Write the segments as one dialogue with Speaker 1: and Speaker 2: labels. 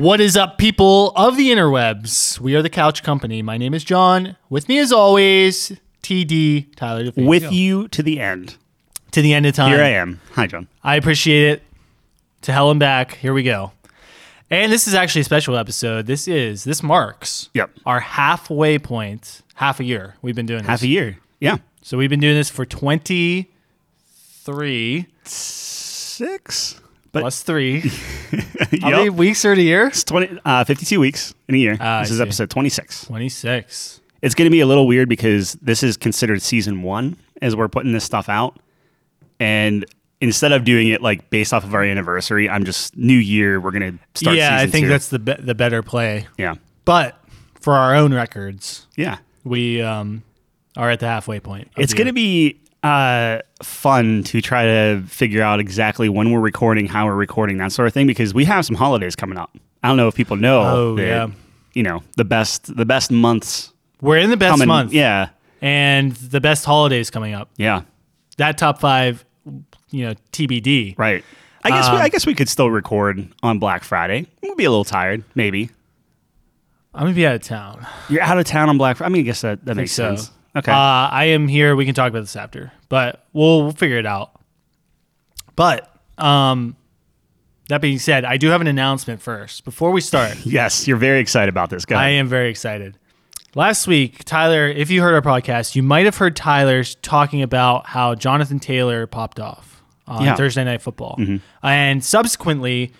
Speaker 1: What is up, people of the interwebs? We are the Couch Company. My name is John. With me, as always, TD Tyler. DeFeo.
Speaker 2: with you to the end.
Speaker 1: to the end of time.
Speaker 2: Here I am. Hi, John.
Speaker 1: I appreciate it. To hell and back. Here we go. And this is actually a special episode. This is this marks
Speaker 2: Yep.
Speaker 1: our halfway point. Half a year we've been doing
Speaker 2: Half
Speaker 1: this.
Speaker 2: a year. Yeah.
Speaker 1: so we've been doing this for twenty three
Speaker 2: Six. But
Speaker 1: plus three. How many
Speaker 2: yep.
Speaker 1: weeks are in a year?
Speaker 2: It's 20, uh, 52 weeks in a year.
Speaker 1: Ah,
Speaker 2: this
Speaker 1: I
Speaker 2: is
Speaker 1: see.
Speaker 2: episode 26.
Speaker 1: Twenty six.
Speaker 2: It's going to be a little weird because this is considered season one as we're putting this stuff out. And instead of doing it like based off of our anniversary, I'm just new year. We're going to start
Speaker 1: Yeah, I
Speaker 2: season
Speaker 1: think
Speaker 2: two.
Speaker 1: that's the be- the better play.
Speaker 2: Yeah.
Speaker 1: But for our own records,
Speaker 2: Yeah.
Speaker 1: we um, are at the halfway point. of
Speaker 2: It's
Speaker 1: the
Speaker 2: going
Speaker 1: year.
Speaker 2: to be uh, fun to try to figure out exactly when we're recording, how we're recording, that sort of thing, because we have some holidays coming up. I don't know if people know.
Speaker 1: Oh,
Speaker 2: that,
Speaker 1: yeah.
Speaker 2: You know the best, the best months
Speaker 1: we're in the best
Speaker 2: coming.
Speaker 1: month,
Speaker 2: Yeah,
Speaker 1: and the best holidays coming up.
Speaker 2: yeah,
Speaker 1: That top five, you know, TBD.
Speaker 2: right. I guess
Speaker 1: Uh,
Speaker 2: we, I guess we could still record on Black Friday. We'll be a little tired, maybe.
Speaker 1: I'm gonna be out of town.
Speaker 2: You're out of town on Black Friday. I mean, I guess that, that makes
Speaker 1: So,
Speaker 2: sense. Okay.
Speaker 1: Uh, I am here. We can talk about this after, but we'll, we'll figure it out. But um, that being said, I do have an announcement first before we start.
Speaker 2: yes, you're very excited about this
Speaker 1: I
Speaker 2: guy.
Speaker 1: am very excited. Last week, Tyler, if you heard our podcast, you might have heard Tyler talking about how Jonathan Taylor popped off on
Speaker 2: Yeah.
Speaker 1: Thursday Night Football. And subsequently,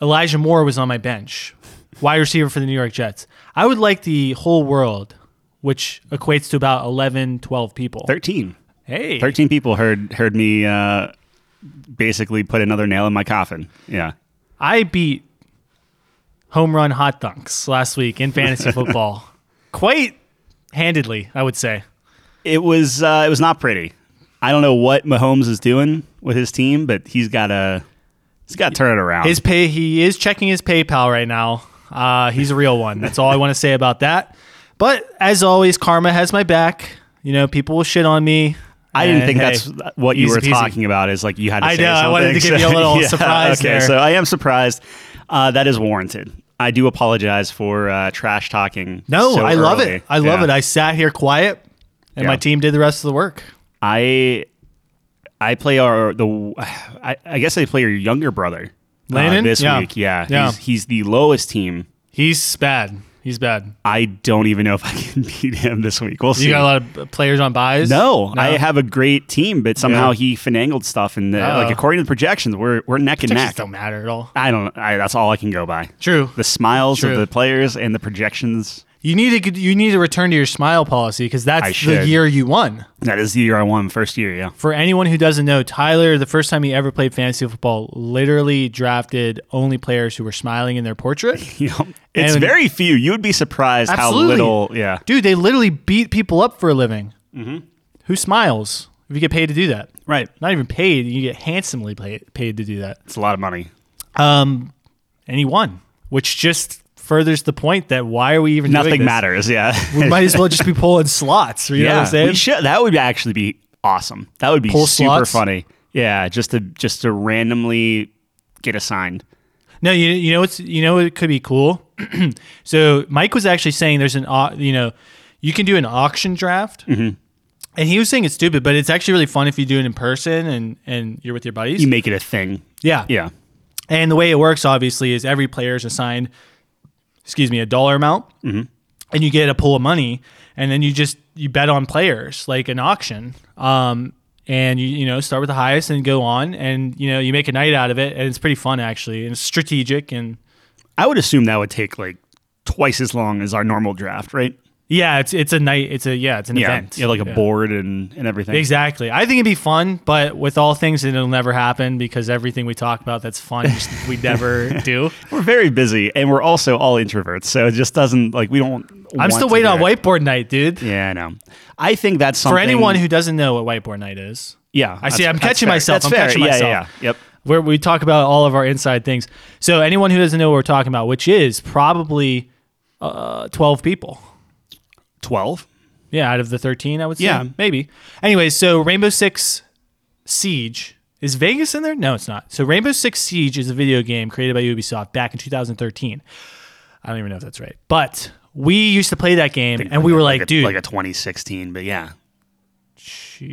Speaker 1: Elijah Moore was on my bench, wide receiver for the New York Jets. I would like the whole world, which equates to about 11, 12 people.
Speaker 2: Thirteen.
Speaker 1: hey.
Speaker 2: Thirteen people heard heard me uh, basically put another nail in my coffin. Yeah.
Speaker 1: I beat home run hot dunks last week in fantasy football quite handedly, I would say.
Speaker 2: It was uh, it was not pretty. I don't know what Mahomes is doing with his team, but he's got to he's got to turn it around.
Speaker 1: His pay, he is checking his PayPal right now. Uh, he's a real one. That's all I want to say about that. But as always, karma has my back. You know, people will shit on me.
Speaker 2: I didn't
Speaker 1: And
Speaker 2: think
Speaker 1: Eh, hey,
Speaker 2: that's what you
Speaker 1: easy
Speaker 2: were
Speaker 1: peasy.
Speaker 2: talking about. Is like you had to.
Speaker 1: I
Speaker 2: say
Speaker 1: know, I
Speaker 2: something,
Speaker 1: wanted to give you a little surprise
Speaker 2: Okay,
Speaker 1: there.
Speaker 2: so I am surprised. Uh, that is warranted. I do apologize for uh, trash talking.
Speaker 1: No,
Speaker 2: so
Speaker 1: I love
Speaker 2: early.
Speaker 1: it. I love
Speaker 2: Yeah.
Speaker 1: it. I sat here quiet, and my
Speaker 2: Yeah.
Speaker 1: team did the rest of the work.
Speaker 2: I I play our the I, I guess I play your younger brother. uh,
Speaker 1: Landon?
Speaker 2: this
Speaker 1: Yeah.
Speaker 2: week, yeah,
Speaker 1: Yeah.
Speaker 2: He's, he's the lowest team.
Speaker 1: He's bad. He's bad.
Speaker 2: I don't even know if I can beat him this week. We'll see.
Speaker 1: You got a lot of players on buys.
Speaker 2: No, I have a great team, but somehow he finangled stuff, and
Speaker 1: Uh-oh.
Speaker 2: like according to the projections, we're we're neck and
Speaker 1: Texas
Speaker 2: neck.
Speaker 1: Oh. don't matter at all.
Speaker 2: I don't. I, that's all I can go by.
Speaker 1: True.
Speaker 2: The smiles
Speaker 1: True.
Speaker 2: of the players and the projections.
Speaker 1: You need to you need to return to your smile policy because
Speaker 2: I
Speaker 1: that's the
Speaker 2: should.
Speaker 1: year you won.
Speaker 2: That is the year I won, first year. Yeah,
Speaker 1: For anyone who doesn't know, Tyler, the first time he ever played fantasy football, literally drafted only players who were smiling in their portrait.
Speaker 2: you know, it's
Speaker 1: And-
Speaker 2: very few. You would be surprised
Speaker 1: Absolutely.
Speaker 2: how little. Yeah, Mm-hmm.
Speaker 1: Dude, they literally beat people up for a living. Who smiles if you get paid to do that?
Speaker 2: right.
Speaker 1: Not even paid, you get handsomely paid, paid to do that.
Speaker 2: It's a lot of money.
Speaker 1: Um, and he won, which just furthers the point that why are we even doing
Speaker 2: Nothing
Speaker 1: this?
Speaker 2: matters. Yeah,
Speaker 1: We might as well just be pulling slots. You know what I'm
Speaker 2: yeah.
Speaker 1: saying?
Speaker 2: We should, that would actually be awesome. That would be
Speaker 1: Pull
Speaker 2: super
Speaker 1: slots?
Speaker 2: funny. Yeah, just to just to randomly get assigned.
Speaker 1: No, you you know it's you know it could be cool. so Mike was actually saying there's an au- you know you can do an auction draft, and he was saying it's stupid, but it's actually really fun if you do it in person and and you're with your buddies.
Speaker 2: You make it a thing.
Speaker 1: yeah,
Speaker 2: Mm-hmm. Yeah.
Speaker 1: And the way it works obviously is every player is assigned, excuse me, a dollar amount, and you get a pool of money, and then you just you bet on players like an auction. Um, and you you know start with the highest and go on, and you know you make a night out of it, and it's pretty fun actually, and it's strategic and
Speaker 2: I would assume that would take like twice as long as our normal draft, right?
Speaker 1: Yeah, it's it's a night. It's a yeah, it's an
Speaker 2: Yeah,
Speaker 1: event.
Speaker 2: yeah like a
Speaker 1: Yeah.
Speaker 2: board and, and everything.
Speaker 1: Exactly. I think it'd be fun, but with all things, it'll never happen because everything we talk about that's fun, just we never do.
Speaker 2: We're very busy, and we're also all introverts, so it just doesn't like we don't.
Speaker 1: I'm still waiting on whiteboard night, dude.
Speaker 2: Yeah, I know. I think that's something
Speaker 1: For anyone who doesn't know what whiteboard night is,
Speaker 2: Yeah,
Speaker 1: I see,
Speaker 2: that's-
Speaker 1: I'm
Speaker 2: that's
Speaker 1: catching
Speaker 2: fair.
Speaker 1: myself,
Speaker 2: That's
Speaker 1: I'm
Speaker 2: fair.
Speaker 1: catching
Speaker 2: yeah,
Speaker 1: myself.
Speaker 2: Yeah, yeah. Yep.
Speaker 1: where we talk about all of our inside things. So anyone who doesn't know what we're talking about, which is probably uh, 12 people.
Speaker 2: Twelve.
Speaker 1: Yeah, out of the 13, I would say.
Speaker 2: Yeah.
Speaker 1: Maybe. Anyway, so Rainbow Six Siege Is Vegas in there? No, it's not. So Rainbow Six Siege is a video game created by Ubisoft back in 2013. I don't even know if that's right, but we used to play that game, and we were like,
Speaker 2: a,
Speaker 1: dude,
Speaker 2: like a 2016, but yeah.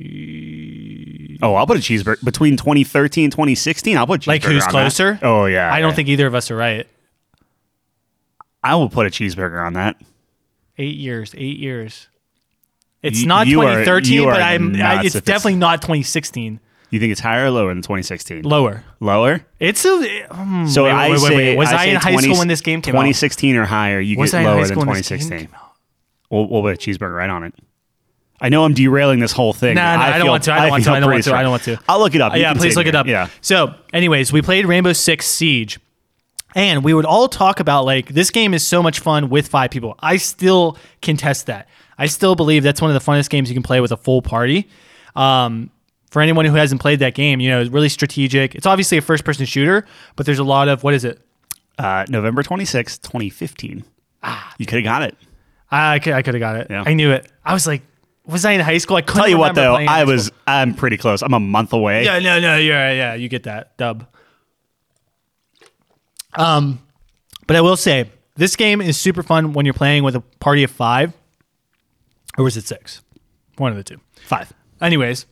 Speaker 1: gee.
Speaker 2: Oh, I'll put a cheeseburger between 2013 and 2016. I'll put a cheeseburger
Speaker 1: Like, who's
Speaker 2: on that.
Speaker 1: closer?
Speaker 2: Oh yeah,
Speaker 1: I don't
Speaker 2: yeah.
Speaker 1: think either of us are right.
Speaker 2: I will put a cheeseburger on that.
Speaker 1: Eight years, eight years. It's
Speaker 2: You-
Speaker 1: not
Speaker 2: you are-
Speaker 1: 2013,
Speaker 2: you
Speaker 1: but
Speaker 2: are
Speaker 1: I'm.
Speaker 2: nuts
Speaker 1: I,
Speaker 2: if
Speaker 1: it's
Speaker 2: it's-
Speaker 1: definitely not 2016.
Speaker 2: You think it's higher or lower than 2016?
Speaker 1: Lower.
Speaker 2: lower.
Speaker 1: It's a. um,
Speaker 2: So
Speaker 1: wait,
Speaker 2: I
Speaker 1: wait, wait,
Speaker 2: say,
Speaker 1: wait. Was I,
Speaker 2: say
Speaker 1: in high
Speaker 2: 20
Speaker 1: school when this game came out?
Speaker 2: 2016 or higher, you
Speaker 1: Was
Speaker 2: get
Speaker 1: I in high
Speaker 2: lower than
Speaker 1: school when this game
Speaker 2: 2016.
Speaker 1: came
Speaker 2: We'll, we'll put a cheeseburger right on it. I know I'm derailing this whole thing.
Speaker 1: Nah,
Speaker 2: but
Speaker 1: nah, I don't
Speaker 2: feel-
Speaker 1: want to, I don't want to,
Speaker 2: feel
Speaker 1: I don't want
Speaker 2: pretty
Speaker 1: to, I don't want
Speaker 2: strong.
Speaker 1: to. Uh,
Speaker 2: I'll look it up. You
Speaker 1: yeah, please look
Speaker 2: continue.
Speaker 1: it up.
Speaker 2: Yeah.
Speaker 1: So, anyways, we played Rainbow Six Siege, and we would all talk about like this game is so much fun with five people. I still contest that. I still believe that's one of the funnest games you can play with a full party. Um, for anyone who hasn't played that game, you know, it's really strategic. It's obviously a first-person shooter, but there's a lot of what is it?
Speaker 2: Uh, November 26, 2015. Ah, you could have got it.
Speaker 1: I could, I could have got it.
Speaker 2: Yeah.
Speaker 1: I knew it. I was like, was I in high school? I couldn't
Speaker 2: Tell you what
Speaker 1: remember
Speaker 2: though,
Speaker 1: playing in
Speaker 2: I
Speaker 1: high school.
Speaker 2: was I'm pretty close. I'm a month away.
Speaker 1: Yeah, no, no, you're right. Yeah, you get that dub. Um, but I will say this game is super fun when you're playing with a party of five, or was it six? One of the two.
Speaker 2: Five.
Speaker 1: Anyways,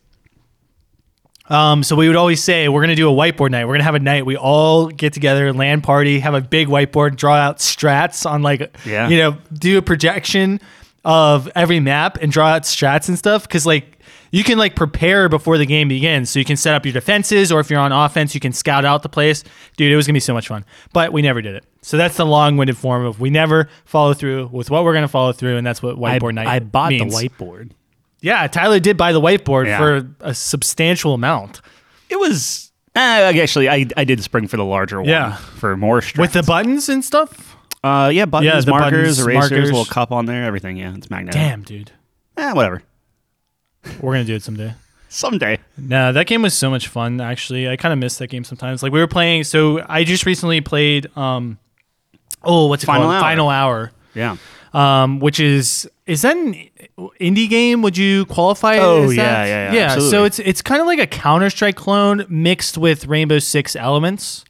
Speaker 1: um, so we would always say we're gonna do a whiteboard night. We're gonna have a night we all get together, land party, have a big whiteboard, draw out strats on like,
Speaker 2: Yeah.
Speaker 1: you know, do a projection of every map and draw out strats and stuff. Because like you can like prepare before the game begins, so you can set up your defenses, or if you're on offense, you can scout out the place. Dude, it was gonna be so much fun, but we never did it. So that's the long-winded form of we never follow through with what we're gonna follow through, and that's what
Speaker 3: I,
Speaker 1: whiteboard night.
Speaker 3: I bought
Speaker 1: means.
Speaker 3: the whiteboard.
Speaker 1: Yeah, Tyler did buy the whiteboard
Speaker 2: Yeah.
Speaker 1: for a substantial amount
Speaker 2: It was uh, actually I, I did spring for the larger one
Speaker 1: Yeah.
Speaker 2: for more
Speaker 1: with
Speaker 2: strength.
Speaker 1: the buttons and stuff.
Speaker 2: Uh, yeah, buttons,
Speaker 1: Yeah, the
Speaker 2: markers,
Speaker 1: buttons,
Speaker 2: erasers,
Speaker 1: markers.
Speaker 2: little cup on there, everything. Yeah, it's magnetic.
Speaker 1: Damn, dude,
Speaker 2: Eh, whatever.
Speaker 1: we're gonna do it someday.
Speaker 2: Someday.
Speaker 1: No, that game was so much fun. Actually, I kind of miss that game sometimes. Like we were playing. So I just recently played. um Oh, what's it
Speaker 2: Final
Speaker 1: called?
Speaker 2: Hour.
Speaker 1: Final Hour.
Speaker 2: Yeah.
Speaker 1: Um, which is is that an indie game? Would you qualify? it
Speaker 2: Oh,
Speaker 1: as that?
Speaker 2: yeah, yeah, yeah, absolutely.
Speaker 1: So it's it's kind of like a Counter Strike clone mixed with Rainbow Six elements.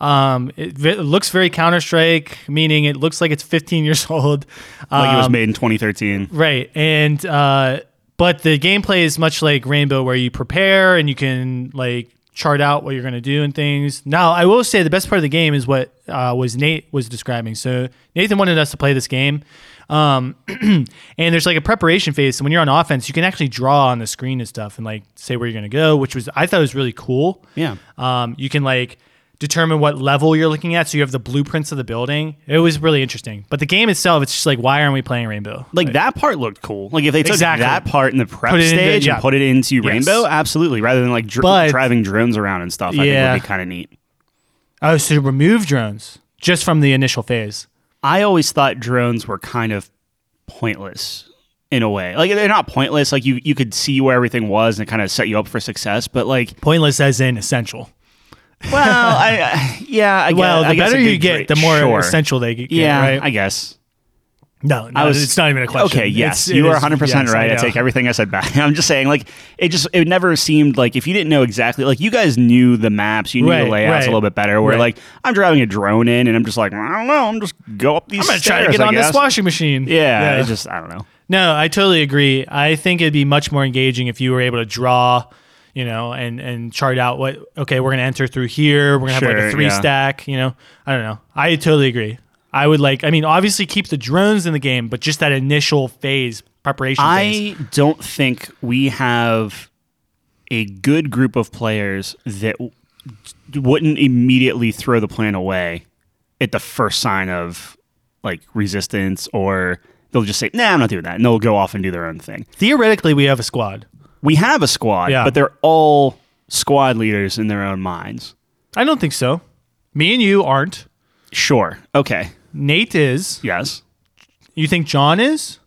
Speaker 1: Um, it, v- looks very Counter Strike, meaning it looks like it's 15 years old.
Speaker 2: Like it was
Speaker 1: Um,
Speaker 2: made in 2013.
Speaker 1: Right. And uh but the gameplay is much like Rainbow where you prepare and you can like chart out what you're going to do and things. Now, I will say the best part of the game is what uh, was Nate was describing. So Nathan wanted us to play this game. Um, and there's like a preparation phase. So when you're on offense, you can actually draw on the screen and stuff and like say where you're going to go, which was I thought was really cool.
Speaker 2: Yeah.
Speaker 1: Um, you can like determine what level you're looking at, so you have the blueprints of the building. It was really interesting. But the game itself, it's just like, why aren't we playing Rainbow?
Speaker 2: Like that part looked cool. Like if they took
Speaker 1: Exactly.
Speaker 2: that part in the prep
Speaker 1: Put it into-
Speaker 2: stage
Speaker 1: yeah.
Speaker 2: and put it into Rainbow, absolutely. Rather than like dr-
Speaker 1: But-
Speaker 2: driving drones around and stuff, I
Speaker 1: Yeah.
Speaker 2: think would be kind of neat.
Speaker 1: Oh, so remove drones just from the initial phase.
Speaker 2: I always thought drones were kind of pointless in a way. Like they're not pointless. Like you you could see where everything was and kind of set you up for success. But like,
Speaker 1: Pointless as in essential.
Speaker 2: well, I- I yeah. I
Speaker 1: Well,
Speaker 2: guess, I
Speaker 1: the
Speaker 2: guess
Speaker 1: better
Speaker 2: it
Speaker 1: you
Speaker 2: did
Speaker 1: get,
Speaker 2: great.
Speaker 1: the more
Speaker 2: Sure.
Speaker 1: essential they get.
Speaker 2: Yeah,
Speaker 1: right?
Speaker 2: I guess.
Speaker 1: no, no,
Speaker 2: I was-
Speaker 1: it's not even a question.
Speaker 2: Okay, yes,
Speaker 1: It's-
Speaker 2: you
Speaker 1: it
Speaker 2: are
Speaker 1: is-
Speaker 2: 100 percent
Speaker 1: yes,
Speaker 2: right. I,
Speaker 1: know.
Speaker 2: take everything I said back. I'm just saying, like, it just it never seemed like if you didn't know exactly, like, you guys knew the maps, you knew
Speaker 1: Right,
Speaker 2: the layouts
Speaker 1: right.
Speaker 2: a little bit better. Where
Speaker 1: Right.
Speaker 2: like I'm driving a drone in, and I'm just like, I don't know, I'm just go up these.
Speaker 1: I'm gonna
Speaker 2: stairs,
Speaker 1: try to get
Speaker 2: I
Speaker 1: on
Speaker 2: guess."
Speaker 1: this washing machine.
Speaker 2: Yeah, it just I don't know.
Speaker 1: no, I totally agree. I think it'd be much more engaging if you were able to draw, you know, and and chart out what. Okay, we're gonna enter through here. We're gonna have like a
Speaker 2: Sure,
Speaker 1: three
Speaker 2: yeah.
Speaker 1: stack. You know, I don't know. I totally agree. I would like. I mean, obviously keep the drones in the game, but just that initial phase preparation. phase.
Speaker 2: I don't think we have a good group of players that w- wouldn't immediately throw the plan away at the first sign of like resistance or they'll just say nah i'm not doing that and they'll go off and do their own thing
Speaker 1: theoretically we have a squad.
Speaker 2: we have a squad
Speaker 1: Yeah.
Speaker 2: but they're all squad leaders in their own minds
Speaker 1: I don't think so. Me and you aren't.
Speaker 2: sure okay
Speaker 1: Nate is.
Speaker 2: yes
Speaker 1: You think John is?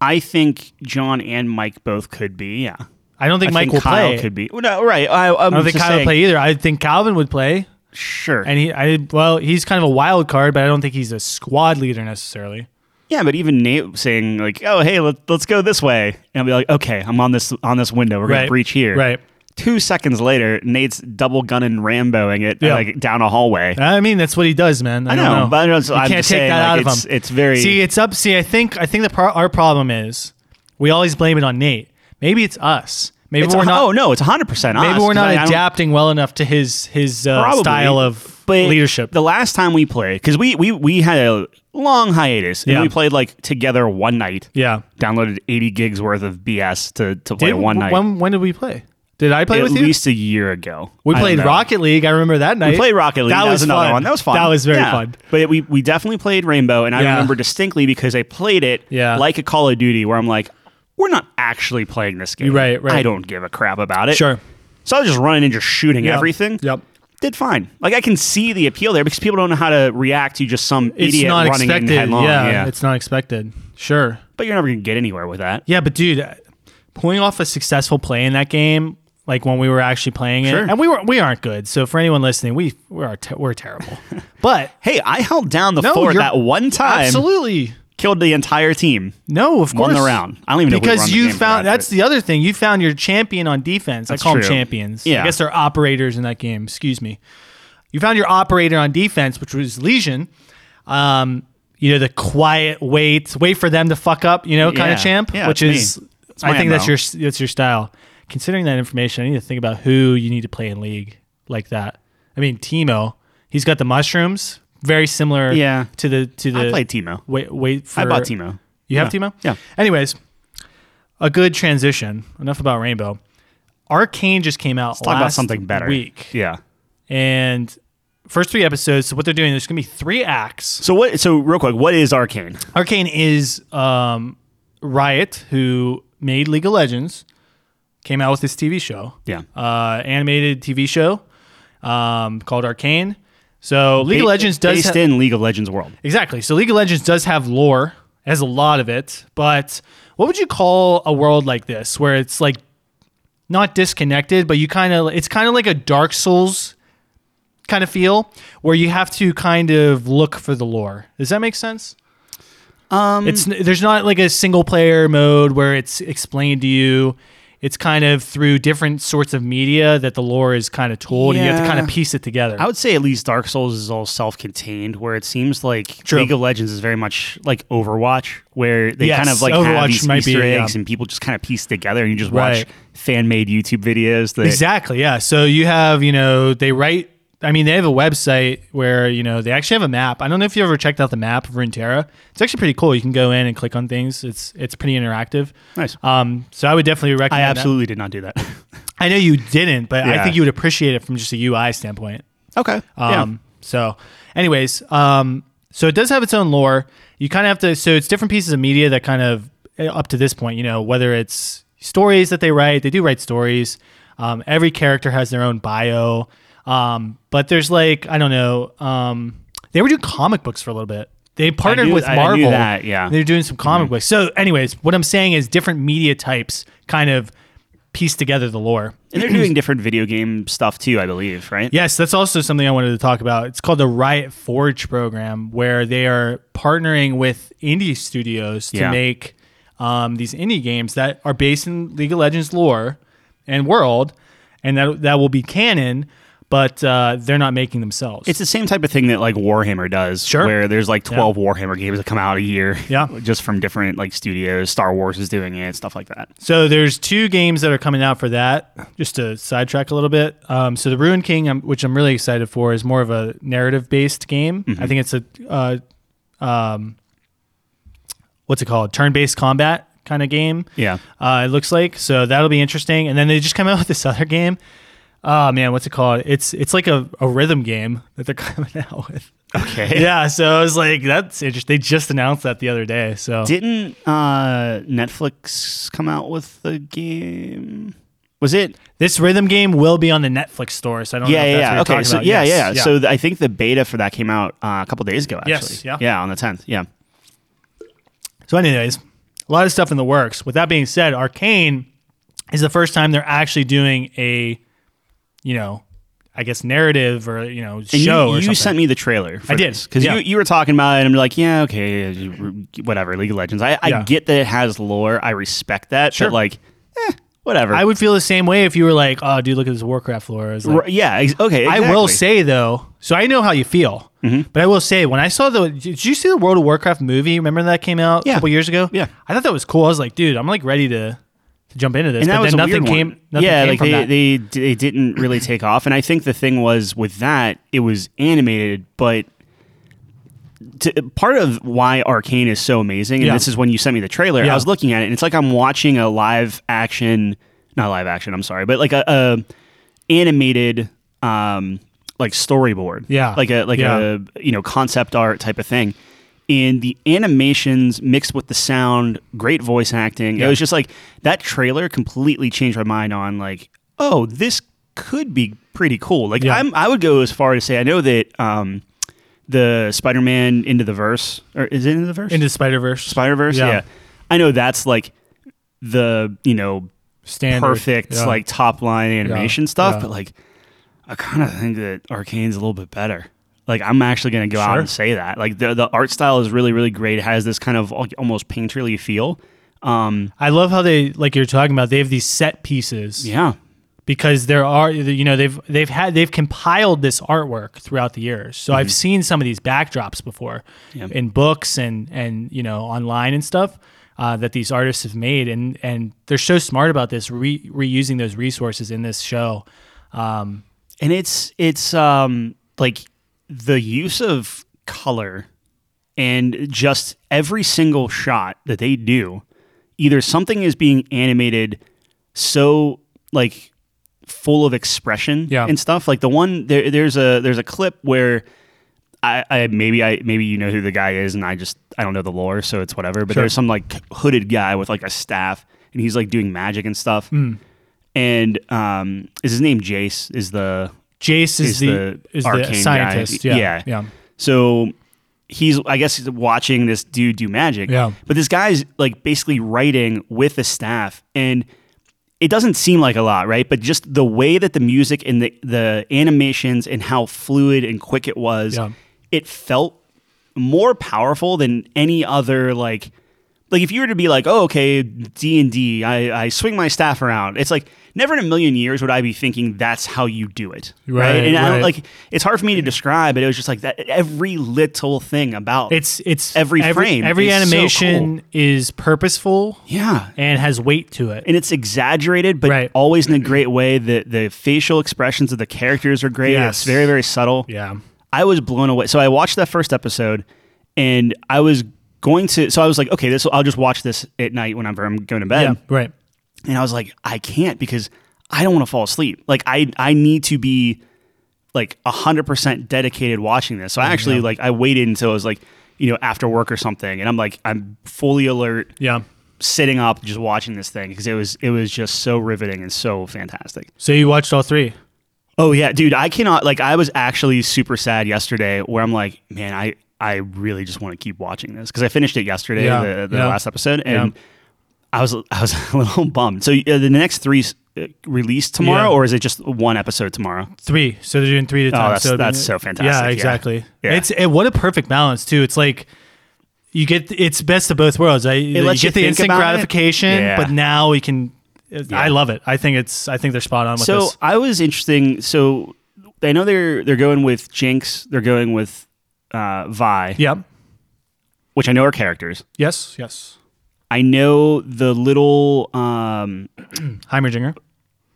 Speaker 2: i think john and mike both could be yeah
Speaker 1: I don't think
Speaker 2: I
Speaker 1: Mike
Speaker 2: think
Speaker 1: will
Speaker 2: Kyle
Speaker 1: play.
Speaker 2: could be Well, no, right i, I'm
Speaker 1: I don't think
Speaker 2: just
Speaker 1: Kyle
Speaker 2: saying-
Speaker 1: would play either. I think Calvin would play,
Speaker 2: sure
Speaker 1: and he. I well, he's kind of a wild card, but I don't think he's a squad leader necessarily.
Speaker 2: Yeah, but even Nate saying like, "Oh, hey, let, let's go this way," and I'll be like, "Okay, I'm on this on this window. We're gonna breach here."
Speaker 1: Right.
Speaker 2: two seconds later, Nate's double gunning Ramboing it
Speaker 1: Yeah.
Speaker 2: like down a hallway.
Speaker 1: I mean, that's what he does, man. I,
Speaker 2: I
Speaker 1: don't
Speaker 2: know,
Speaker 1: know,
Speaker 2: but I don't-
Speaker 1: you
Speaker 2: I'm
Speaker 1: can't take
Speaker 2: just saying,
Speaker 1: that out
Speaker 2: like,
Speaker 1: of
Speaker 2: it's-
Speaker 1: him.
Speaker 2: it's very-
Speaker 1: See, it's up. See, I think I think the pro- our problem is we always blame it on Nate. Maybe it's us. Maybe
Speaker 2: It's
Speaker 1: we're
Speaker 2: a-
Speaker 1: not.
Speaker 2: oh no, it's hundred percent.
Speaker 1: maybe we're not adapting well enough to his his uh,
Speaker 2: Probably,
Speaker 1: style of
Speaker 2: but
Speaker 1: leadership.
Speaker 2: The last time we played, because we, we we had a long hiatus, and
Speaker 1: Yeah.
Speaker 2: we played like together one night.
Speaker 1: yeah.
Speaker 2: downloaded eighty gigs worth of BS to to play
Speaker 1: Did-
Speaker 2: one night.
Speaker 1: When, when did we play? Did I play
Speaker 2: at
Speaker 1: with you?
Speaker 2: least a year ago.
Speaker 1: we
Speaker 2: I don't
Speaker 1: played
Speaker 2: know.
Speaker 1: Rocket League. I remember that night.
Speaker 2: We played Rocket League. That, was, another
Speaker 1: fun.
Speaker 2: one. That was fun.
Speaker 1: That was very
Speaker 2: Yeah.
Speaker 1: fun.
Speaker 2: But we we definitely played Rainbow, and I
Speaker 1: Yeah.
Speaker 2: remember distinctly because I played it
Speaker 1: Yeah.
Speaker 2: like a Call of Duty, where I'm like, we're not actually playing this game.
Speaker 1: Right, right.
Speaker 2: I don't give a crap about it.
Speaker 1: Sure.
Speaker 2: So I was just running and just shooting
Speaker 1: Yep.
Speaker 2: everything.
Speaker 1: Yep.
Speaker 2: Did fine. Like I can see the appeal there because people don't know how to react to just some
Speaker 1: It's
Speaker 2: idiot
Speaker 1: not
Speaker 2: running in
Speaker 1: expected.
Speaker 2: headlong.
Speaker 1: yeah,
Speaker 2: Yeah.
Speaker 1: It's not expected. Sure.
Speaker 2: but you're never gonna get anywhere with that.
Speaker 1: Yeah, but dude, uh, pulling off a successful play in that game, like when we were actually playing it,
Speaker 2: Sure.
Speaker 1: and we were we aren't good. So for anyone listening, we we are te- we're terrible. but
Speaker 2: Hey, I held down the
Speaker 1: No,
Speaker 2: fort
Speaker 1: you're-
Speaker 2: that one time,
Speaker 1: absolutely
Speaker 2: killed the entire team.
Speaker 1: no, of course
Speaker 2: Won the round. I don't even know who
Speaker 1: because
Speaker 2: won the
Speaker 1: you
Speaker 2: game,
Speaker 1: found
Speaker 2: but-
Speaker 1: that's the other thing. You found your champion on defense. I call
Speaker 2: true.
Speaker 1: them champions.
Speaker 2: Yeah.
Speaker 1: I guess they're operators in that game. Excuse me. You found your operator on defense, which was Legion. Um, you know the quiet wait, wait for them to fuck up. You know, kind
Speaker 2: Yeah.
Speaker 1: of champ,
Speaker 2: Yeah,
Speaker 1: which
Speaker 2: it's
Speaker 1: is
Speaker 2: me. It's
Speaker 1: I
Speaker 2: my
Speaker 1: think that's
Speaker 2: MO.
Speaker 1: your that's your style. Considering that information, I need to think about who you need to play in league like that. I mean, Timo, he's got the mushrooms, very similar.
Speaker 2: Yeah.
Speaker 1: to the to the
Speaker 2: I played Timo.
Speaker 1: Wait, wait uh, for
Speaker 2: I bought Timo.
Speaker 1: you have
Speaker 2: Yeah.
Speaker 1: Timo?
Speaker 2: Yeah.
Speaker 1: Anyways, a good transition. Enough about Rainbow. Arcane just came out.
Speaker 2: Talk about
Speaker 1: last
Speaker 2: something better.
Speaker 1: Week
Speaker 2: Yeah.
Speaker 1: and first three episodes. So what they're doing? There's gonna be three acts.
Speaker 2: So what? So real quick, what is Arcane?
Speaker 1: Arcane is um, Riot, who made League of Legends, came out with this TV show.
Speaker 2: Yeah.
Speaker 1: Uh, animated TV show um, called Arcane. So League
Speaker 2: Ba-
Speaker 1: of Legends does
Speaker 2: based
Speaker 1: ha-
Speaker 2: in League of Legends world.
Speaker 1: Exactly. So League of Legends does have lore, it has a lot of it, but what would you call a world like this where it's like not disconnected, but you kind of it's kind of like a Dark Souls kind of feel where you have to kind of look for the lore. Does that make sense? Um it's there's not like a single player mode where it's explained to you. It's kind of through different sorts of media that the lore is kind of told and you have to kind
Speaker 2: Yeah.
Speaker 1: of piece it together.
Speaker 2: I would say at least Dark Souls is all self-contained, where it seems like
Speaker 1: True.
Speaker 2: League of Legends is very much like Overwatch, where they
Speaker 1: Yes,
Speaker 2: kind of like
Speaker 1: Overwatch
Speaker 2: have these
Speaker 1: might be,
Speaker 2: Easter
Speaker 1: yeah.
Speaker 2: eggs and people just kind of piece together, and you just watch
Speaker 1: Right.
Speaker 2: fan-made YouTube videos. That,
Speaker 1: Exactly. Yeah. So you have, you know, they write. I mean, they have a website where you know they actually have a map. I don't know if you ever checked out the map of Runeterra. It's actually pretty cool. You can go in and click on things. It's it's pretty interactive.
Speaker 2: Nice.
Speaker 1: Um, so I would definitely
Speaker 2: I
Speaker 1: recommend. that.
Speaker 2: absolutely did not do that.
Speaker 1: I know you didn't, but
Speaker 2: Yeah.
Speaker 1: I think you would appreciate it from just a UI standpoint.
Speaker 2: okay.
Speaker 1: Um, So, anyways, um, so it does have its own lore. You kind of have to. So it's different pieces of media that kind of eh, up to this point, you know, whether it's stories that they write, they do write stories. Um, every character has their own bio, um, but there's like I don't know. Um, they were doing comic books for a little bit. They partnered
Speaker 2: knew-
Speaker 1: with
Speaker 2: I- I knew
Speaker 1: Marvel.
Speaker 2: that, yeah. Mm-hmm.
Speaker 1: they're doing some comic books. So, anyways, what I'm saying is different media types kind of piece together the lore.
Speaker 2: and they're doing different video game stuff too, I believe, right?
Speaker 1: Yes, that's also something I wanted to talk about. It's called the Riot Forge program, where they are partnering with indie studios to
Speaker 2: Yeah.
Speaker 1: make um, these indie games that are based in League of Legends lore and world, and that that will be canon, but uh, they're not making themselves.
Speaker 2: It's the same type of thing that like Warhammer does,
Speaker 1: Sure.
Speaker 2: where there's like 12 Warhammer games that come out a year,
Speaker 1: Yeah.
Speaker 2: just from different like studios. Star Wars is doing it, stuff like that.
Speaker 1: So there's two games that are coming out for that. Just to sidetrack a little bit, um, so the Ruin King, um, which I'm really excited for, is more of a narrative-based game. I think it's a uh, um, what's it called, turn-based combat kind of game.
Speaker 2: Yeah.
Speaker 1: uh, it looks like. So that'll be interesting. And then they just come out with this other game. Oh man, what's it called? It's it's like a, a rhythm game that they're coming out with.
Speaker 2: Okay.
Speaker 1: Yeah, so I was like, that's interesting. They just announced that the other day. So
Speaker 2: Didn't uh, Netflix come out with the game? Was it?
Speaker 1: This rhythm game will be on the Netflix store, so I don't know if that's what you're
Speaker 2: Okay.
Speaker 1: talking
Speaker 2: So
Speaker 1: about.
Speaker 2: yeah,
Speaker 1: Yes,
Speaker 2: yeah, So th- I think the beta for that came out uh, a couple days ago. Actually.
Speaker 1: Yes, yeah.
Speaker 2: Yeah. On the tenth. Yeah.
Speaker 1: So anyways, a lot of stuff in the works. With that being said, Arcane is the first time they're actually doing a, you know, I guess narrative or you know
Speaker 2: And you-
Speaker 1: show or
Speaker 2: you,
Speaker 1: something.
Speaker 2: sent me the trailer. For
Speaker 1: I did,
Speaker 2: because
Speaker 1: yeah.
Speaker 2: you, you were talking about it, and I'm like, yeah, okay, you- whatever. League of Legends. I, I
Speaker 1: Yeah.
Speaker 2: get that it has lore. I respect that.
Speaker 1: Sure.
Speaker 2: But like, eh, whatever.
Speaker 1: I would feel the same way if you were like, "Oh, dude, look at this Warcraft lore." I was like,
Speaker 2: R- yeah. Ex- okay.
Speaker 1: I will
Speaker 2: exactly. Mm-hmm.
Speaker 1: say though, so I know how you feel, but I will say when I saw the, did you see the World of Warcraft movie? Remember that came out
Speaker 2: Yeah.
Speaker 1: a couple years ago?
Speaker 2: Yeah.
Speaker 1: I thought that was cool. I was like, dude, I'm like ready to, to jump into this,
Speaker 2: And that
Speaker 1: but
Speaker 2: was
Speaker 1: then
Speaker 2: a
Speaker 1: nothing
Speaker 2: weird one.
Speaker 1: came. Nothing
Speaker 2: yeah,
Speaker 1: came
Speaker 2: like
Speaker 1: from
Speaker 2: they,
Speaker 1: that.
Speaker 2: they they didn't really take off. And I think the thing was with that it was animated, but to, part of why Arcane is so amazing, and
Speaker 1: Yeah.
Speaker 2: this is when you sent me the trailer,
Speaker 1: Yeah.
Speaker 2: I was looking at it, and it's like I'm watching a live action, not live action, I'm sorry, but like a, a animated, um, like storyboard,
Speaker 1: Yeah.
Speaker 2: like a like
Speaker 1: Yeah.
Speaker 2: a you know concept art type of thing. And the animations mixed with the sound, great voice acting. It
Speaker 1: Yeah.
Speaker 2: was just like that trailer completely changed my mind on like, oh, this could be pretty cool. Like
Speaker 1: Yeah.
Speaker 2: I'm, I would go as far to say I know that um, the Spider-Man into the verse, or is it into the verse?
Speaker 1: into Spider Verse,
Speaker 2: Spider Verse.
Speaker 1: Yeah.
Speaker 2: Yeah. I know that's like the you know
Speaker 1: Standard.
Speaker 2: perfect
Speaker 1: Yeah.
Speaker 2: like top line animation stuff,
Speaker 1: Yeah.
Speaker 2: but like I kind of think that Arcane's a little bit better. Like I'm actually gonna go out
Speaker 1: Sure.
Speaker 2: and say that. Like the the art style is really really great. It has this kind of al- almost painterly feel. Um,
Speaker 1: I love how they like you're talking about. They have these set pieces
Speaker 2: yeah,
Speaker 1: because there are you know they've they've had they've compiled this artwork throughout the years. So
Speaker 2: Mm-hmm.
Speaker 1: I've seen some of these backdrops before in books and and you know online and stuff uh, that these artists have made, and and they're so smart about this re- reusing those resources in this show. Um,
Speaker 2: and it's it's um like the use of color and just every single shot that they do either something is being animated so like full of expression
Speaker 1: Yeah.
Speaker 2: and stuff like the one there there's a there's a clip where I, I maybe I maybe you know who the guy is and I just I don't know the lore so it's whatever but there's some like hooded guy with like a staff and he's like doing magic and stuff and um is his name Jace is the
Speaker 1: Jace is,
Speaker 2: Is
Speaker 1: the,
Speaker 2: the
Speaker 1: is
Speaker 2: arcane
Speaker 1: the
Speaker 2: guy.
Speaker 1: scientist. Yeah,
Speaker 2: Yeah.
Speaker 1: yeah,
Speaker 2: so he's, I guess, he's watching this dude do magic.
Speaker 1: Yeah.
Speaker 2: But this guy's like basically writing with a staff, and it doesn't seem like a lot, right? But just the way that the music and the the animations and how fluid and quick it was,
Speaker 1: Yeah.
Speaker 2: it felt more powerful than any other like. Like if you were to be like, oh, okay, D and D, I I swing my staff around. It's like never in a million years would I be thinking that's how you do it, right?
Speaker 1: Right,
Speaker 2: and I don't
Speaker 1: right.
Speaker 2: like it's hard for
Speaker 1: Mm-hmm.
Speaker 2: me to describe, but it was just like that every little thing about
Speaker 1: It's it's
Speaker 2: Every frame
Speaker 1: every
Speaker 2: is so
Speaker 1: animation is purposeful
Speaker 2: yeah.
Speaker 1: and has weight to it.
Speaker 2: And it's exaggerated, but
Speaker 1: Right.
Speaker 2: always in a great way. The the facial expressions of the characters are great.
Speaker 1: Yes.
Speaker 2: It's very, very subtle.
Speaker 1: yeah,
Speaker 2: I was blown away. So I watched that first episode and I was going to so I was like, okay, this I'll just watch this at night when I'm I'm going to bed.
Speaker 1: yeah, right.
Speaker 2: And I was like, I can't because I don't want to fall asleep. Like I I need to be like hundred percent dedicated watching this. So I actually like I waited until it was like, you know, after work or something and I'm like I'm fully alert,
Speaker 1: Yeah.
Speaker 2: sitting up just watching this thing because it was it was just so riveting and so fantastic.
Speaker 1: So you watched all three.
Speaker 2: Oh yeah, dude, I cannot like I was actually super sad yesterday where I'm like, man, I I really just want to keep watching this because I finished it yesterday,
Speaker 1: Yeah,
Speaker 2: the, the
Speaker 1: yeah.
Speaker 2: last episode, and I was I was a little bummed. So uh, the next three s- uh, release tomorrow,
Speaker 1: Yeah.
Speaker 2: or is it just one episode tomorrow?
Speaker 1: Three. So they're doing three at a time.
Speaker 2: Oh, that's-
Speaker 1: so it'd be-
Speaker 2: that's so fantastic.
Speaker 1: Yeah,
Speaker 2: Yeah.
Speaker 1: exactly.
Speaker 2: Yeah.
Speaker 1: It's it, what a perfect balance too. It's like you get it's best of both worlds. I you
Speaker 2: lets you
Speaker 1: get the
Speaker 2: think
Speaker 1: instant
Speaker 2: about it.
Speaker 1: gratification,
Speaker 2: Yeah.
Speaker 1: but now we can. I love it. I think it's. I think they're spot on with
Speaker 2: So
Speaker 1: this.
Speaker 2: I was interesting. So I know they're they're going with Jinx, they're going with uh, Vi,
Speaker 1: Yep.
Speaker 2: which I know are characters.
Speaker 1: Yes. Yes.
Speaker 2: I know the little um,
Speaker 1: Heimerdinger.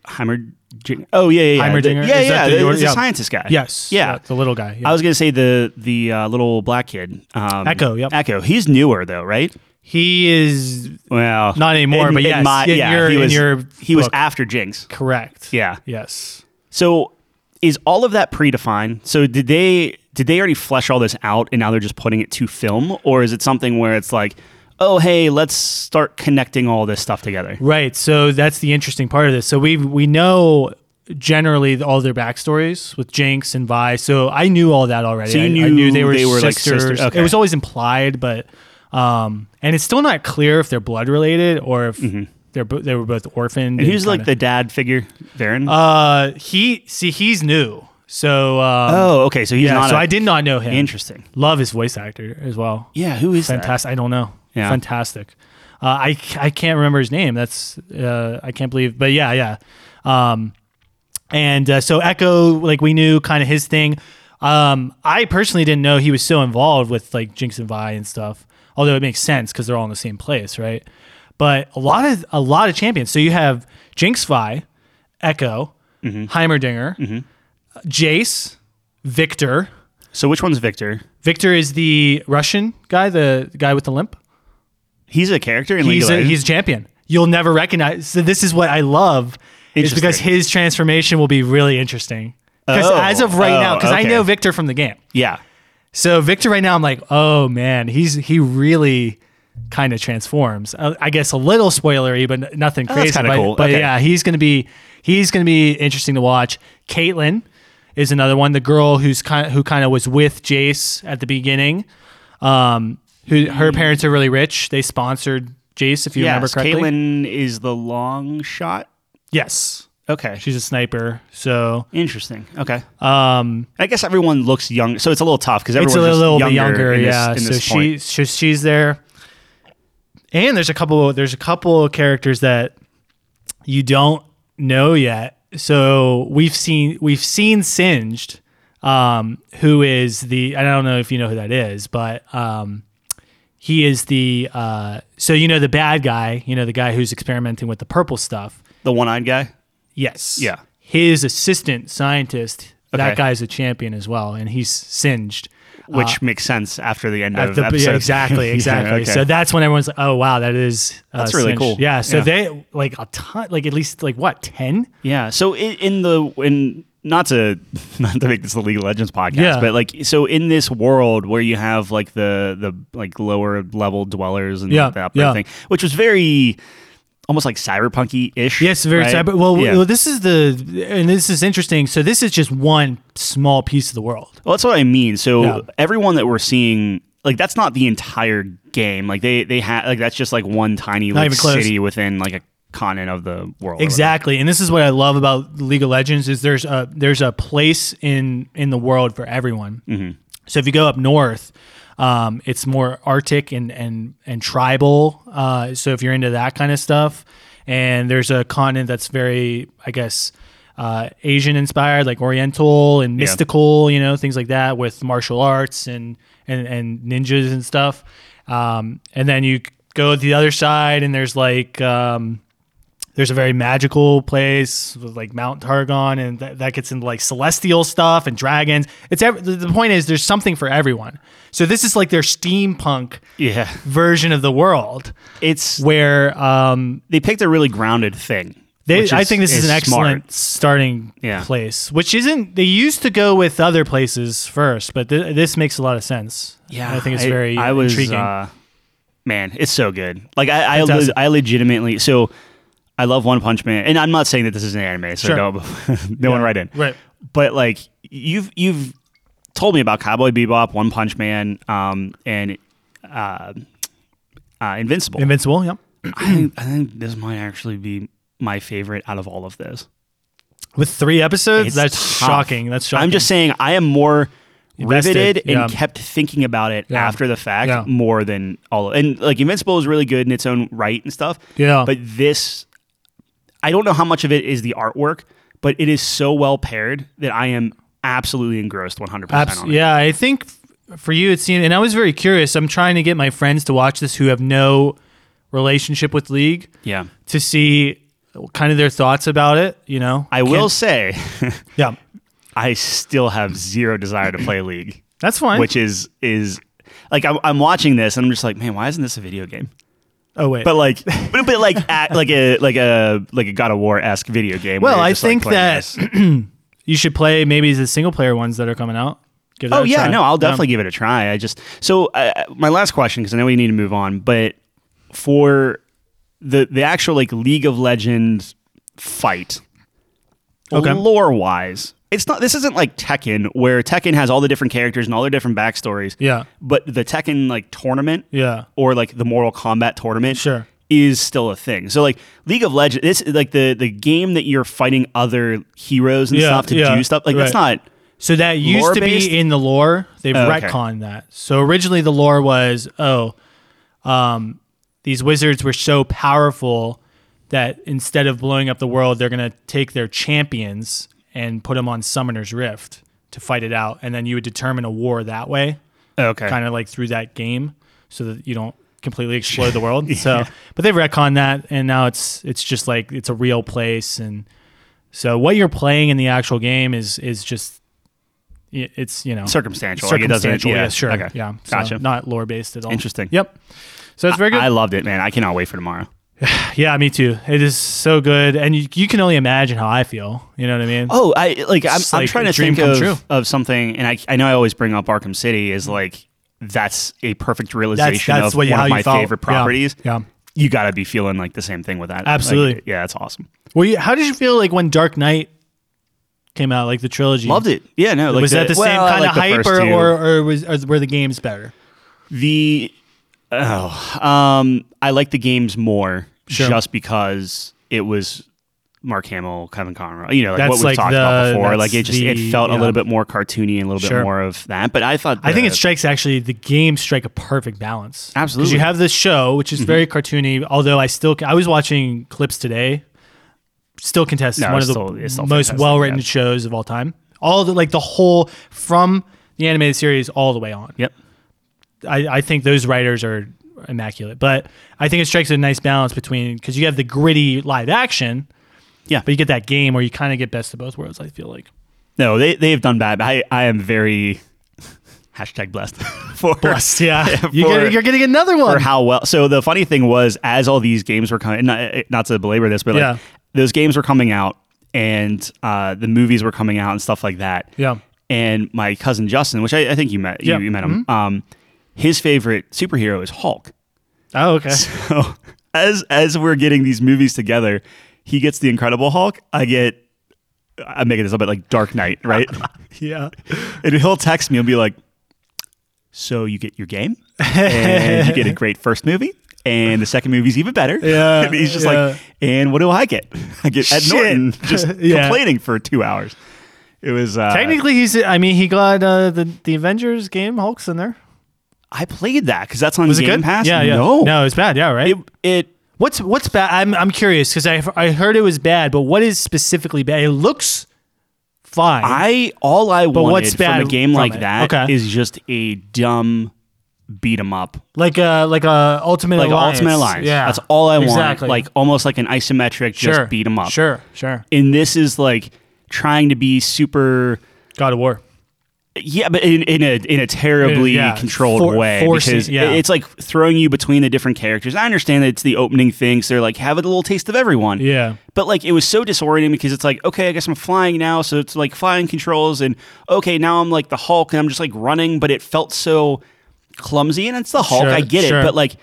Speaker 2: Heimer. Oh yeah, yeah, yeah.
Speaker 1: Heimerdinger?
Speaker 2: The, yeah,
Speaker 1: Is that
Speaker 2: yeah.
Speaker 1: the
Speaker 2: The,
Speaker 1: order?
Speaker 2: the
Speaker 1: Yeah.
Speaker 2: scientist guy.
Speaker 1: Yes.
Speaker 2: Yeah.
Speaker 1: The little guy. Yeah.
Speaker 2: I was gonna say the the uh, little black kid, um,
Speaker 1: Echo, yep.
Speaker 2: Echo. He's newer though, right?
Speaker 1: he is
Speaker 2: Well,
Speaker 1: Not anymore, but yes, in
Speaker 2: yeah,
Speaker 1: your-
Speaker 2: he
Speaker 1: in
Speaker 2: was.
Speaker 1: your
Speaker 2: he was
Speaker 1: book.
Speaker 2: after Jinx.
Speaker 1: correct.
Speaker 2: Yeah.
Speaker 1: Yes.
Speaker 2: So is all of that predefined? So did they did they already flesh all this out and now they're just putting it to film, or is it something where it's like, oh hey, let's start connecting all this stuff together?
Speaker 1: Right. So that's the interesting part of this. So we we know generally all their backstories with Jinx and Vi. So I knew all that already.
Speaker 2: So you
Speaker 1: I, I
Speaker 2: knew
Speaker 1: knew they were,
Speaker 2: they were, like,
Speaker 1: sisters.
Speaker 2: sisters. Okay.
Speaker 1: It was always implied, but um, and it's still not clear if they're blood related or if they're bo- they were both orphaned.
Speaker 2: Mm-hmm. And who's like the dad figure, Varen?
Speaker 1: uh he see he's new. So um,
Speaker 2: oh, okay, so he's
Speaker 1: yeah,
Speaker 2: not.
Speaker 1: so
Speaker 2: I
Speaker 1: I did not know him.
Speaker 2: Interesting.
Speaker 1: Love his voice actor as well.
Speaker 2: Yeah, who is that?
Speaker 1: Fantastic. I don't know.
Speaker 2: Yeah.
Speaker 1: Fantastic. Uh, I I can't remember his name. That's uh, I can't believe. But yeah, yeah. Um, and uh, so Echo, like we knew, kind of his thing. Um, I personally didn't know he was so involved with like Jinx and Vi and stuff. Although it makes sense because they're all in the same place, right? But a lot of a lot of champions. So you have Jinx, Vi, Echo, Heimerdinger, Jace, Victor.
Speaker 2: So which one's Victor?
Speaker 1: Victor is the Russian guy, the the guy with the limp.
Speaker 2: He's a character in League
Speaker 1: He's
Speaker 2: of
Speaker 1: a,
Speaker 2: Legends.
Speaker 1: he's a champion. You'll never recognize. So this is what I love is because
Speaker 2: Interesting.
Speaker 1: his transformation will be really interesting. Because
Speaker 2: Oh,
Speaker 1: as of right
Speaker 2: oh,
Speaker 1: now, because I
Speaker 2: okay.
Speaker 1: know Victor from the game.
Speaker 2: yeah.
Speaker 1: So Victor right now, I'm like, oh man, he's he really kind of transforms. Uh, I guess a little spoilery, but n- nothing
Speaker 2: Oh, that's
Speaker 1: crazy.
Speaker 2: kinda
Speaker 1: but
Speaker 2: cool.
Speaker 1: but
Speaker 2: Okay.
Speaker 1: yeah, he's gonna be he's gonna be interesting to watch. Caitlyn is another one, the girl who's kind who kind of was with Jace at the beginning. Um, who her parents are really rich. They sponsored Jace, if you remember
Speaker 2: Yes,
Speaker 1: correctly.
Speaker 2: Caitlyn is the long shot.
Speaker 1: Yes,
Speaker 2: Okay.
Speaker 1: she's a sniper. So
Speaker 2: Interesting. Okay.
Speaker 1: um,
Speaker 2: I guess everyone looks young, so it's a little tough because
Speaker 1: it's
Speaker 2: everyone's
Speaker 1: a
Speaker 2: just
Speaker 1: little bit
Speaker 2: younger.
Speaker 1: younger,
Speaker 2: in this,
Speaker 1: yeah.
Speaker 2: in
Speaker 1: so
Speaker 2: this point.
Speaker 1: she, so she's there, and there's a couple. There's a couple of characters that you don't know yet. So we've seen we've seen Singed, um, who is the I don't know if you know who that is, but um, he is the uh, so you know the bad guy, you know the guy who's experimenting with the purple stuff.
Speaker 2: the one-eyed
Speaker 1: Uh,
Speaker 2: guy.
Speaker 1: Yes.
Speaker 2: Yeah.
Speaker 1: His assistant scientist,
Speaker 2: Okay.
Speaker 1: that guy's a champion as well, and he's Singed.
Speaker 2: which makes sense after the end
Speaker 1: At
Speaker 2: of
Speaker 1: the-
Speaker 2: the,
Speaker 1: yeah,
Speaker 2: episode.
Speaker 1: exactly,
Speaker 2: Yeah,
Speaker 1: exactly.
Speaker 2: okay.
Speaker 1: So that's when everyone's like, "Oh wow, that is uh,
Speaker 2: That's really
Speaker 1: cinched."
Speaker 2: cool.
Speaker 1: Yeah. So
Speaker 2: Yeah.
Speaker 1: they like a ton, like at least like what ten?
Speaker 2: yeah. So i- in the in not to not to make this the League of Legends podcast,
Speaker 1: Yeah.
Speaker 2: but like so in this world where you have like the the like lower level dwellers and
Speaker 1: Yeah,
Speaker 2: like, the upper
Speaker 1: yeah.
Speaker 2: thing, which was very almost like cyberpunky ish.
Speaker 1: Yes, very
Speaker 2: right?
Speaker 1: cyber. Well,
Speaker 2: Yeah.
Speaker 1: well, this is the and this is interesting. So this is just one small piece of the world.
Speaker 2: Well, that's what I mean. So
Speaker 1: Yeah.
Speaker 2: everyone that we're seeing, like that's not the entire game. Like they they had like that's just like one tiny like,
Speaker 1: even close.
Speaker 2: city within like a continent of the world. or whatever.
Speaker 1: Exactly, and this is what I love about League of Legends is there's a there's a place in in the world for everyone. Mm-hmm. So if you go up north, um, it's more Arctic and and and tribal. Uh, so if you're into that kind of stuff, and there's a continent that's very, I guess. Uh, Asian inspired, like Oriental and mystical, you know, things like that, with martial arts and and, and ninjas and stuff. Um, and then you go to the other side, and there's like um, there's a very magical place with like Mount Targon, and that, that gets into like celestial stuff and dragons. It's ev- the the point is there's something for everyone. So this is like their steampunk
Speaker 2: Yeah.
Speaker 1: version of the world,
Speaker 2: It's
Speaker 1: where um,
Speaker 2: they picked a really grounded thing.
Speaker 1: they,
Speaker 2: which
Speaker 1: I think this is, an
Speaker 2: smart.
Speaker 1: excellent starting
Speaker 2: Yeah.
Speaker 1: place, which isn't they used to go with other places first, but th- this makes a lot of sense.
Speaker 2: Yeah,
Speaker 1: I think it's very
Speaker 2: I was,
Speaker 1: intriguing.
Speaker 2: uh, man, it's so good. Like I, I,
Speaker 1: does-
Speaker 2: le- I legitimately so I love One Punch Man, and I'm not saying that this is an anime, so
Speaker 1: Sure.
Speaker 2: don't no one write in.
Speaker 1: right.
Speaker 2: But like you've you've told me about Cowboy Bebop, One Punch Man, um, and uh, uh, Invincible.
Speaker 1: Invincible, yeah.
Speaker 2: I, think, I think this might actually be my favorite out of all of those.
Speaker 1: With three episodes,
Speaker 2: It's
Speaker 1: that's
Speaker 2: tough.
Speaker 1: shocking. That's shocking.
Speaker 2: I'm just saying I am more
Speaker 1: Invested,
Speaker 2: riveted
Speaker 1: yeah.
Speaker 2: and kept thinking about it
Speaker 1: Yeah.
Speaker 2: after the fact
Speaker 1: Yeah.
Speaker 2: more than all of and like Invincible is really good in its own right and stuff.
Speaker 1: Yeah.
Speaker 2: But this I don't know how much of it is the artwork, but it is so well paired that I am absolutely engrossed 100%
Speaker 1: Abs-
Speaker 2: on it.
Speaker 1: yeah, I think f- for you it seemed, and I was very curious. I'm trying to get my friends to watch this who have no relationship with League
Speaker 2: Yeah.
Speaker 1: to see kind of their thoughts about it. You know,
Speaker 2: I will say
Speaker 1: Yeah,
Speaker 2: I still have zero desire to play League,
Speaker 1: that's fine.
Speaker 2: which is is like I'm, I'm watching this and I'm just like, man, why isn't this a video game?
Speaker 1: oh wait,
Speaker 2: but like but, but like act, like a like a like a God of War esque video game. where
Speaker 1: Well,
Speaker 2: you're
Speaker 1: I
Speaker 2: just, like,
Speaker 1: think
Speaker 2: playing
Speaker 1: that-
Speaker 2: this.
Speaker 1: you should play maybe the single player ones that are coming out. Give that
Speaker 2: oh
Speaker 1: a
Speaker 2: yeah,
Speaker 1: try.
Speaker 2: no, I'll
Speaker 1: Yeah.
Speaker 2: definitely give it a try. I just so uh, my last question because I know we need to move on, but for the the actual like League of Legends fight,
Speaker 1: Okay.
Speaker 2: lore wise, it's not. This isn't like Tekken where Tekken has all the different characters and all their different backstories.
Speaker 1: Yeah.
Speaker 2: but the Tekken like tournament
Speaker 1: Yeah.
Speaker 2: or like the Mortal Kombat tournament
Speaker 1: Sure.
Speaker 2: is still a thing. So like League of Legends, this like the the game that you're fighting other heroes and
Speaker 1: Yeah,
Speaker 2: stuff to
Speaker 1: yeah,
Speaker 2: do stuff. Like that's
Speaker 1: right.
Speaker 2: not
Speaker 1: So that used to
Speaker 2: Lore-based?
Speaker 1: be in the lore. They've
Speaker 2: Oh, okay.
Speaker 1: retconned that. So originally the lore was, oh, um, these wizards were so powerful that instead of blowing up the world, they're going to take their champions and put them on Summoner's Rift to fight it out. And then you would determine a war that way,
Speaker 2: Okay.
Speaker 1: kind of like through that game, so that you don't completely explode the world. So, but they've retconned that, and now it's it's just like it's a real place. And so, what you're playing in the actual game is is just i- it's you know
Speaker 2: Circumstantial. Like it doesn't-
Speaker 1: circumstantial.
Speaker 2: yeah,
Speaker 1: yeah, sure.
Speaker 2: okay.
Speaker 1: Yeah, so
Speaker 2: Gotcha.
Speaker 1: Not lore based at all.
Speaker 2: Interesting.
Speaker 1: Yep. So it's very good.
Speaker 2: I loved it, man. I cannot wait for tomorrow.
Speaker 1: Yeah, me too. It is so good, and you, you can only imagine how I feel. You know what I mean?
Speaker 2: Oh, I like I'm,
Speaker 1: It's
Speaker 2: I'm
Speaker 1: like
Speaker 2: trying
Speaker 1: a
Speaker 2: to
Speaker 1: dream
Speaker 2: think
Speaker 1: come
Speaker 2: of,
Speaker 1: true.
Speaker 2: of something, and I I know I always bring up Arkham City is like that's a perfect realization
Speaker 1: Mm. that's
Speaker 2: of
Speaker 1: what you-
Speaker 2: one
Speaker 1: how
Speaker 2: of
Speaker 1: you
Speaker 2: my
Speaker 1: felt.
Speaker 2: favorite
Speaker 1: Yeah.
Speaker 2: properties.
Speaker 1: Yeah.
Speaker 2: You got to be feeling like the same thing with that. Like,
Speaker 1: Absolutely.
Speaker 2: yeah, that's awesome.
Speaker 1: Well, you, how did you feel like when Dark Knight came out, like the trilogy?
Speaker 2: Loved it. Yeah, no, like
Speaker 1: was that the same
Speaker 2: well, I
Speaker 1: kind of
Speaker 2: like the
Speaker 1: hype,
Speaker 2: first
Speaker 1: or,
Speaker 2: two.
Speaker 1: or, or was or were the games better?
Speaker 2: The oh, um, I like the games more just because it was Mark Hamill, Kevin Conroy. You know, like
Speaker 1: That's
Speaker 2: what we've
Speaker 1: like
Speaker 2: talked about
Speaker 1: the-
Speaker 2: before.
Speaker 1: that's
Speaker 2: Like it just
Speaker 1: the-
Speaker 2: it felt a
Speaker 1: yeah.
Speaker 2: little bit more cartoony and a little
Speaker 1: Sure.
Speaker 2: bit more of that. But I thought
Speaker 1: I think it
Speaker 2: the-
Speaker 1: strikes actually the games strike a perfect balance. 'Cause
Speaker 2: Absolutely. Mm-hmm.
Speaker 1: you have this show which is very cartoony. Although I still I was watching clips today, still contested
Speaker 2: No,
Speaker 1: one of
Speaker 2: it's
Speaker 1: the
Speaker 2: still- it's still
Speaker 1: most
Speaker 2: fantastic,
Speaker 1: well written
Speaker 2: yeah.
Speaker 1: shows of all time. All the like the whole from the animated series all the way on.
Speaker 2: Yep.
Speaker 1: I, I think those writers are immaculate. But I think it strikes a nice balance between because you have the gritty live action,
Speaker 2: Yeah.
Speaker 1: but you get that game where you kind of get best of both worlds. I feel like
Speaker 2: No, they they've done bad. but I I am very hashtag blessed for
Speaker 1: yeah, you
Speaker 2: for-
Speaker 1: get, you're getting another
Speaker 2: for
Speaker 1: one.
Speaker 2: how well. So the funny thing was, as all these games were coming, not, eh, not to belabor this, but like
Speaker 1: Yeah.
Speaker 2: those games were coming out, and uh, the movies were coming out and stuff like that.
Speaker 1: Yeah.
Speaker 2: And my cousin Justin, which I, I think you met, you,
Speaker 1: Yeah. Mm-hmm.
Speaker 2: you met him. Um, his favorite superhero is Hulk.
Speaker 1: oh, okay.
Speaker 2: So as as we're getting these movies together, he gets the Incredible Hulk. I get. I'm making this up, but like Dark Knight, right?
Speaker 1: Yeah.
Speaker 2: and he'll text me and be like, "So you get your game, and you get a great first movie, and the second movie's even better."
Speaker 1: Yeah,
Speaker 2: and he's just
Speaker 1: yeah.
Speaker 2: like, "And what do I get? I get Ed
Speaker 1: Shit.
Speaker 2: Norton just
Speaker 1: Yeah.
Speaker 2: complaining for two hours." It was uh,
Speaker 1: Technically, he's. I mean, he got uh, the the Avengers game. Hulk's in there.
Speaker 2: I played that because that's on
Speaker 1: Was
Speaker 2: Game
Speaker 1: it good?
Speaker 2: Pass.
Speaker 1: Yeah, yeah.
Speaker 2: No,
Speaker 1: no, it's bad. Yeah, right.
Speaker 2: it it
Speaker 1: what's what's bad? I'm I'm curious because I I heard it was bad, but what is specifically bad? It looks fine.
Speaker 2: I all I wanted
Speaker 1: what's
Speaker 2: from a
Speaker 1: bad
Speaker 2: game
Speaker 1: from
Speaker 2: like
Speaker 1: it?
Speaker 2: that is
Speaker 1: Okay.
Speaker 2: just a dumb beat 'em up
Speaker 1: like a like a Ultimate
Speaker 2: like
Speaker 1: Alliance.
Speaker 2: Ultimate Alliance.
Speaker 1: Yeah,
Speaker 2: that's all I
Speaker 1: Exactly.
Speaker 2: want. Like almost like an isometric,
Speaker 1: sure.
Speaker 2: just beat 'em up.
Speaker 1: Sure, sure.
Speaker 2: and this is like trying to be super
Speaker 1: God of War.
Speaker 2: yeah but in, in a in a terribly
Speaker 1: Yeah,
Speaker 2: controlled
Speaker 1: for-
Speaker 2: way
Speaker 1: forcing-
Speaker 2: because
Speaker 1: yeah.
Speaker 2: it's like throwing you between the different characters i understand that it's the opening thing so they're like have a little taste of everyone
Speaker 1: Yeah.
Speaker 2: but like it was so disorienting because it's like okay i guess i'm flying now so it's like flying controls and okay now i'm like the hulk and i'm just like running but it felt so clumsy and it's the hulk
Speaker 1: Sure,
Speaker 2: i get
Speaker 1: sure.
Speaker 2: it but like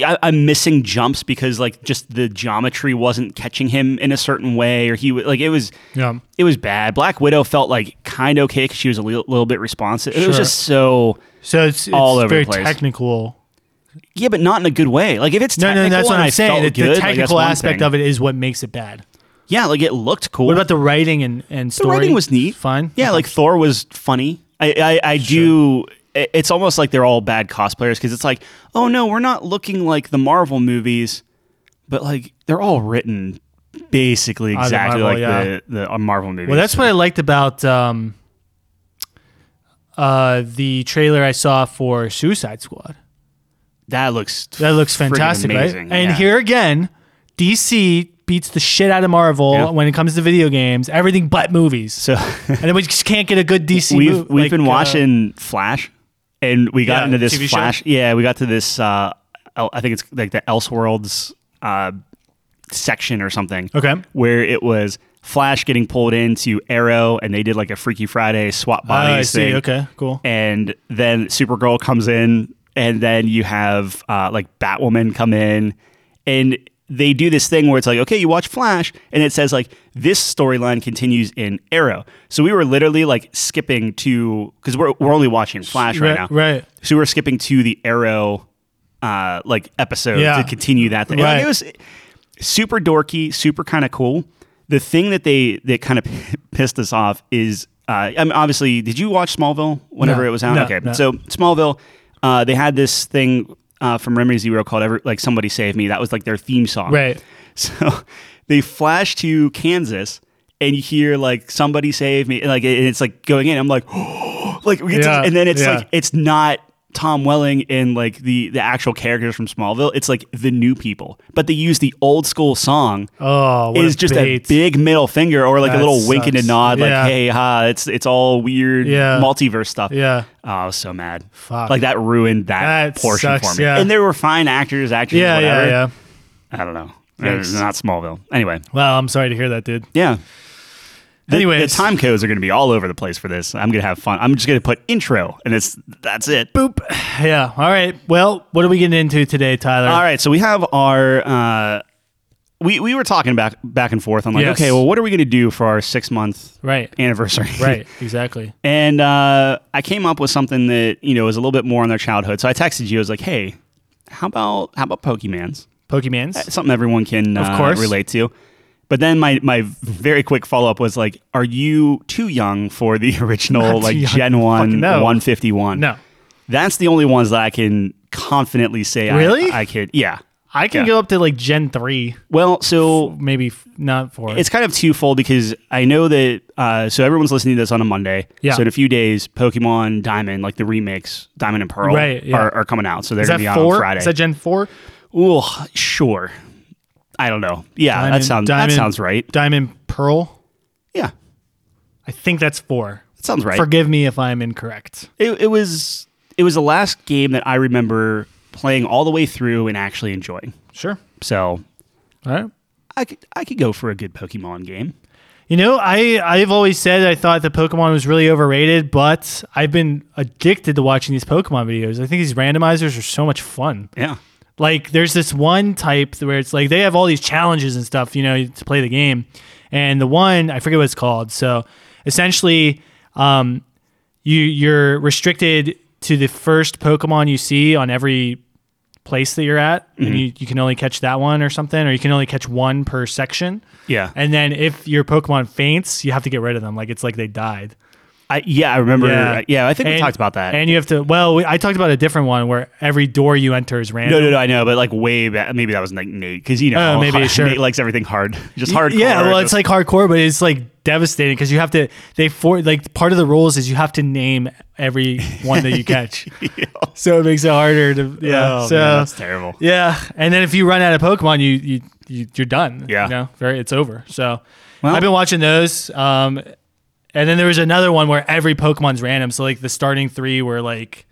Speaker 2: I, I'm missing jumps because like just the geometry wasn't catching him in a certain way, or he w- like it was
Speaker 1: Yeah.
Speaker 2: it was bad. Black Widow felt like kind of okay because she was a li- little bit responsive. It was
Speaker 1: Sure.
Speaker 2: just so
Speaker 1: So it's, it's
Speaker 2: All over the
Speaker 1: very
Speaker 2: place.
Speaker 1: technical.
Speaker 2: yeah, but not in a good way. Like if it's
Speaker 1: No,
Speaker 2: technical
Speaker 1: no, that's what
Speaker 2: and I
Speaker 1: I'm saying.
Speaker 2: felt
Speaker 1: The,
Speaker 2: good,
Speaker 1: the technical aspect of
Speaker 2: it.
Speaker 1: it is what makes it bad.
Speaker 2: Yeah, like it looked cool.
Speaker 1: What about the writing and and
Speaker 2: the
Speaker 1: story?
Speaker 2: writing was neat.
Speaker 1: Fine.
Speaker 2: Yeah,
Speaker 1: Okay.
Speaker 2: like Thor was funny. I I, I do. i- It's almost like they're all bad cosplayers because it's like, oh no, we're not looking like the Marvel movies, but like they're all written basically
Speaker 1: the
Speaker 2: exactly
Speaker 1: Marvel,
Speaker 2: like
Speaker 1: yeah.
Speaker 2: the the uh, Marvel movies.
Speaker 1: Well, that's what I liked about um, uh, the trailer I saw for Suicide Squad.
Speaker 2: that looks
Speaker 1: That looks
Speaker 2: friggin'
Speaker 1: fantastic, right?
Speaker 2: amazing.
Speaker 1: And
Speaker 2: Yeah.
Speaker 1: here again, DC beats the shit out of Marvel
Speaker 2: Yeah.
Speaker 1: when it comes to video games, everything but movies.
Speaker 2: so.
Speaker 1: and then we just can't get a good DC.
Speaker 2: we've
Speaker 1: move,
Speaker 2: we've
Speaker 1: like,
Speaker 2: been
Speaker 1: uh,
Speaker 2: watching Flash, and we got
Speaker 1: Yeah,
Speaker 2: into this
Speaker 1: TV show?
Speaker 2: Flash. Yeah, we got to this. Uh, El- I think it's like the Elseworlds uh, section or something.
Speaker 1: Okay.
Speaker 2: where it was Flash getting pulled into Arrow, and they did like a Freaky Friday swap
Speaker 1: Oh, I
Speaker 2: bodies
Speaker 1: see.
Speaker 2: thing.
Speaker 1: Okay, cool.
Speaker 2: and then Supergirl comes in, and then you have uh, like Batwoman come in, and they do this thing where it's like, okay, you watch Flash, and it says like this storyline continues in Arrow. So we were literally like skipping to because we're we're only watching Flash right,
Speaker 1: Right-
Speaker 2: now,
Speaker 1: right.
Speaker 2: So we're skipping to the Arrow uh, like episode
Speaker 1: Yeah.
Speaker 2: to continue that thing.
Speaker 1: Right.
Speaker 2: Like, it was super dorky, super kind of cool. The thing that they that kind of pissed us off is, uh, I mean, obviously, did you watch Smallville whenever
Speaker 1: No,
Speaker 2: it was out?
Speaker 1: no,
Speaker 2: okay,
Speaker 1: no.
Speaker 2: so Smallville, uh, they had this thing uh, from Remedy Zero called "Ever Like Somebody Save Me." That was like their theme song.
Speaker 1: Right.
Speaker 2: So they flash to Kansas and you hear like "Somebody Save Me," and, like and it's like going in. I'm like, like, we get to-
Speaker 1: Yeah,
Speaker 2: and then it's
Speaker 1: yeah.
Speaker 2: like it's not. Tom Welling and like the the actual characters from Smallville, it's like the new people, but they use the old school song
Speaker 1: Oh, what
Speaker 2: is just a big middle finger or like a
Speaker 1: That
Speaker 2: little wink and a
Speaker 1: sucks.
Speaker 2: nod, like
Speaker 1: Yeah.
Speaker 2: hey ha, it's it's all weird
Speaker 1: Yeah.
Speaker 2: multiverse stuff.
Speaker 1: Yeah.
Speaker 2: Oh, I was so mad.
Speaker 1: Fuck.
Speaker 2: Like that ruined that,
Speaker 1: That
Speaker 2: portion
Speaker 1: sucks,
Speaker 2: for me.
Speaker 1: yeah.
Speaker 2: And there were fine actors, actors,
Speaker 1: Yeah,
Speaker 2: whatever.
Speaker 1: yeah, yeah.
Speaker 2: I don't know.
Speaker 1: Yikes.
Speaker 2: Uh, Not Smallville. Anyway,
Speaker 1: Well, I'm sorry to hear that, dude.
Speaker 2: yeah. The,
Speaker 1: Anyways.
Speaker 2: the time codes are going to be all over the place for this. I'm going to have fun. I'm just going to put intro, and it's that's it.
Speaker 1: Boop. Yeah. All right. Well, what are we getting into today, Tyler?
Speaker 2: All right, so we have our uh, we we were talking back back and forth on like,
Speaker 1: Yes.
Speaker 2: okay, well, what are we going to do for our six month
Speaker 1: Right.
Speaker 2: anniversary?
Speaker 1: Right. Exactly.
Speaker 2: And uh, I came up with something that you know was a little bit more on their childhood. So I texted you. I was like, "Hey, how about how about Pokemans?
Speaker 1: Pokemans.
Speaker 2: Something everyone can uh,
Speaker 1: course.
Speaker 2: relate to." But then my my very quick follow up was like, "Are you too young for the original
Speaker 1: too
Speaker 2: like
Speaker 1: young.
Speaker 2: Gen
Speaker 1: Fucking
Speaker 2: One
Speaker 1: no.
Speaker 2: 151?"
Speaker 1: No.
Speaker 2: that's the only ones that I can confidently say.
Speaker 1: Really?
Speaker 2: I, I could. Yeah.
Speaker 1: I can
Speaker 2: Yeah.
Speaker 1: go up to like Gen 3,
Speaker 2: Well, so
Speaker 1: maybe f- not 4.
Speaker 2: it's kind of twofold because I know that uh, so everyone's listening to this on a Monday.
Speaker 1: Yeah.
Speaker 2: So in a few days, Pokemon Diamond, like the remakes, Diamond and Pearl,
Speaker 1: Right, yeah.
Speaker 2: are, are coming out. So they're
Speaker 1: Is
Speaker 2: gonna
Speaker 1: that
Speaker 2: be out
Speaker 1: 4?
Speaker 2: on Friday.
Speaker 1: Is that Gen 4?
Speaker 2: Ooh, sure. I don't know. Yeah, that
Speaker 1: Diamond-
Speaker 2: sounds
Speaker 1: Diamond-
Speaker 2: that sounds right.
Speaker 1: Diamond Pearl?
Speaker 2: Yeah,
Speaker 1: I think that's 4.
Speaker 2: that sounds right.
Speaker 1: Forgive me if I'm incorrect.
Speaker 2: it, it was it was the last game that I remember playing all the way through and actually enjoying.
Speaker 1: Sure.
Speaker 2: So
Speaker 1: All right.
Speaker 2: I could I could go for a good Pokemon game.
Speaker 1: You know, I I've always said I thought that Pokemon was really overrated, but I've been addicted to watching these Pokemon videos. I think these randomizers are so much fun.
Speaker 2: Yeah.
Speaker 1: Like there's this one type where it's like they have all these challenges and stuff, you know, to play the game. And the one I forget what it's called. So essentially, um, you you're restricted to the first Pokemon you see on every place that you're at,
Speaker 2: Mm-hmm.
Speaker 1: and you, you can only catch that one or something, or you can only catch one per section.
Speaker 2: Yeah.
Speaker 1: And then if your Pokemon faints, you have to get rid of them. Like it's like they died.
Speaker 2: I, yeah, I remember. uh, Yeah, I think we
Speaker 1: And-
Speaker 2: talked about that.
Speaker 1: And you have to. Well, we, I talked about a different one where every door you enter is random.
Speaker 2: No, no, no. I know, but like way back, maybe that was like Nate because you know
Speaker 1: Oh,
Speaker 2: how
Speaker 1: maybe,
Speaker 2: hard-
Speaker 1: sure.
Speaker 2: Nate likes everything hard, just hard.
Speaker 1: Yeah, well, it's like hardcore, but it's like devastating because you have to. They for like part of the rules is you have to name every one that you catch, so it makes it harder to. Yeah,
Speaker 2: oh,
Speaker 1: so
Speaker 2: man, that's terrible.
Speaker 1: yeah, and then if you run out of Pokemon, you you, you you're done.
Speaker 2: Yeah.
Speaker 1: you know, very it's over. So
Speaker 2: Well-
Speaker 1: I've been watching those. Um, and then there was another one where every Pokemon's random. So like the starting three were like,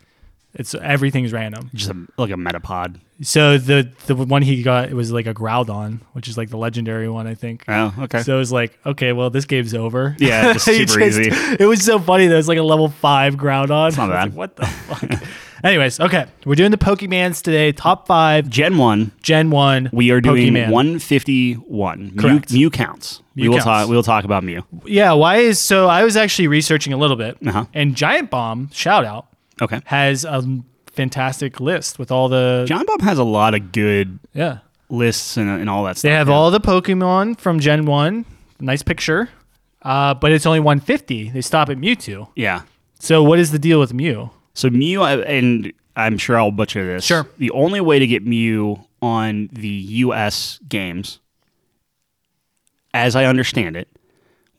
Speaker 1: it's everything's random.
Speaker 2: Just a, like a metapod.
Speaker 1: So the the one he got it was like a Groudon, which is like the legendary one, I think.
Speaker 2: Oh, okay.
Speaker 1: So it was like, okay, well, this game's over.
Speaker 2: Yeah, just
Speaker 1: You
Speaker 2: super easy.
Speaker 1: It was so funny. That it was like a level five Groudon. It's
Speaker 2: not bad.
Speaker 1: what the fuck? Anyways, okay, we're doing the Pokemans today. Top five
Speaker 2: Gen one,
Speaker 1: Gen One.
Speaker 2: we are doing
Speaker 1: Pokemon.
Speaker 2: one fifty one. Mew,
Speaker 1: Correct.
Speaker 2: Mew counts. we
Speaker 1: Mew
Speaker 2: will
Speaker 1: counts.
Speaker 2: talk. We will talk about Mew.
Speaker 1: Yeah. Why is so? I was actually researching a little bit,
Speaker 2: Uh-huh.
Speaker 1: and Giant Bomb shout out
Speaker 2: Okay.
Speaker 1: has a fantastic list with all the
Speaker 2: John Bob has a lot of good
Speaker 1: yeah.
Speaker 2: lists and, and all that stuff.
Speaker 1: They have
Speaker 2: yeah.
Speaker 1: all the Pokemon from Gen One. Nice picture. Uh, but it's only 150. They stop at Mewtwo.
Speaker 2: Yeah.
Speaker 1: So what is the deal with Mew?
Speaker 2: So Mew, I- and I'm sure I'll butcher this.
Speaker 1: Sure.
Speaker 2: The only way to get Mew on the U.S. games, as I understand it,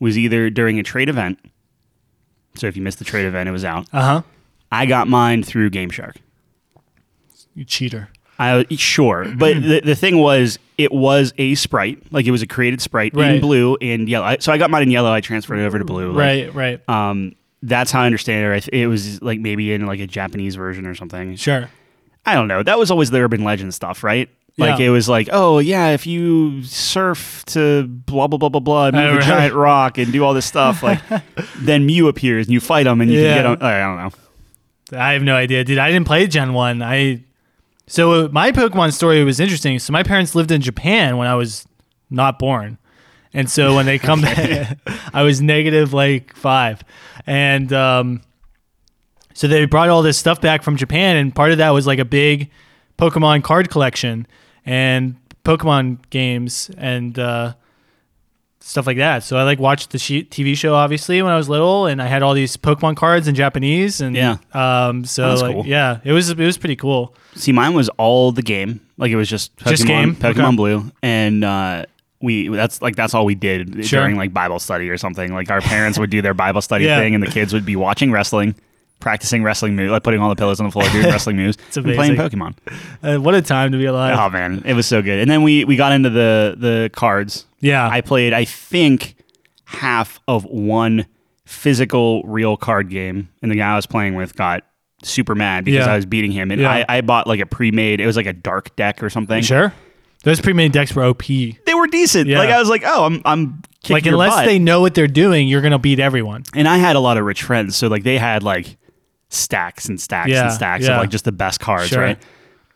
Speaker 2: was either during a trade event. So if you missed the trade event, it was out.
Speaker 1: Uh huh.
Speaker 2: I got mine through Game Shark.
Speaker 1: You cheater.
Speaker 2: I sure, but the, the thing was, it was a sprite, like it was a created sprite in
Speaker 1: Right.
Speaker 2: blue and yellow. I- So I got mine in yellow. I transferred it over to blue.
Speaker 1: Right,
Speaker 2: like,
Speaker 1: right.
Speaker 2: um, that's how I understand it. I th- It was like maybe in like a Japanese version or something.
Speaker 1: sure.
Speaker 2: I don't know. That was always the urban legend stuff, right? Like
Speaker 1: Yeah.
Speaker 2: it was like, oh yeah, if you surf to blah blah blah blah blah, and
Speaker 1: Oh,
Speaker 2: move a
Speaker 1: right.
Speaker 2: giant rock and do all this stuff, like then Mew appears and you fight him and you
Speaker 1: Yeah.
Speaker 2: can get on. I don't know.
Speaker 1: I have no idea, dude. I didn't play Gen 1. I So uh, my Pokemon story was interesting. So my parents lived in Japan when I was not born. And so when they come back, I was negative like 5. And um so they brought all this stuff back from Japan and part of that was like a big Pokemon card collection and Pokemon games and uh stuff like that. So I like watched the she- TV show obviously when I was little, and I had all these Pokemon cards in Japanese, and
Speaker 2: Yeah.
Speaker 1: um, so
Speaker 2: that's
Speaker 1: like,
Speaker 2: cool.
Speaker 1: yeah, it was it was pretty cool.
Speaker 2: See, mine was all the game. Like it was just Pokemon,
Speaker 1: Just game?
Speaker 2: Pokemon
Speaker 1: Okay.
Speaker 2: Blue, and uh, we that's like that's all we did
Speaker 1: Sure.
Speaker 2: during like Bible study or something. Like our parents would do their Bible study
Speaker 1: Yeah.
Speaker 2: thing, and the kids would be watching wrestling, practicing wrestling moves, like putting all the pillows on the floor, doing wrestling moves, and playing
Speaker 1: amazing.
Speaker 2: Pokemon.
Speaker 1: Uh, what a time to be alive!
Speaker 2: Oh man, it was so good. And then we we got into the the cards.
Speaker 1: Yeah.
Speaker 2: I played I think half of one physical real card game, and the guy I was playing with got super mad because
Speaker 1: Yeah.
Speaker 2: I was beating him. And
Speaker 1: Yeah.
Speaker 2: I, I bought like a pre made. It was like a dark deck or something.
Speaker 1: Sure, those pre-made decks were op.
Speaker 2: They were decent.
Speaker 1: Yeah.
Speaker 2: Like I was like, oh, I'm I'm kicking
Speaker 1: Like
Speaker 2: your
Speaker 1: unless
Speaker 2: butt.
Speaker 1: they know what they're doing, you're gonna beat everyone.
Speaker 2: and I had a lot of rich friends, so like they had like stacks and stacks
Speaker 1: Yeah,
Speaker 2: and stacks
Speaker 1: yeah.
Speaker 2: of like just the best cards,
Speaker 1: Sure.
Speaker 2: right?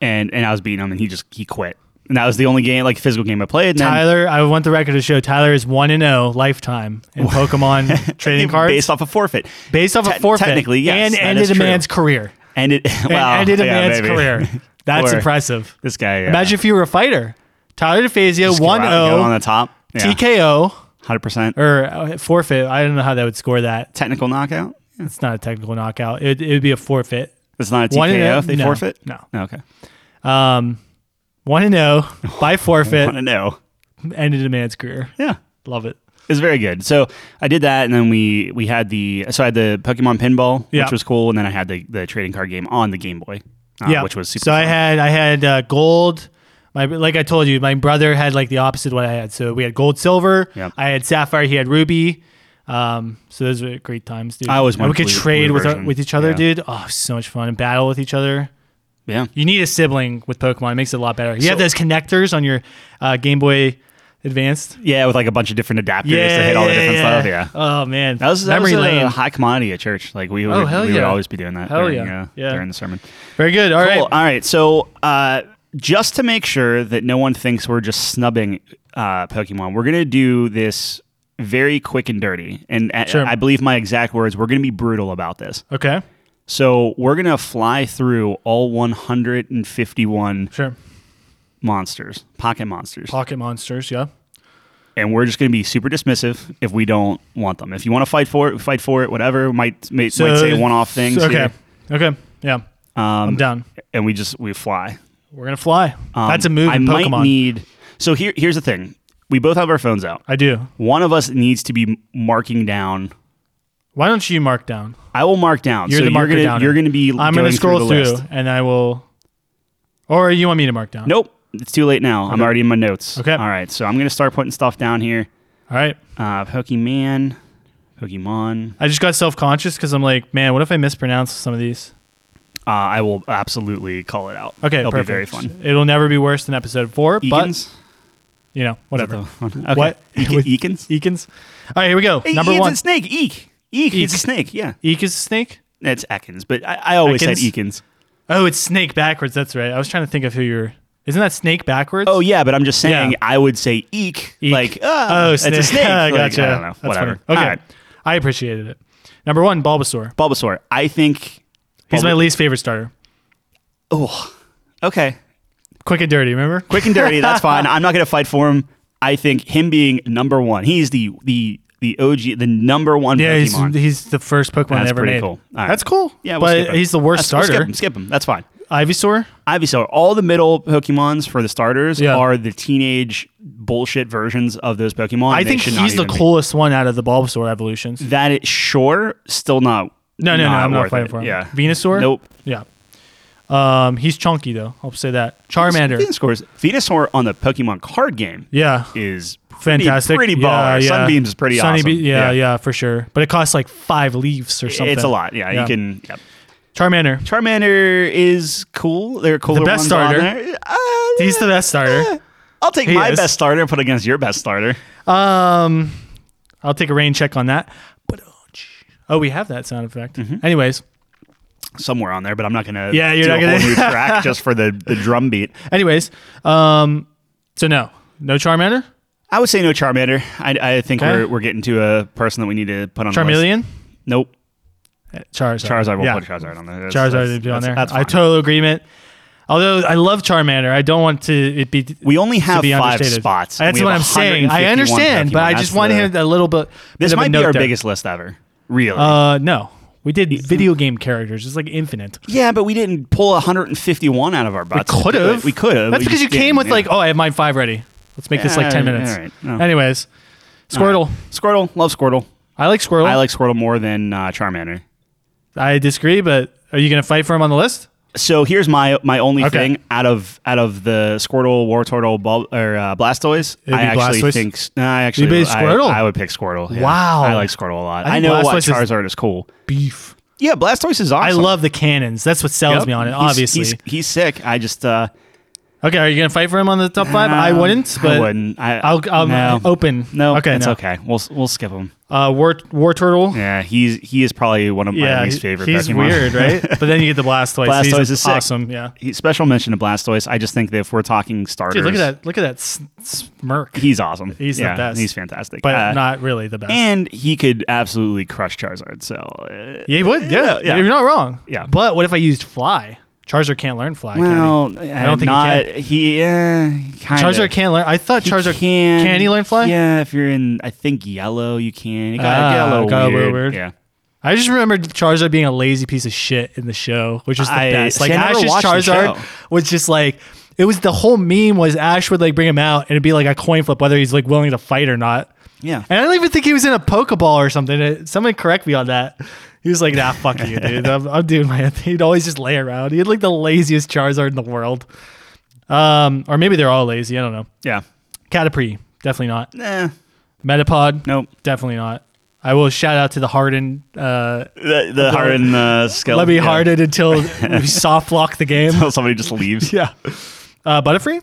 Speaker 2: And and I was beating him, and he just he quit. And that was the only game, like physical game I played. And then-
Speaker 1: Tyler, I want the record to show Tyler is one and zero lifetime in Pokemon trading cards
Speaker 2: based off a forfeit.
Speaker 1: based off
Speaker 2: Te-
Speaker 1: a forfeit,
Speaker 2: technically, yes,
Speaker 1: and
Speaker 2: that
Speaker 1: ended
Speaker 2: is
Speaker 1: a
Speaker 2: true.
Speaker 1: man's career.
Speaker 2: And it
Speaker 1: And
Speaker 2: well,
Speaker 1: ended a
Speaker 2: yeah,
Speaker 1: man's
Speaker 2: maybe.
Speaker 1: career. That's
Speaker 2: Or-
Speaker 1: impressive.
Speaker 2: This guy, yeah.
Speaker 1: Imagine if you were a fighter. Tyler DeFazio, oh,
Speaker 2: Just go out and go on
Speaker 1: 1-0,
Speaker 2: the top. Yeah,
Speaker 1: TKO,
Speaker 2: hundred percent
Speaker 1: or uh, forfeit. I don't know how that would score that.
Speaker 2: technical knockout. Yeah.
Speaker 1: It's not a technical knockout. It would be a forfeit.
Speaker 2: That's not a
Speaker 1: One and
Speaker 2: TKO
Speaker 1: oh-
Speaker 2: if they
Speaker 1: no,
Speaker 2: forfeit.
Speaker 1: no.
Speaker 2: okay.
Speaker 1: Um, 1-0 by
Speaker 2: Want
Speaker 1: forfeit,
Speaker 2: to know?
Speaker 1: ended a man's career.
Speaker 2: Yeah.
Speaker 1: Love it.
Speaker 2: It's very good. So I did that, and then we we had the so I had the Pokemon pinball,
Speaker 1: Yeah.
Speaker 2: which was cool, and then I had the, the trading card game on the Game Boy, uh,
Speaker 1: yeah,
Speaker 2: which was super.
Speaker 1: So I
Speaker 2: fun.
Speaker 1: had I had uh, gold. My like I told you, my brother had like the opposite of what I had. So we had gold, silver.
Speaker 2: Yeah.
Speaker 1: I had sapphire. He had ruby. Um, so those were great times, dude.
Speaker 2: I always
Speaker 1: And we
Speaker 2: wanted
Speaker 1: could
Speaker 2: blue-
Speaker 1: trade
Speaker 2: blue
Speaker 1: with our,
Speaker 2: version.
Speaker 1: with each other,
Speaker 2: Yeah.
Speaker 1: dude. Oh, so much fun and battle with each other.
Speaker 2: yeah.
Speaker 1: You need a sibling with Pokemon. It makes it a lot better. You have
Speaker 2: So-
Speaker 1: those connectors on your uh, Game Boy Advanced.
Speaker 2: Yeah, with like a bunch of different adapters to hit all the different stuff. Yeah,
Speaker 1: Oh man,
Speaker 2: that was that
Speaker 1: memory
Speaker 2: was a
Speaker 1: lane.
Speaker 2: high commodity at church. Like we would,
Speaker 1: Oh, hell
Speaker 2: we would
Speaker 1: yeah.
Speaker 2: always be doing that
Speaker 1: Hell
Speaker 2: during,
Speaker 1: yeah.
Speaker 2: Uh,
Speaker 1: Yeah.
Speaker 2: during the sermon.
Speaker 1: Very good. All right.
Speaker 2: Cool. All right. So, uh, just to make sure that no one thinks we're just snubbing uh, Pokemon, we're going to do this very quick and dirty. And uh,
Speaker 1: Sure.
Speaker 2: I believe my exact words, we're going to be brutal about this.
Speaker 1: Okay.
Speaker 2: So, we're going to fly through all 151
Speaker 1: Sure.
Speaker 2: monsters, pocket monsters.
Speaker 1: Pocket monsters. Yeah.
Speaker 2: and we're just going to be super dismissive if we don't want them. If you want to fight for it, fight for it, whatever. Might, may, might say one off things.
Speaker 1: Okay.
Speaker 2: here. Um,
Speaker 1: Okay. Yeah. I'm down.
Speaker 2: And we just, we fly.
Speaker 1: We're gonna fly.
Speaker 2: Um,
Speaker 1: That's a move
Speaker 2: I
Speaker 1: in Pokemon.
Speaker 2: might need. So here, here's the thing: we both have our phones out.
Speaker 1: I do.
Speaker 2: One of us needs to be marking down.
Speaker 1: Why don't you mark down?
Speaker 2: I will mark down.
Speaker 1: You're
Speaker 2: so
Speaker 1: the
Speaker 2: you're
Speaker 1: marker
Speaker 2: gonna,
Speaker 1: downer.
Speaker 2: You're going to be.
Speaker 1: I'm
Speaker 2: going
Speaker 1: gonna
Speaker 2: to
Speaker 1: scroll
Speaker 2: the
Speaker 1: through,
Speaker 2: list.
Speaker 1: and I will. Or you want me to mark down?
Speaker 2: Nope, it's too late now. I'm already in my notes.
Speaker 1: Okay.
Speaker 2: All right, so I'm going to start putting stuff down here.
Speaker 1: All right.
Speaker 2: Uh, Pokemon, Pokemon.
Speaker 1: I just got self conscious because I'm like, man, what if I mispronounce some of these?
Speaker 2: Uh, I will absolutely call it out.
Speaker 1: Okay,
Speaker 2: it'll
Speaker 1: perfect.
Speaker 2: be very fun.
Speaker 1: It'll never be worse than episode four,
Speaker 2: Eakins.
Speaker 1: but you know, whatever.
Speaker 2: okay.
Speaker 1: What?
Speaker 2: Eak-
Speaker 1: With-
Speaker 2: Eakins.
Speaker 1: Eakins. All right, here we go.
Speaker 2: Hey,
Speaker 1: Number
Speaker 2: it's
Speaker 1: one.
Speaker 2: a snake. Eek. Eek. It's a
Speaker 1: Eek.
Speaker 2: snake. Yeah,
Speaker 1: Eek is a snake.
Speaker 2: it's Ekans, but I, I always said
Speaker 1: Ekans?
Speaker 2: Eakins.
Speaker 1: Oh, it's snake backwards. That's right. I was trying to think of who you're. Isn't that snake backwards?
Speaker 2: Oh yeah, but I'm just saying
Speaker 1: Yeah.
Speaker 2: I would say eek,
Speaker 1: Eek.
Speaker 2: like ah,
Speaker 1: oh,
Speaker 2: it's
Speaker 1: snake.
Speaker 2: a snake.
Speaker 1: Ah,
Speaker 2: Like,
Speaker 1: gotcha.
Speaker 2: I don't know.
Speaker 1: That's
Speaker 2: Whatever.
Speaker 1: funny. Okay,
Speaker 2: All right.
Speaker 1: I appreciated it. Number one, Bulbasaur.
Speaker 2: Bulbasaur. I think
Speaker 1: He's my
Speaker 2: Bulb-
Speaker 1: least favorite starter.
Speaker 2: Oh, okay.
Speaker 1: Quick and dirty, remember?
Speaker 2: Quick and dirty. that's fine. I'm not gonna fight for him. I think him being number one. He's the the the OG, the number one
Speaker 1: Yeah, he's,
Speaker 2: Pokemon.
Speaker 1: he's the first Pokemon
Speaker 2: That's
Speaker 1: ever
Speaker 2: pretty
Speaker 1: made.
Speaker 2: cool. All right.
Speaker 1: That's cool.
Speaker 2: yeah, we'll skip
Speaker 1: but
Speaker 2: him.
Speaker 1: he's the worst
Speaker 2: That's- we'll
Speaker 1: starter.
Speaker 2: skip him. Skip him. That's fine.
Speaker 1: Ivysaur.
Speaker 2: Ivysaur. All the middle Pokemons for the starters
Speaker 1: Yeah.
Speaker 2: are the teenage bullshit versions of those Pokemon.
Speaker 1: I
Speaker 2: They
Speaker 1: think
Speaker 2: should not
Speaker 1: he's the
Speaker 2: even be.
Speaker 1: coolest one out of the Bulbasaur evolutions.
Speaker 2: That is sure, still not.
Speaker 1: No, no, no. I'm
Speaker 2: worth
Speaker 1: not fighting
Speaker 2: it.
Speaker 1: for him.
Speaker 2: Yeah.
Speaker 1: Venusaur.
Speaker 2: Nope.
Speaker 1: Yeah. Um, he's chunky though. I'll say that. Charmander.
Speaker 2: Venusaur's, Venusaur on the Pokemon card game
Speaker 1: yeah.
Speaker 2: is pretty,
Speaker 1: Fantastic.
Speaker 2: Pretty
Speaker 1: Yeah,
Speaker 2: baller.
Speaker 1: yeah.
Speaker 2: Sunbeams is pretty
Speaker 1: Sunny
Speaker 2: awesome.
Speaker 1: Be- yeah, yeah, for sure. But it costs like five leaves or something.
Speaker 2: It's a lot. Yeah,
Speaker 1: Yeah.
Speaker 2: you can. Yep.
Speaker 1: Charmander.
Speaker 2: Charmander is cool. They're cooler
Speaker 1: The best
Speaker 2: ones on
Speaker 1: starter.
Speaker 2: there. Uh,
Speaker 1: He's the best starter.
Speaker 2: I'll take
Speaker 1: He
Speaker 2: my
Speaker 1: is.
Speaker 2: best starter and put against your best starter.
Speaker 1: Um, I'll take a rain check on that. But oh, we have that sound effect.
Speaker 2: Mm-hmm.
Speaker 1: Anyways,
Speaker 2: Somewhere on there, but I'm not gonna.
Speaker 1: Yeah, you're
Speaker 2: do
Speaker 1: not
Speaker 2: a
Speaker 1: gonna-
Speaker 2: whole new track just for the the drum beat.
Speaker 1: anyways, um, so no, no Charmander,
Speaker 2: I would say no Charmander. I, I think
Speaker 1: Okay.
Speaker 2: we're, we're getting to a person that we need to put on the list.
Speaker 1: Charmeleon,
Speaker 2: Nope.
Speaker 1: Charizard.
Speaker 2: Charizard. We'll
Speaker 1: yeah.
Speaker 2: put Charizard on there. That's-
Speaker 1: Charizard
Speaker 2: that's-
Speaker 1: would be on
Speaker 2: that's-
Speaker 1: there.
Speaker 2: That's
Speaker 1: I
Speaker 2: fine.
Speaker 1: total agreement. Although I love Charmander, I don't want to it be.
Speaker 2: We only
Speaker 1: to
Speaker 2: have
Speaker 1: be
Speaker 2: five
Speaker 1: understated.
Speaker 2: spots. and
Speaker 1: That's
Speaker 2: we have
Speaker 1: what I'm saying. I
Speaker 2: 151
Speaker 1: understand, but
Speaker 2: Pokemon.
Speaker 1: I
Speaker 2: That's
Speaker 1: just want to
Speaker 2: the-
Speaker 1: hear a little bit. bit of
Speaker 2: This
Speaker 1: a
Speaker 2: might be
Speaker 1: note
Speaker 2: our
Speaker 1: there.
Speaker 2: biggest list ever. Really?
Speaker 1: Uh, no, we did video game characters. It's like infinite.
Speaker 2: yeah, but we didn't pull 151 out of our butts.
Speaker 1: Could have.
Speaker 2: We could have.
Speaker 1: That's because you came with like, oh, I have mine five ready. Let's make this like ten
Speaker 2: Yeah,
Speaker 1: minutes.
Speaker 2: all right. No.
Speaker 1: Anyways, Squirtle.
Speaker 2: Squirtle. Love Squirtle.
Speaker 1: I like Squirtle.
Speaker 2: I like Squirtle more than uh, Charmander.
Speaker 1: I disagree, but are you gonna fight for him on the list?
Speaker 2: So here's my my only
Speaker 1: Okay.
Speaker 2: thing out of out of the Squirtle, War Turtle, Bul- or uh, Blastoise.
Speaker 1: It'd
Speaker 2: I
Speaker 1: be
Speaker 2: actually
Speaker 1: Blastoise?
Speaker 2: think no, I actually
Speaker 1: pick
Speaker 2: I-
Speaker 1: Squirtle?
Speaker 2: I, would pick Squirtle. yeah.
Speaker 1: Wow.
Speaker 2: I like Squirtle a lot.
Speaker 1: I
Speaker 2: I,
Speaker 1: think
Speaker 2: know why
Speaker 1: Blastoise is-
Speaker 2: Charizard is cool.
Speaker 1: Beef.
Speaker 2: Yeah, Blastoise is awesome.
Speaker 1: I love the cannons. That's what sells
Speaker 2: Yep.
Speaker 1: me on it.
Speaker 2: He's-
Speaker 1: Obviously.
Speaker 2: he's, he's sick. I just uh,
Speaker 1: okay, are you gonna fight for him on the top five? I
Speaker 2: um,
Speaker 1: wouldn't. But
Speaker 2: I wouldn't. I,
Speaker 1: I'll, I'll
Speaker 2: no.
Speaker 1: open.
Speaker 2: No,
Speaker 1: okay,
Speaker 2: it's
Speaker 1: no.
Speaker 2: okay. We'll s- we'll skip him.
Speaker 1: Uh, War War Turtle.
Speaker 2: Yeah, he's he is probably one of my
Speaker 1: Yeah,
Speaker 2: least
Speaker 1: he-
Speaker 2: favorite.
Speaker 1: he's
Speaker 2: Pokemon.
Speaker 1: weird, right? But then you get the Blastoise. He's
Speaker 2: Blastoise is sick.
Speaker 1: awesome. Yeah.
Speaker 2: He- special mention to Blastoise. I just think that if we're talking starters,
Speaker 1: Dude, look at that! Look at that s- smirk.
Speaker 2: He's awesome.
Speaker 1: He's the
Speaker 2: yeah,
Speaker 1: best.
Speaker 2: He's fantastic.
Speaker 1: but
Speaker 2: Uh,
Speaker 1: not really the best.
Speaker 2: and he could absolutely crush Charizard. So uh,
Speaker 1: Yeah, he would. Yeah,
Speaker 2: yeah.
Speaker 1: you're not wrong.
Speaker 2: Yeah.
Speaker 1: but what if I used Fly? Charizard can't learn Fly. can he?
Speaker 2: well, I
Speaker 1: don't think
Speaker 2: don't
Speaker 1: he
Speaker 2: think not, he. uh, kinda.
Speaker 1: Charizard can't learn. I thought
Speaker 2: He
Speaker 1: Charizard Can he learn Fly?
Speaker 2: Yeah, if you're in, I think yellow, you can. It got,
Speaker 1: Ah,
Speaker 2: it got a little
Speaker 1: got a little
Speaker 2: weird.
Speaker 1: weird.
Speaker 2: Yeah.
Speaker 1: I just remembered Charizard being a lazy piece of shit in the show, which is the
Speaker 2: I-
Speaker 1: best.
Speaker 2: see,
Speaker 1: Like
Speaker 2: I never
Speaker 1: Ash's
Speaker 2: watched the
Speaker 1: Charizard
Speaker 2: show.
Speaker 1: was just like it was the whole meme was Ash would like bring him out and it'd be like a coin flip whether he's like willing to fight or not.
Speaker 2: Yeah.
Speaker 1: And I don't even think he was in a Pokeball or something. Uh, Someone correct me on that. He was like, nah, fuck you, dude. I'm, I'm doing my He'd always just lay around. He had like the laziest Charizard in the world. Um, or maybe they're all lazy. I don't know.
Speaker 2: Yeah.
Speaker 1: Caterpie, definitely not.
Speaker 2: Nah.
Speaker 1: Metapod,
Speaker 2: Nope.
Speaker 1: definitely not. I will shout out to the hardened. Uh,
Speaker 2: The, the heart and the skull.
Speaker 1: let me
Speaker 2: Oh, yeah.
Speaker 1: harden until we soft lock the game.
Speaker 2: Until somebody just leaves.
Speaker 1: Yeah. Uh, Butterfree?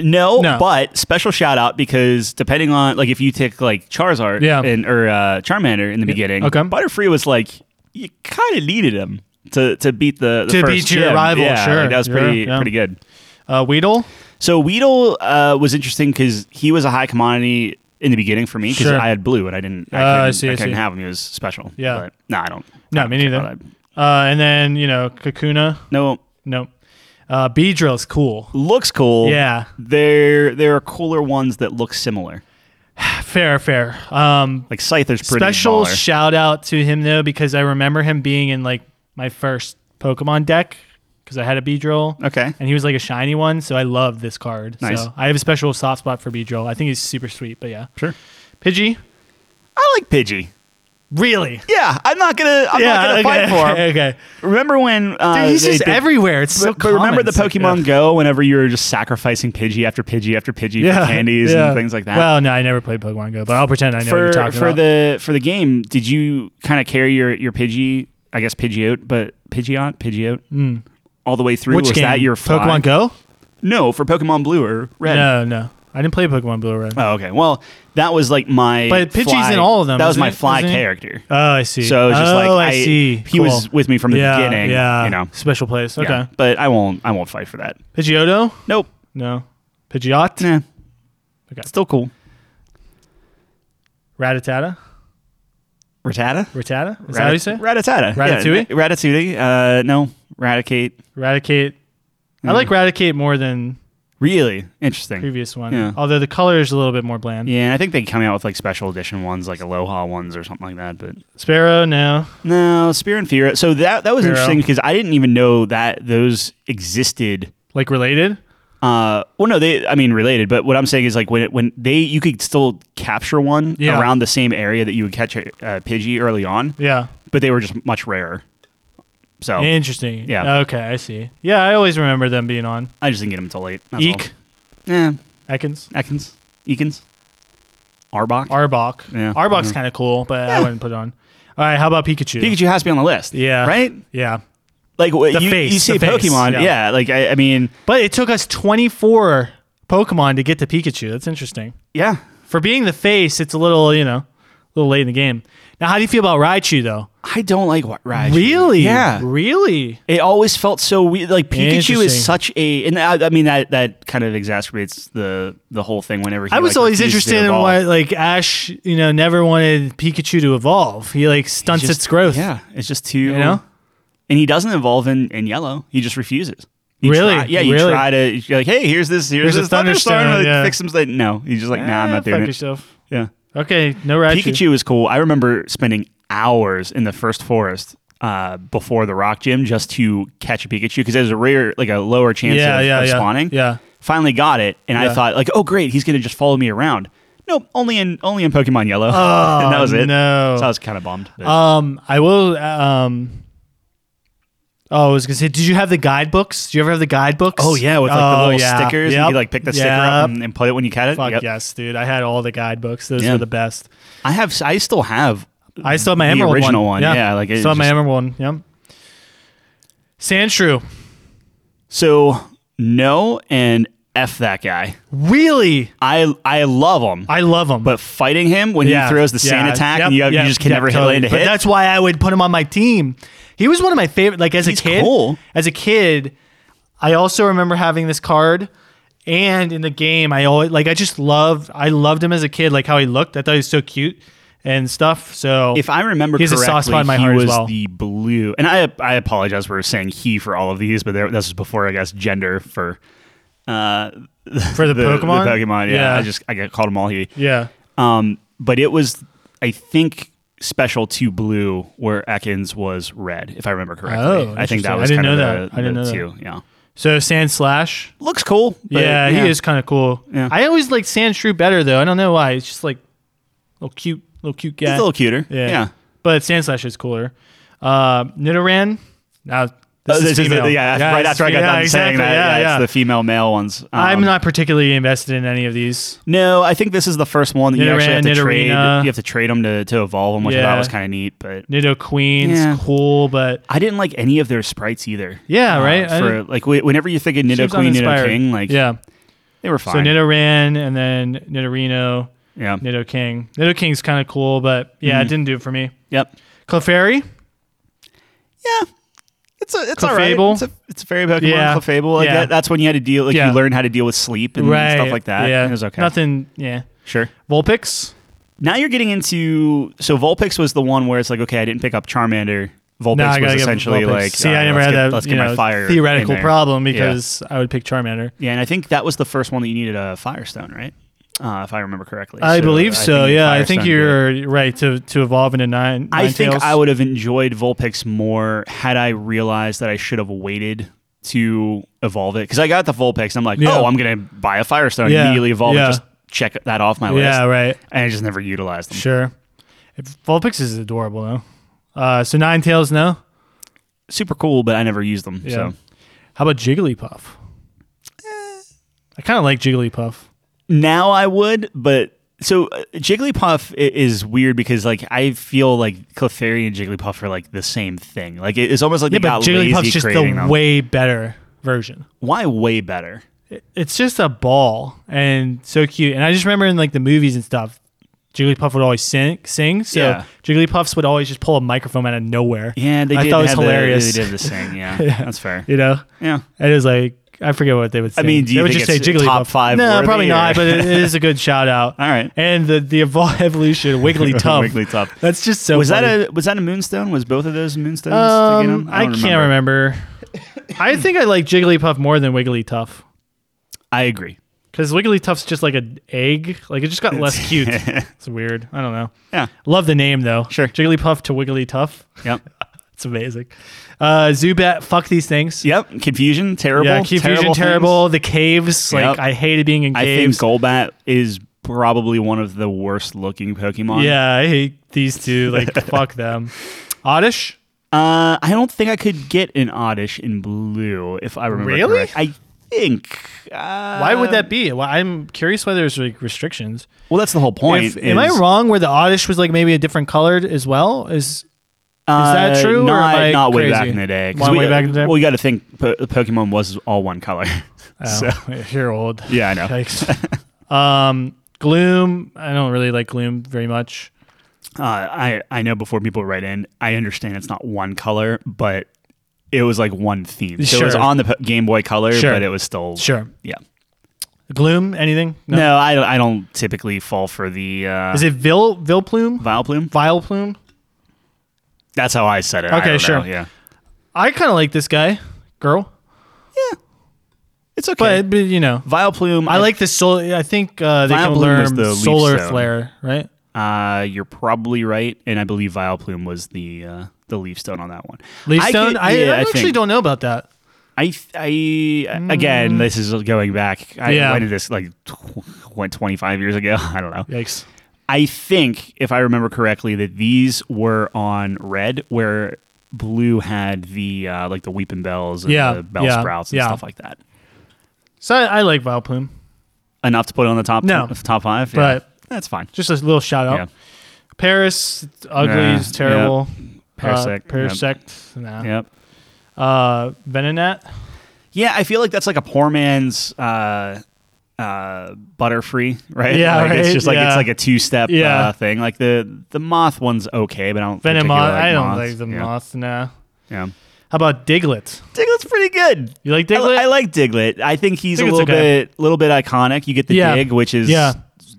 Speaker 2: No,
Speaker 1: No.
Speaker 2: but special shout out because depending on like if you take like Charizard
Speaker 1: Yeah.
Speaker 2: and or uh, Charmander in the beginning,
Speaker 1: Okay.
Speaker 2: Butterfree was like you kind of needed him to to beat the, the
Speaker 1: To
Speaker 2: first
Speaker 1: beat your
Speaker 2: gym.
Speaker 1: rival,
Speaker 2: Yeah,
Speaker 1: sure.
Speaker 2: like, that was
Speaker 1: Yeah,
Speaker 2: pretty
Speaker 1: yeah.
Speaker 2: pretty good.
Speaker 1: Uh, Weedle?
Speaker 2: So Weedle uh, was interesting because he was a high commodity in the beginning for me because
Speaker 1: Sure.
Speaker 2: I had blue and I didn't I
Speaker 1: Uh, I
Speaker 2: couldn't, I
Speaker 1: see, I
Speaker 2: couldn't
Speaker 1: see.
Speaker 2: have him. He was special.
Speaker 1: Yeah.
Speaker 2: but no, I don't.
Speaker 1: No, me neither. Uh,
Speaker 2: about
Speaker 1: and then, you know, Kakuna?
Speaker 2: No,
Speaker 1: Nope. Uh, Beedrill's cool.
Speaker 2: looks cool.
Speaker 1: Yeah.
Speaker 2: there there are cooler ones that look similar.
Speaker 1: Fair, fair. Um,
Speaker 2: Like Scyther's pretty
Speaker 1: special
Speaker 2: baller.
Speaker 1: shout out to him though because I remember him being in like my first Pokemon deck because I had a Beedrill.
Speaker 2: Okay.
Speaker 1: And he was like a shiny one, so I love this card.
Speaker 2: Nice.
Speaker 1: So I have a special soft spot for Beedrill. I think he's super sweet, but yeah.
Speaker 2: Sure.
Speaker 1: Pidgey,
Speaker 2: I like Pidgey.
Speaker 1: really?
Speaker 2: Yeah, I'm not gonna. I'm not gonna
Speaker 1: okay,
Speaker 2: fight for him.
Speaker 1: Okay.
Speaker 2: Remember when? Uh,
Speaker 1: Dude, he's
Speaker 2: they
Speaker 1: just
Speaker 2: did-
Speaker 1: everywhere. It's so
Speaker 2: But, but remember
Speaker 1: common.
Speaker 2: the
Speaker 1: It's like,
Speaker 2: Pokemon Go? Whenever you were just sacrificing Pidgey after Pidgey after Pidgey
Speaker 1: yeah.
Speaker 2: for candies
Speaker 1: yeah.
Speaker 2: and things like that.
Speaker 1: Well, no, I never played Pokemon Go, but I'll pretend I know what
Speaker 2: for
Speaker 1: you're talking
Speaker 2: for
Speaker 1: about.
Speaker 2: the for the game, did you kind of carry your your Pidgey? I guess Pidgeot, but Pidgeot, Pidgeot, all the way through.
Speaker 1: Which
Speaker 2: was
Speaker 1: game?
Speaker 2: that your fly?
Speaker 1: Pokemon Go?
Speaker 2: No, for Pokemon Blue or Red.
Speaker 1: No, no. I didn't play Pokemon Blue or Red.
Speaker 2: Oh, okay. Well, that was like my.
Speaker 1: But Pidgey's
Speaker 2: fly-
Speaker 1: in all of them,
Speaker 2: That was
Speaker 1: isn't
Speaker 2: my
Speaker 1: it?
Speaker 2: fly
Speaker 1: Isn't he?
Speaker 2: character.
Speaker 1: Oh, I see.
Speaker 2: So it was just
Speaker 1: oh,
Speaker 2: like
Speaker 1: I,
Speaker 2: I-
Speaker 1: see.
Speaker 2: he was with me from the
Speaker 1: yeah,
Speaker 2: beginning,
Speaker 1: Yeah,
Speaker 2: you know.
Speaker 1: special place. Okay,
Speaker 2: Yeah, but I won't. I won't fight for that.
Speaker 1: Pidgeotto?
Speaker 2: Nope.
Speaker 1: No, Pidgeot,
Speaker 2: Nah.
Speaker 1: Okay.
Speaker 2: Still cool.
Speaker 1: Ratatata,
Speaker 2: Rattata.
Speaker 1: Rattata. Is that how you say?
Speaker 2: Ratatata.
Speaker 1: Ratatouille?
Speaker 2: Yeah, Ratatouille. Uh, no, Raticate.
Speaker 1: Radicate. I
Speaker 2: Mm.
Speaker 1: like Radicate more than
Speaker 2: Really interesting.
Speaker 1: previous one.
Speaker 2: Yeah.
Speaker 1: Although the color is a little bit more bland.
Speaker 2: Yeah, I think they come out with like special edition ones, like Aloha ones or something like that. But
Speaker 1: Sparrow, no.
Speaker 2: no, Spear and Fear. So that that was
Speaker 1: Fear.
Speaker 2: interesting because I didn't even know that those existed.
Speaker 1: Like related.
Speaker 2: Uh, well, no, they. I mean, related. But what I'm saying is like when it, when they you could still capture one
Speaker 1: Yeah.
Speaker 2: around the same area that you would catch a uh, Pidgey early on,
Speaker 1: Yeah.
Speaker 2: but they were just much rarer. So
Speaker 1: Interesting.
Speaker 2: Oh. Yeah.
Speaker 1: Okay, I see. Yeah, I always remember them being on.
Speaker 2: I just didn't get them until late. That's
Speaker 1: Eek,
Speaker 2: All. Yeah.
Speaker 1: Ekans,
Speaker 2: Ekans. Ekans. Arbok.
Speaker 1: Arbok.
Speaker 2: Yeah.
Speaker 1: Arbok's kind of cool, but I wouldn't put it on. All right, how about Pikachu?
Speaker 2: Pikachu has to be on the list.
Speaker 1: Yeah.
Speaker 2: Right?
Speaker 1: Yeah.
Speaker 2: Like wh-
Speaker 1: The
Speaker 2: you,
Speaker 1: face,
Speaker 2: you say
Speaker 1: the face,
Speaker 2: Pokemon.
Speaker 1: yeah.
Speaker 2: Yeah. Like I, I mean,
Speaker 1: But it took us 24 Pokemon to get to Pikachu. That's interesting.
Speaker 2: yeah.
Speaker 1: For being the face, it's a little, you know, a little late in the game. Now, how do you feel about Raichu, though?
Speaker 2: I don't like what Raichu.
Speaker 1: Really?
Speaker 2: Yeah.
Speaker 1: Really?
Speaker 2: It always felt so weird. Like Pikachu
Speaker 1: Interesting.
Speaker 2: is such a, and I, I mean that that kind of exacerbates the the whole thing. Whenever he,
Speaker 1: I was
Speaker 2: like,
Speaker 1: always
Speaker 2: refuses
Speaker 1: interested
Speaker 2: to
Speaker 1: in
Speaker 2: evolve.
Speaker 1: why, like, Ash, you know, never wanted Pikachu to evolve. He, like,
Speaker 2: It's
Speaker 1: stunts
Speaker 2: just-
Speaker 1: its growth.
Speaker 2: Yeah, it's just too. You
Speaker 1: know?
Speaker 2: and he doesn't evolve in in yellow. He just refuses. You
Speaker 1: Really?
Speaker 2: try- yeah, you
Speaker 1: Really?
Speaker 2: try to. You're like, hey, here's this. Here's,
Speaker 1: Here's a
Speaker 2: this thunderstorm.
Speaker 1: thunderstorm,
Speaker 2: like,
Speaker 1: yeah.
Speaker 2: Fix some. Like, no, he's just like, nah, I'm
Speaker 1: Ah,
Speaker 2: not doing
Speaker 1: fuck
Speaker 2: it.
Speaker 1: yourself.
Speaker 2: Yeah.
Speaker 1: Okay, no Raichu.
Speaker 2: Pikachu is cool. I remember spending hours in the first forest uh, before the rock gym just to catch a Pikachu because there's a rare, like a lower chance
Speaker 1: Yeah,
Speaker 2: of,
Speaker 1: yeah,
Speaker 2: of
Speaker 1: yeah.
Speaker 2: spawning.
Speaker 1: Yeah.
Speaker 2: Finally got it, and I
Speaker 1: Yeah.
Speaker 2: thought like, oh great, he's gonna just follow me around. Nope, only in only in Pokemon Yellow.
Speaker 1: Oh,
Speaker 2: and that was it.
Speaker 1: no.
Speaker 2: So I was kind of bummed. but-
Speaker 1: Um, I will. Um, oh, I was gonna say, did you have the guidebooks? Do you ever have the guidebooks?
Speaker 2: oh yeah, with like the
Speaker 1: Oh,
Speaker 2: little
Speaker 1: yeah.
Speaker 2: stickers, and
Speaker 1: Yep.
Speaker 2: you could like pick the sticker up
Speaker 1: Yep.
Speaker 2: and, and put it when you cut it.
Speaker 1: Fuck
Speaker 2: Yep.
Speaker 1: yes, dude! I had all the guidebooks. Those
Speaker 2: Yeah.
Speaker 1: were the best.
Speaker 2: I have. I still have.
Speaker 1: I still have my
Speaker 2: The
Speaker 1: emerald
Speaker 2: original one,
Speaker 1: Yeah,
Speaker 2: yeah, like, it
Speaker 1: still have my
Speaker 2: just-
Speaker 1: emerald one. Yep. Sandshrew,
Speaker 2: So no, and f that guy.
Speaker 1: really?
Speaker 2: I I love him.
Speaker 1: I love him.
Speaker 2: But fighting him when he throws the sand attack and you, have, you just can never hit land to
Speaker 1: But
Speaker 2: hit.
Speaker 1: that's why I would put him on my team. He was one of my favorite. Like as
Speaker 2: He's
Speaker 1: a kid,
Speaker 2: cool.
Speaker 1: as a kid, I also remember having this card. And in the game, I always like I just loved I loved him as a kid, like how he looked. I thought he was so cute and stuff. So
Speaker 2: if I remember
Speaker 1: He has a
Speaker 2: correctly,
Speaker 1: soft spot in my
Speaker 2: he
Speaker 1: heart as
Speaker 2: was
Speaker 1: well.
Speaker 2: the blue. And I I apologize for saying he for all of these, but there, this was before I guess gender for uh,
Speaker 1: for the,
Speaker 2: the
Speaker 1: Pokemon,
Speaker 2: The Pokemon, yeah,
Speaker 1: yeah,
Speaker 2: I just I got called him all he.
Speaker 1: yeah,
Speaker 2: Um, but it was I think special to blue where Ekans was red, if I remember correctly.
Speaker 1: Oh,
Speaker 2: I think that
Speaker 1: interesting.
Speaker 2: was
Speaker 1: I didn't
Speaker 2: kind
Speaker 1: know
Speaker 2: of
Speaker 1: that.
Speaker 2: The,
Speaker 1: I didn't
Speaker 2: the
Speaker 1: know that.
Speaker 2: two. Yeah,
Speaker 1: So Sand Slash,
Speaker 2: looks cool. but
Speaker 1: yeah, he is kind of cool.
Speaker 2: Yeah.
Speaker 1: I always liked Sandshrew better though. I don't know why. It's just like little cute, little cute guy.
Speaker 2: He's a little cuter.
Speaker 1: Yeah.
Speaker 2: yeah.
Speaker 1: But Sandslash is cooler. Uh, Nidoran. Now, this
Speaker 2: Oh,
Speaker 1: is female.
Speaker 2: yeah,
Speaker 1: Yeah,
Speaker 2: right
Speaker 1: it's
Speaker 2: after I got
Speaker 1: fe-
Speaker 2: done
Speaker 1: yeah,
Speaker 2: saying
Speaker 1: exactly.
Speaker 2: that. Yeah,
Speaker 1: Yeah, yeah.
Speaker 2: It's the female male ones. Um,
Speaker 1: I'm not particularly invested in any of these.
Speaker 2: No, I think this is the first one that you actually have to
Speaker 1: Nidoran,
Speaker 2: trade.
Speaker 1: Nidorina.
Speaker 2: You have to trade them to, to evolve them, which I
Speaker 1: Yeah.
Speaker 2: thought was kind of neat. But
Speaker 1: Nido Queen's
Speaker 2: Yeah.
Speaker 1: cool, but
Speaker 2: I didn't like any of their sprites either. Uh,
Speaker 1: Yeah, right? I
Speaker 2: For like wh- whenever you think of Nido
Speaker 1: seems
Speaker 2: Queen, Nido
Speaker 1: uninspired.
Speaker 2: King, like
Speaker 1: yeah.
Speaker 2: they were
Speaker 1: So
Speaker 2: fine.
Speaker 1: Nidoran and then Nidorino,
Speaker 2: yeah.
Speaker 1: Nido King. Nido King's kind of cool, but yeah,
Speaker 2: Hmm.
Speaker 1: it didn't do it for me.
Speaker 2: Yep.
Speaker 1: Clefairy,
Speaker 2: Yeah. It's a it's all right.
Speaker 1: Clefable?
Speaker 2: It's a, it's a fairy Pokemon
Speaker 1: Yeah.
Speaker 2: Clefable. Like
Speaker 1: Yeah.
Speaker 2: that, that's when you had to deal like
Speaker 1: Yeah.
Speaker 2: you learn how to deal with sleep and
Speaker 1: right?
Speaker 2: stuff like that.
Speaker 1: Yeah,
Speaker 2: It was okay.
Speaker 1: Nothing. Yeah.
Speaker 2: Sure.
Speaker 1: Vulpix.
Speaker 2: Now you're getting into so Vulpix was the one where it's like okay, I didn't pick up Charmander. Vulpix
Speaker 1: No, I gotta
Speaker 2: was
Speaker 1: give
Speaker 2: essentially
Speaker 1: Vulpix.
Speaker 2: like
Speaker 1: see,
Speaker 2: all right,
Speaker 1: I never
Speaker 2: let's
Speaker 1: had
Speaker 2: get,
Speaker 1: that.
Speaker 2: Let's
Speaker 1: you
Speaker 2: get
Speaker 1: know,
Speaker 2: my fire
Speaker 1: theoretical
Speaker 2: in there.
Speaker 1: problem
Speaker 2: Yeah.
Speaker 1: because I would pick Charmander.
Speaker 2: Yeah. and I think that was the first one that you needed a Firestone, right? Uh, if I remember correctly,
Speaker 1: I believe so.
Speaker 2: think
Speaker 1: yeah, I think
Speaker 2: Firestone did it.
Speaker 1: you're right to to evolve into nine.
Speaker 2: I think
Speaker 1: Ninetales.
Speaker 2: I would have enjoyed Vulpix more had I realized that I should have waited to evolve it because I got the Vulpix. And I'm like,
Speaker 1: Yeah.
Speaker 2: oh, I'm gonna buy a Firestone,
Speaker 1: Yeah.
Speaker 2: immediately evolve,
Speaker 1: Yeah.
Speaker 2: and just check that off my list.
Speaker 1: Yeah, right.
Speaker 2: And I just never utilized them.
Speaker 1: Sure. If Vulpix is adorable though. Uh, so nine tails, no.
Speaker 2: Super cool, but I never used them.
Speaker 1: Yeah.
Speaker 2: So
Speaker 1: How about Jigglypuff?
Speaker 2: Eh.
Speaker 1: I kind of like Jigglypuff.
Speaker 2: Now I would, but so uh, Jigglypuff i- is weird because like I feel like Clefairy and Jigglypuff are like the same thing. Like it- it's almost like
Speaker 1: Yeah,
Speaker 2: they got
Speaker 1: but
Speaker 2: lazy
Speaker 1: Jigglypuff's just the
Speaker 2: creating them.
Speaker 1: way better version.
Speaker 2: Why way better?
Speaker 1: It- It's just a ball and so cute. And I just remember in like the movies and stuff, Jigglypuff would always sing. sing so
Speaker 2: Yeah.
Speaker 1: Jigglypuffs would always just pull a microphone out of nowhere.
Speaker 2: Yeah, they
Speaker 1: I
Speaker 2: did
Speaker 1: thought it was
Speaker 2: have
Speaker 1: hilarious.
Speaker 2: The, they did the same. Yeah, that's fair.
Speaker 1: You know.
Speaker 2: Yeah.
Speaker 1: It is like I forget what they would say.
Speaker 2: mean, do you
Speaker 1: they would
Speaker 2: think
Speaker 1: just say
Speaker 2: it's
Speaker 1: Jigglypuff.
Speaker 2: top five
Speaker 1: No,
Speaker 2: worthy,
Speaker 1: probably not.
Speaker 2: or-
Speaker 1: But it it is a good shout out.
Speaker 2: All right.
Speaker 1: And the the evol- evolution Wigglytuff.
Speaker 2: Wigglytuff.
Speaker 1: That's just so.
Speaker 2: Was
Speaker 1: funny.
Speaker 2: that a was that a moonstone? Was both of those moonstones? to get
Speaker 1: Um,
Speaker 2: 'em?
Speaker 1: I,
Speaker 2: don't
Speaker 1: can't remember. I think I like Jigglypuff more than Wigglytuff
Speaker 2: I agree.
Speaker 1: because Wigglytuff's just like an egg. Like it just got less cute. It's weird. I don't know.
Speaker 2: Yeah.
Speaker 1: Love the name though.
Speaker 2: Sure.
Speaker 1: Jigglypuff to Wigglytuff.
Speaker 2: Yep.
Speaker 1: It's amazing. Uh, Zubat. Fuck these things.
Speaker 2: Yep. Confusion. Terrible.
Speaker 1: Yeah, Confusion terrible.
Speaker 2: things.
Speaker 1: The caves,
Speaker 2: Yep.
Speaker 1: like I hated being in
Speaker 2: I
Speaker 1: caves.
Speaker 2: think Golbat is probably one of the worst looking Pokemon.
Speaker 1: Yeah, I hate these two. Like, fuck them. Oddish?
Speaker 2: Uh, I don't think I could get an Oddish in blue if I remember.
Speaker 1: Really?
Speaker 2: correct. I think. Uh,
Speaker 1: Why would that be? Well, I'm curious why there's like restrictions.
Speaker 2: Well, that's the whole point.
Speaker 1: If, am I
Speaker 2: is,
Speaker 1: wrong where the Oddish was like maybe a different colored as well? Is
Speaker 2: Uh,
Speaker 1: that true, or
Speaker 2: Not,
Speaker 1: am I
Speaker 2: not way
Speaker 1: crazy?
Speaker 2: back in the day. 'cause
Speaker 1: Why
Speaker 2: we,
Speaker 1: way back in the day?
Speaker 2: Well, you got to think po- Pokemon was all one color.
Speaker 1: oh,
Speaker 2: So-
Speaker 1: you're old.
Speaker 2: yeah, I know.
Speaker 1: Yikes. um, Gloom. I don't really like Gloom very much.
Speaker 2: Uh, I I know before people write in, I understand it's not one color, but it was like one theme. So it was
Speaker 1: Sure.
Speaker 2: on the P- Game Boy Color,
Speaker 1: Sure.
Speaker 2: but it was still
Speaker 1: Sure.
Speaker 2: Yeah.
Speaker 1: Gloom. Anything?
Speaker 2: No, I don't. I don't typically fall for the uh,
Speaker 1: Is it Vil Vilplume?
Speaker 2: Vileplume.
Speaker 1: Vileplume?
Speaker 2: That's how I said it. I
Speaker 1: Okay,
Speaker 2: don't know,
Speaker 1: sure.
Speaker 2: Yeah.
Speaker 1: I kind of like this guy, girl.
Speaker 2: Yeah. It's okay.
Speaker 1: But, but you know,
Speaker 2: Vileplume.
Speaker 1: I like the solar. I think uh, they
Speaker 2: Vile
Speaker 1: can
Speaker 2: Bloom was
Speaker 1: learn
Speaker 2: the leaf
Speaker 1: solar
Speaker 2: stone.
Speaker 1: flare, right?
Speaker 2: Uh, you're probably right, and I believe Vileplume was the uh, the leaf stone on that one.
Speaker 1: Leaf
Speaker 2: I
Speaker 1: stone.
Speaker 2: could-
Speaker 1: I,
Speaker 2: yeah,
Speaker 1: I actually
Speaker 2: think.
Speaker 1: don't know about that.
Speaker 2: I th- I again, this is going back. I,
Speaker 1: Yeah.
Speaker 2: When did this like tw- went 25 years ago? I don't know.
Speaker 1: Yikes.
Speaker 2: I think, if I remember correctly, that these were on red, where blue had the uh, like the weeping bells and
Speaker 1: Yeah,
Speaker 2: the bell
Speaker 1: yeah,
Speaker 2: sprouts and
Speaker 1: yeah.
Speaker 2: stuff like that.
Speaker 1: So I, I like Vileplume.
Speaker 2: Enough to put on the top
Speaker 1: No.
Speaker 2: the top five. Yeah.
Speaker 1: Right.
Speaker 2: That's fine.
Speaker 1: Just a little shout out.
Speaker 2: Yeah.
Speaker 1: Paris, it's ugly,
Speaker 2: Nah,
Speaker 1: it's terrible.
Speaker 2: Parasect,
Speaker 1: Uh, Parasect. Nah.
Speaker 2: Yep.
Speaker 1: Uh, Venonat.
Speaker 2: Yeah, I feel like that's like a poor man's uh uh butterfree, right?
Speaker 1: Yeah,
Speaker 2: like it's
Speaker 1: right,
Speaker 2: just like
Speaker 1: yeah.
Speaker 2: it's like a two step
Speaker 1: Yeah.
Speaker 2: uh, thing. Like the the moth one's okay, but I don't
Speaker 1: Venomoth.
Speaker 2: particularly
Speaker 1: I don't
Speaker 2: moths.
Speaker 1: like the
Speaker 2: yeah.
Speaker 1: moth. Nah.
Speaker 2: Yeah.
Speaker 1: How about Diglett?
Speaker 2: Diglett's pretty good.
Speaker 1: You like
Speaker 2: I, li-
Speaker 1: Diglett?
Speaker 2: I like Diglett. I think he's
Speaker 1: Think
Speaker 2: a
Speaker 1: it's
Speaker 2: little
Speaker 1: okay.
Speaker 2: bit little bit iconic. You get the
Speaker 1: Yeah.
Speaker 2: dig, which is
Speaker 1: Yeah.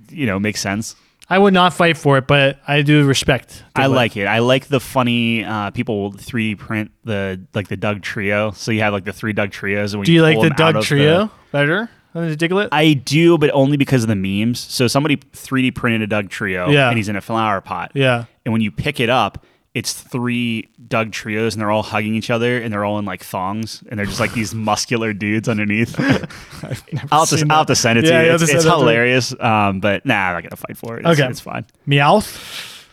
Speaker 2: you know, makes sense.
Speaker 1: I would not fight for it, but I do respect.
Speaker 2: I
Speaker 1: Diglett.
Speaker 2: like it. I like the funny uh, people 3D print the like the Doug trio. So you have like the three Doug trios. And when
Speaker 1: Do you like
Speaker 2: pull
Speaker 1: the
Speaker 2: them out
Speaker 1: Doug
Speaker 2: of
Speaker 1: trio better than the Diglett?
Speaker 2: I do, but only because of the memes. So somebody 3D printed a Doug trio,
Speaker 1: Yeah.
Speaker 2: and he's in a flower pot.
Speaker 1: yeah.
Speaker 2: And when you pick it up, it's three Doug trios, and they're all hugging each other, and they're all in like thongs, and they're just like these muscular dudes underneath. I'll have, to,
Speaker 1: seen
Speaker 2: I'll
Speaker 1: that.
Speaker 2: have to send it
Speaker 1: Yeah,
Speaker 2: to
Speaker 1: you
Speaker 2: you.
Speaker 1: have
Speaker 2: It's,
Speaker 1: to
Speaker 2: it's
Speaker 1: send that to me.
Speaker 2: hilarious, um, but nah, I'm not gonna fight for it. It's,
Speaker 1: Okay.
Speaker 2: it's fine.
Speaker 1: Meowth.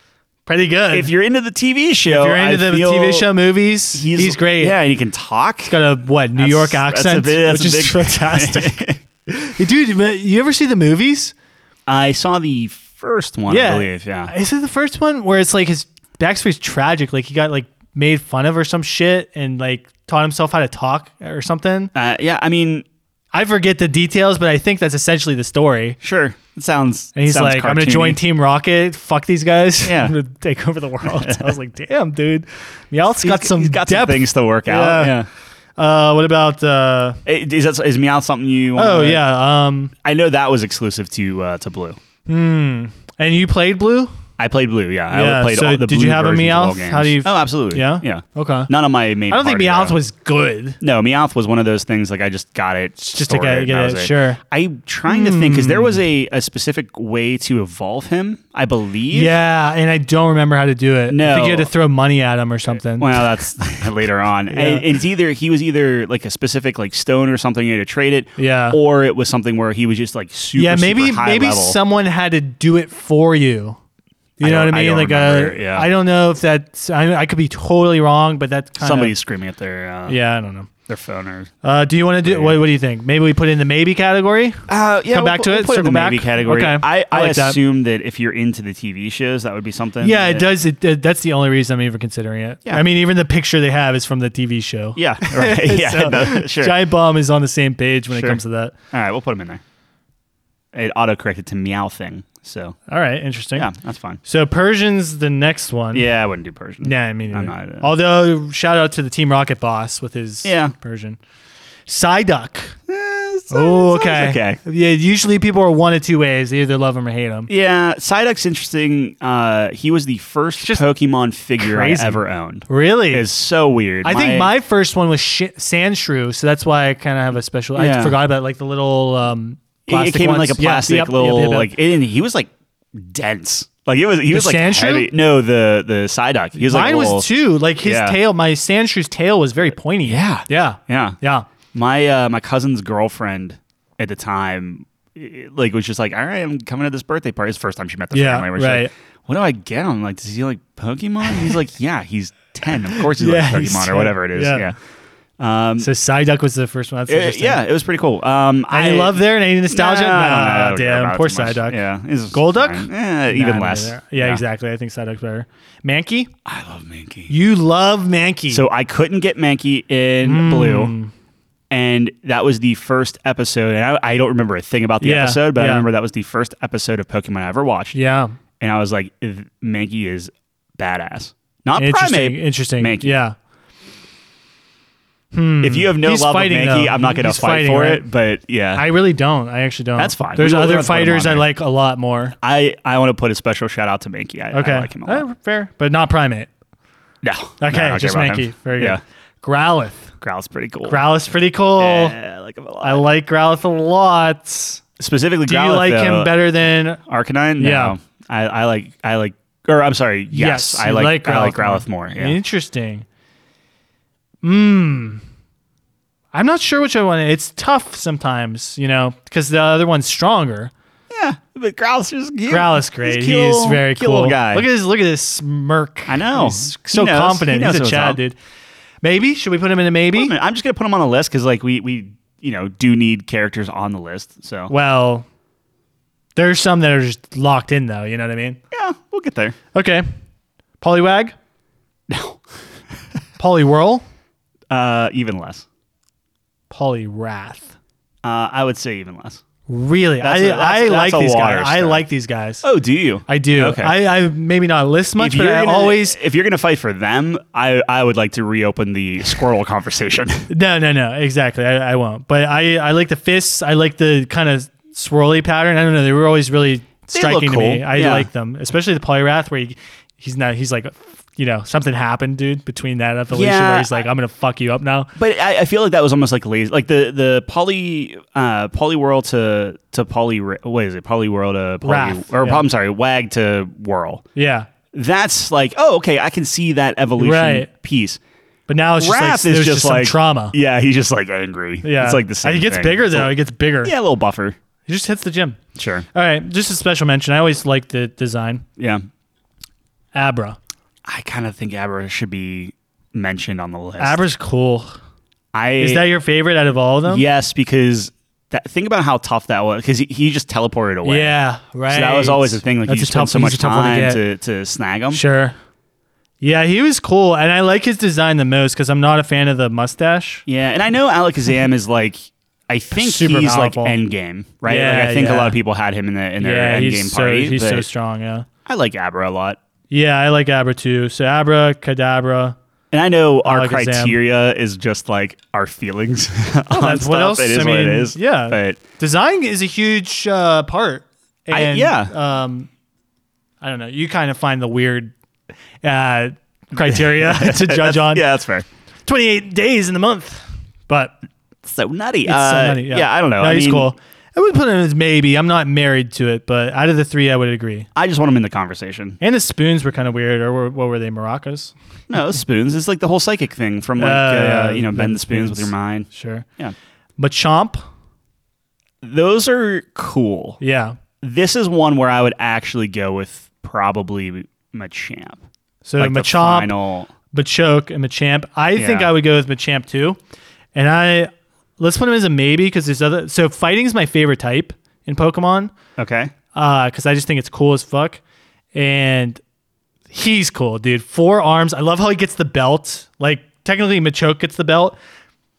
Speaker 1: Pretty good.
Speaker 2: If you're into the TV show,
Speaker 1: If you're into
Speaker 2: I
Speaker 1: the
Speaker 2: feel
Speaker 1: TV show movies, he's, great.
Speaker 2: Yeah, and he can talk.
Speaker 1: He's got a what New York
Speaker 2: That's-
Speaker 1: accent,
Speaker 2: that's a big- that's
Speaker 1: which
Speaker 2: a
Speaker 1: is
Speaker 2: big-
Speaker 1: fantastic. hey, dude, ma- you ever see the movies?
Speaker 2: I saw the first one, I
Speaker 1: Yeah.
Speaker 2: believe. Yeah,
Speaker 1: Is it the first one where it's like his backstory's tragic? Like he got like made fun of or some shit, and like taught himself how to talk or something.
Speaker 2: uh, yeah. I mean,
Speaker 1: I forget the details, but I think that's essentially the story.
Speaker 2: Sure. It sounds.
Speaker 1: And he's
Speaker 2: sounds
Speaker 1: like, I'm gonna
Speaker 2: cartoony.
Speaker 1: join Team Rocket. Fuck these guys.
Speaker 2: Yeah.
Speaker 1: I'm gonna take over the world. I was like, damn, dude. Meowth's
Speaker 2: He's
Speaker 1: got some
Speaker 2: he's got
Speaker 1: depth.
Speaker 2: some things to work out.
Speaker 1: Yeah.
Speaker 2: Yeah.
Speaker 1: Uh, what about? Uh,
Speaker 2: Eh, Is that is Meow something you? wanna-
Speaker 1: oh yeah. Um,
Speaker 2: I know that was exclusive to uh, to Blue.
Speaker 1: and you played Blue?
Speaker 2: I played Blue. Yeah.
Speaker 1: Yeah,
Speaker 2: I played
Speaker 1: so
Speaker 2: all the
Speaker 1: did
Speaker 2: Blue
Speaker 1: you have a
Speaker 2: versions of all
Speaker 1: Meowth?
Speaker 2: games.
Speaker 1: How do you-
Speaker 2: Oh, absolutely.
Speaker 1: Yeah?
Speaker 2: Yeah.
Speaker 1: Okay.
Speaker 2: None of my main.
Speaker 1: I don't think
Speaker 2: party,
Speaker 1: Meowth
Speaker 2: though.
Speaker 1: was good.
Speaker 2: No, Meowth was one of those things like I just got it
Speaker 1: Just to
Speaker 2: stored
Speaker 1: get-
Speaker 2: and
Speaker 1: get
Speaker 2: that
Speaker 1: it,
Speaker 2: was
Speaker 1: sure. Hmm.
Speaker 2: I'm trying to think because there was a, a specific way to evolve him. I believe.
Speaker 1: Yeah, and I don't remember how to do it. I
Speaker 2: No.
Speaker 1: think you had to throw money at him or something.
Speaker 2: Well, that's later on. And It's either he was either like a specific like stone or something you had to trade it.
Speaker 1: Yeah.
Speaker 2: Or it was something where he was just like super.
Speaker 1: yeah, maybe
Speaker 2: super high
Speaker 1: maybe
Speaker 2: level.
Speaker 1: someone had to do it for you. You
Speaker 2: I
Speaker 1: know what
Speaker 2: don't-
Speaker 1: I
Speaker 2: I
Speaker 1: mean?
Speaker 2: don't
Speaker 1: like
Speaker 2: remember,
Speaker 1: a,
Speaker 2: yeah.
Speaker 1: I don't know if that's I, I could be totally wrong, but that kind
Speaker 2: somebody's screaming at their uh,
Speaker 1: Yeah, I don't know.
Speaker 2: their phone or.
Speaker 1: Uh, do you want to do what, what do you think? Maybe we put in the maybe category?
Speaker 2: Uh, yeah,
Speaker 1: Come back to
Speaker 2: we'll
Speaker 1: it,
Speaker 2: Put in
Speaker 1: circle
Speaker 2: the
Speaker 1: back.
Speaker 2: maybe category.
Speaker 1: Okay.
Speaker 2: I,
Speaker 1: I
Speaker 2: I,
Speaker 1: like that.
Speaker 2: assume that. if you're into the TV shows, that would be something.
Speaker 1: Yeah, it
Speaker 2: that-
Speaker 1: does. It, it- that's the only reason I'm even considering it.
Speaker 2: Yeah.
Speaker 1: I mean, even the picture they have is from the TV show.
Speaker 2: Yeah, right. yeah,
Speaker 1: So,
Speaker 2: no, sure.
Speaker 1: Giant Bomb is on the same page when
Speaker 2: Sure.
Speaker 1: it comes to that.
Speaker 2: All right, we'll put him in there. It auto corrected to meow thing, so
Speaker 1: All right, interesting.
Speaker 2: yeah, that's fine.
Speaker 1: So Persian's the next one.
Speaker 2: Yeah, I wouldn't do Persian.
Speaker 1: Nah, I mean,
Speaker 2: I'm not, uh,
Speaker 1: although shout out to the Team Rocket boss with his
Speaker 2: Yeah.
Speaker 1: Persian. Psyduck.
Speaker 2: Eh, so-
Speaker 1: Oh,
Speaker 2: so it's
Speaker 1: okay.
Speaker 2: Okay.
Speaker 1: Yeah, usually people are one of two ways. They either love him or hate him.
Speaker 2: Yeah, Psyduck's interesting. Uh, he was the first Pokemon figure
Speaker 1: crazy.
Speaker 2: I ever owned.
Speaker 1: Really?
Speaker 2: It's so weird.
Speaker 1: I think my first one was sh- Sand Shrew, so that's why I kind of have a special. I
Speaker 2: Yeah.
Speaker 1: forgot about like the little. Um,
Speaker 2: it- it
Speaker 1: plastic
Speaker 2: came in like a
Speaker 1: ones. Yeah,
Speaker 2: plastic
Speaker 1: yep, yep,
Speaker 2: little
Speaker 1: yep, yep.
Speaker 2: like and he was like dense. Like it was he was like
Speaker 1: Sand Shrew?
Speaker 2: heavy. No, the the Psyduck. He was like
Speaker 1: Mine
Speaker 2: little-
Speaker 1: was two. Like his
Speaker 2: yeah.
Speaker 1: tail, my Sand Shrew's tail was very pointy.
Speaker 2: Yeah.
Speaker 1: yeah,
Speaker 2: Yeah.
Speaker 1: yeah.
Speaker 2: My uh, my cousin's girlfriend at the time eh, like was just like, "All right, I'm coming to this birthday party." It's the first time she met the
Speaker 1: Yeah,
Speaker 2: family. Where she's
Speaker 1: right.
Speaker 2: like, what do I get him? Like, does he like Pokemon? He's like, "Yeah, he's 10. Of course he's
Speaker 1: Yeah,
Speaker 2: like
Speaker 1: he's
Speaker 2: Pokemon or
Speaker 1: 10.
Speaker 2: whatever it is."
Speaker 1: Yeah.
Speaker 2: Yeah.
Speaker 1: So Psyduck was the first one. That's
Speaker 2: Eh,
Speaker 1: interesting.
Speaker 2: yeah, it was pretty cool. Um, I
Speaker 1: Any love there and any nostalgia?
Speaker 2: Nah, I don't know. I
Speaker 1: Nah,
Speaker 2: don't care about
Speaker 1: damn,
Speaker 2: it
Speaker 1: poor
Speaker 2: too much.
Speaker 1: Psyduck.
Speaker 2: Yeah, it's
Speaker 1: Golduck?
Speaker 2: fine. Eh, even
Speaker 1: Nah,
Speaker 2: less.
Speaker 1: neither. Yeah, exactly. I think Psyduck's better. Mankey?
Speaker 2: I love Mankey.
Speaker 1: You love Mankey.
Speaker 2: So I couldn't get Mankey in
Speaker 1: Hmm.
Speaker 2: blue, and that was the first episode. And I, I don't remember a thing about the
Speaker 1: Yeah,
Speaker 2: episode, but I
Speaker 1: yeah.
Speaker 2: remember that was the first episode of Pokemon I ever watched.
Speaker 1: yeah.
Speaker 2: And I was like, "Th- Mankey is badass. Not
Speaker 1: Interesting.
Speaker 2: primate.
Speaker 1: Interesting.
Speaker 2: Mankey.
Speaker 1: Yeah.
Speaker 2: If you have no
Speaker 1: Hmm. He's
Speaker 2: love of
Speaker 1: fighting,
Speaker 2: Mankey,
Speaker 1: though.
Speaker 2: I'm not going to
Speaker 1: He's
Speaker 2: fight
Speaker 1: fighting,
Speaker 2: for
Speaker 1: right?
Speaker 2: it. But yeah,
Speaker 1: I really don't. I actually don't.
Speaker 2: That's fine.
Speaker 1: There's
Speaker 2: We will
Speaker 1: other
Speaker 2: have to put him
Speaker 1: fighters
Speaker 2: on
Speaker 1: I
Speaker 2: there.
Speaker 1: like a lot more.
Speaker 2: I I want to put a special shout out to Mankey. I,
Speaker 1: Okay.
Speaker 2: I like him a lot.
Speaker 1: Uh, fair, but not Primate.
Speaker 2: No.
Speaker 1: Okay,
Speaker 2: No, I don't care
Speaker 1: just
Speaker 2: about him.
Speaker 1: Mankey. Very good.
Speaker 2: Yeah.
Speaker 1: Growlithe.
Speaker 2: Growl's pretty cool.
Speaker 1: Growlithe pretty cool.
Speaker 2: Yeah, I like him a lot.
Speaker 1: I like Growlithe a lot.
Speaker 2: Specifically,
Speaker 1: Do you like him better than
Speaker 2: Arcanine? No.
Speaker 1: Yeah.
Speaker 2: I, I like I like or I'm sorry. Yes, I
Speaker 1: you
Speaker 2: like, I like Growlithe more. Yeah.
Speaker 1: Interesting. Hmm. I'm not sure which one. It's tough sometimes, you know, because the other one's stronger.
Speaker 2: yeah, but Growlithe's just cute.
Speaker 1: Growlithe's great. He's,
Speaker 2: cute little-
Speaker 1: very
Speaker 2: cute
Speaker 1: cool.
Speaker 2: little guy.
Speaker 1: Look at his look at this smirk.
Speaker 2: I know.
Speaker 1: He's
Speaker 2: He
Speaker 1: so
Speaker 2: knows. He
Speaker 1: confident.
Speaker 2: knows
Speaker 1: He's a
Speaker 2: what's
Speaker 1: Chad
Speaker 2: up.
Speaker 1: dude. Maybe should we put him in a
Speaker 2: Wait a
Speaker 1: maybe?
Speaker 2: minute, I'm just gonna put him on a list because like we we you know do need characters on the list. So
Speaker 1: Well, there's some that are just locked in though. You know what I mean?
Speaker 2: yeah, we'll get there.
Speaker 1: Okay. Polywag,
Speaker 2: No,
Speaker 1: Polywhirl,
Speaker 2: uh, even less.
Speaker 1: Polywrath.
Speaker 2: Uh, I would say even less.
Speaker 1: Really,
Speaker 2: That's
Speaker 1: I
Speaker 2: a- that's-
Speaker 1: I
Speaker 2: that's
Speaker 1: like
Speaker 2: a
Speaker 1: these
Speaker 2: water
Speaker 1: guys. I
Speaker 2: stone.
Speaker 1: like these guys.
Speaker 2: Oh, do you?
Speaker 1: I do.
Speaker 2: Okay.
Speaker 1: I, I maybe not list much, but
Speaker 2: you're
Speaker 1: I
Speaker 2: gonna-
Speaker 1: always
Speaker 2: if you're gonna fight for them, I I would like to reopen the Squirrel conversation.
Speaker 1: no no no exactly. I, I won't. But I I like the fists. I like the kind of swirly pattern. I don't know. They were always really striking to me.
Speaker 2: cool.
Speaker 1: I
Speaker 2: Yeah.
Speaker 1: like them, especially the Polyrath where he, he's not. He's like. You know, something happened, dude, between that evolution where
Speaker 2: Yeah,
Speaker 1: he's like, I'm gonna fuck you up now.
Speaker 2: But I, I feel like that was almost like lazy, like the the poly uh, poly whirl to to poly what is it poly whirl to poly,
Speaker 1: Wrath,
Speaker 2: or
Speaker 1: yeah.
Speaker 2: I'm sorry wag to whirl.
Speaker 1: Yeah.
Speaker 2: That's like oh okay I can see that evolution
Speaker 1: Right.
Speaker 2: piece.
Speaker 1: But now it's just like
Speaker 2: Wrath
Speaker 1: there's
Speaker 2: is
Speaker 1: just,
Speaker 2: just
Speaker 1: some
Speaker 2: like
Speaker 1: trauma.
Speaker 2: Yeah, he's just like angry.
Speaker 1: Yeah.
Speaker 2: it's like the same.
Speaker 1: He gets
Speaker 2: thing.
Speaker 1: bigger
Speaker 2: It's a-
Speaker 1: though. He gets bigger.
Speaker 2: yeah, a little buffer.
Speaker 1: He just hits the gym.
Speaker 2: Sure.
Speaker 1: All right. Just a special mention. I always like the design.
Speaker 2: Yeah,
Speaker 1: Abra.
Speaker 2: I kind of think Abra should be mentioned on the list.
Speaker 1: Abra's cool.
Speaker 2: I
Speaker 1: Is that your favorite out of all of them?
Speaker 2: yes because that, think about how tough that was because he, he just teleported away.
Speaker 1: Yeah, right.
Speaker 2: So that was always the thing. Like
Speaker 1: That's
Speaker 2: you
Speaker 1: a
Speaker 2: spend
Speaker 1: tough-
Speaker 2: so
Speaker 1: he's
Speaker 2: much
Speaker 1: a tough one to
Speaker 2: time
Speaker 1: get.
Speaker 2: to, to snag him.
Speaker 1: Sure. Yeah, he was cool, and I like his design the most because I'm not a fan of the mustache.
Speaker 2: Yeah, and I know Alakazam is like I think
Speaker 1: Super
Speaker 2: he's
Speaker 1: powerful.
Speaker 2: like end game, right?
Speaker 1: Yeah,
Speaker 2: like I think
Speaker 1: yeah.
Speaker 2: a lot of people had him in the in their
Speaker 1: Yeah,
Speaker 2: end
Speaker 1: he's
Speaker 2: game
Speaker 1: so
Speaker 2: party.
Speaker 1: he's so
Speaker 2: but
Speaker 1: strong. Yeah,
Speaker 2: I like Abra a lot.
Speaker 1: yeah, I like Abra too. So Abra, Kadabra.
Speaker 2: And I know our
Speaker 1: Alakazam. Oh,
Speaker 2: criteria is just like our feelings. on
Speaker 1: that's- what
Speaker 2: stuff.
Speaker 1: else?
Speaker 2: It is
Speaker 1: I
Speaker 2: what it
Speaker 1: mean,
Speaker 2: is.
Speaker 1: yeah.
Speaker 2: But
Speaker 1: Design is a huge uh, part. And,
Speaker 2: I- yeah.
Speaker 1: Um, I don't know. You kind of find the weird uh, criteria to judge on.
Speaker 2: yeah, that's fair.
Speaker 1: 28 days in the month, but
Speaker 2: So nutty.
Speaker 1: It's
Speaker 2: uh,
Speaker 1: so many, yeah.
Speaker 2: I don't know.
Speaker 1: No,
Speaker 2: I
Speaker 1: he's
Speaker 2: mean,
Speaker 1: cool. I would put him as maybe. I'm not married to it, but out of the three, I would agree.
Speaker 2: I just want him in the conversation.
Speaker 1: And the spoons were kind of weird, or were, what were they, maracas?
Speaker 2: No, spoons. It's like the whole psychic thing from like
Speaker 1: Uh,
Speaker 2: uh, you know bend the spoons with
Speaker 1: spoons.
Speaker 2: your mind.
Speaker 1: Sure.
Speaker 2: Yeah,
Speaker 1: Machamp,
Speaker 2: those are cool.
Speaker 1: yeah.
Speaker 2: this is one where I would actually go with probably Machamp.
Speaker 1: So
Speaker 2: Like the
Speaker 1: Machamp,
Speaker 2: final.
Speaker 1: Machoke, and Machamp. I think
Speaker 2: Yeah.
Speaker 1: I would go with Machamp too. And I let's put him as a maybe because there's other. So fighting's my favorite type in Pokemon
Speaker 2: Okay.
Speaker 1: because Uh, I just think it's cool as fuck. And he's cool, dude. Four arms. I love how he gets the belt. Like technically, Machoke gets the belt.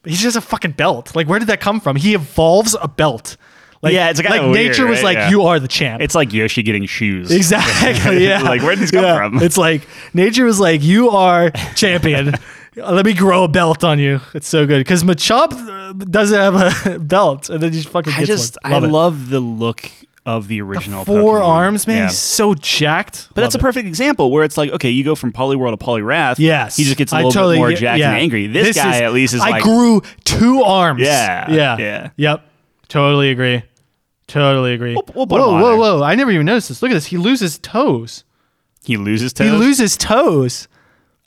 Speaker 1: but He's just a fucking belt. Like where did that come from? He evolves a belt. Like
Speaker 2: Yeah, it's kinda
Speaker 1: like
Speaker 2: weird,
Speaker 1: nature was
Speaker 2: right?
Speaker 1: like
Speaker 2: Yeah.
Speaker 1: you are the champ.
Speaker 2: It's like Yoshi getting shoes.
Speaker 1: Exactly. Yeah.
Speaker 2: Like, where'd these come
Speaker 1: Yeah.
Speaker 2: from?
Speaker 1: It's like nature was like, you are champion. Let me grow a belt on you. It's so good because Machop uh, doesn't have a belt, and then he just fucking
Speaker 2: I
Speaker 1: gets
Speaker 2: just
Speaker 1: one.
Speaker 2: I
Speaker 1: it.
Speaker 2: love the look of the original
Speaker 1: four
Speaker 2: Pokemon.
Speaker 1: arms, man.
Speaker 2: Yeah.
Speaker 1: He's so jacked.
Speaker 2: But that's a perfect example where it's like, okay, you go from Poliwhirl to Poliwrath.
Speaker 1: yes.
Speaker 2: He just gets a
Speaker 1: I
Speaker 2: little
Speaker 1: totally
Speaker 2: bit more
Speaker 1: get-
Speaker 2: jacked
Speaker 1: yeah.
Speaker 2: and angry. This, guy at least is
Speaker 1: I
Speaker 2: like,
Speaker 1: grew two arms.
Speaker 2: Yeah,
Speaker 1: Yeah.
Speaker 2: yeah.
Speaker 1: Yep. Totally agree. Totally agree.
Speaker 2: we'll put him
Speaker 1: whoa,
Speaker 2: on
Speaker 1: whoa,
Speaker 2: there.
Speaker 1: whoe. I never even noticed this. Look at this. He loses toes.
Speaker 2: he loses
Speaker 1: He
Speaker 2: toes.
Speaker 1: loses toes.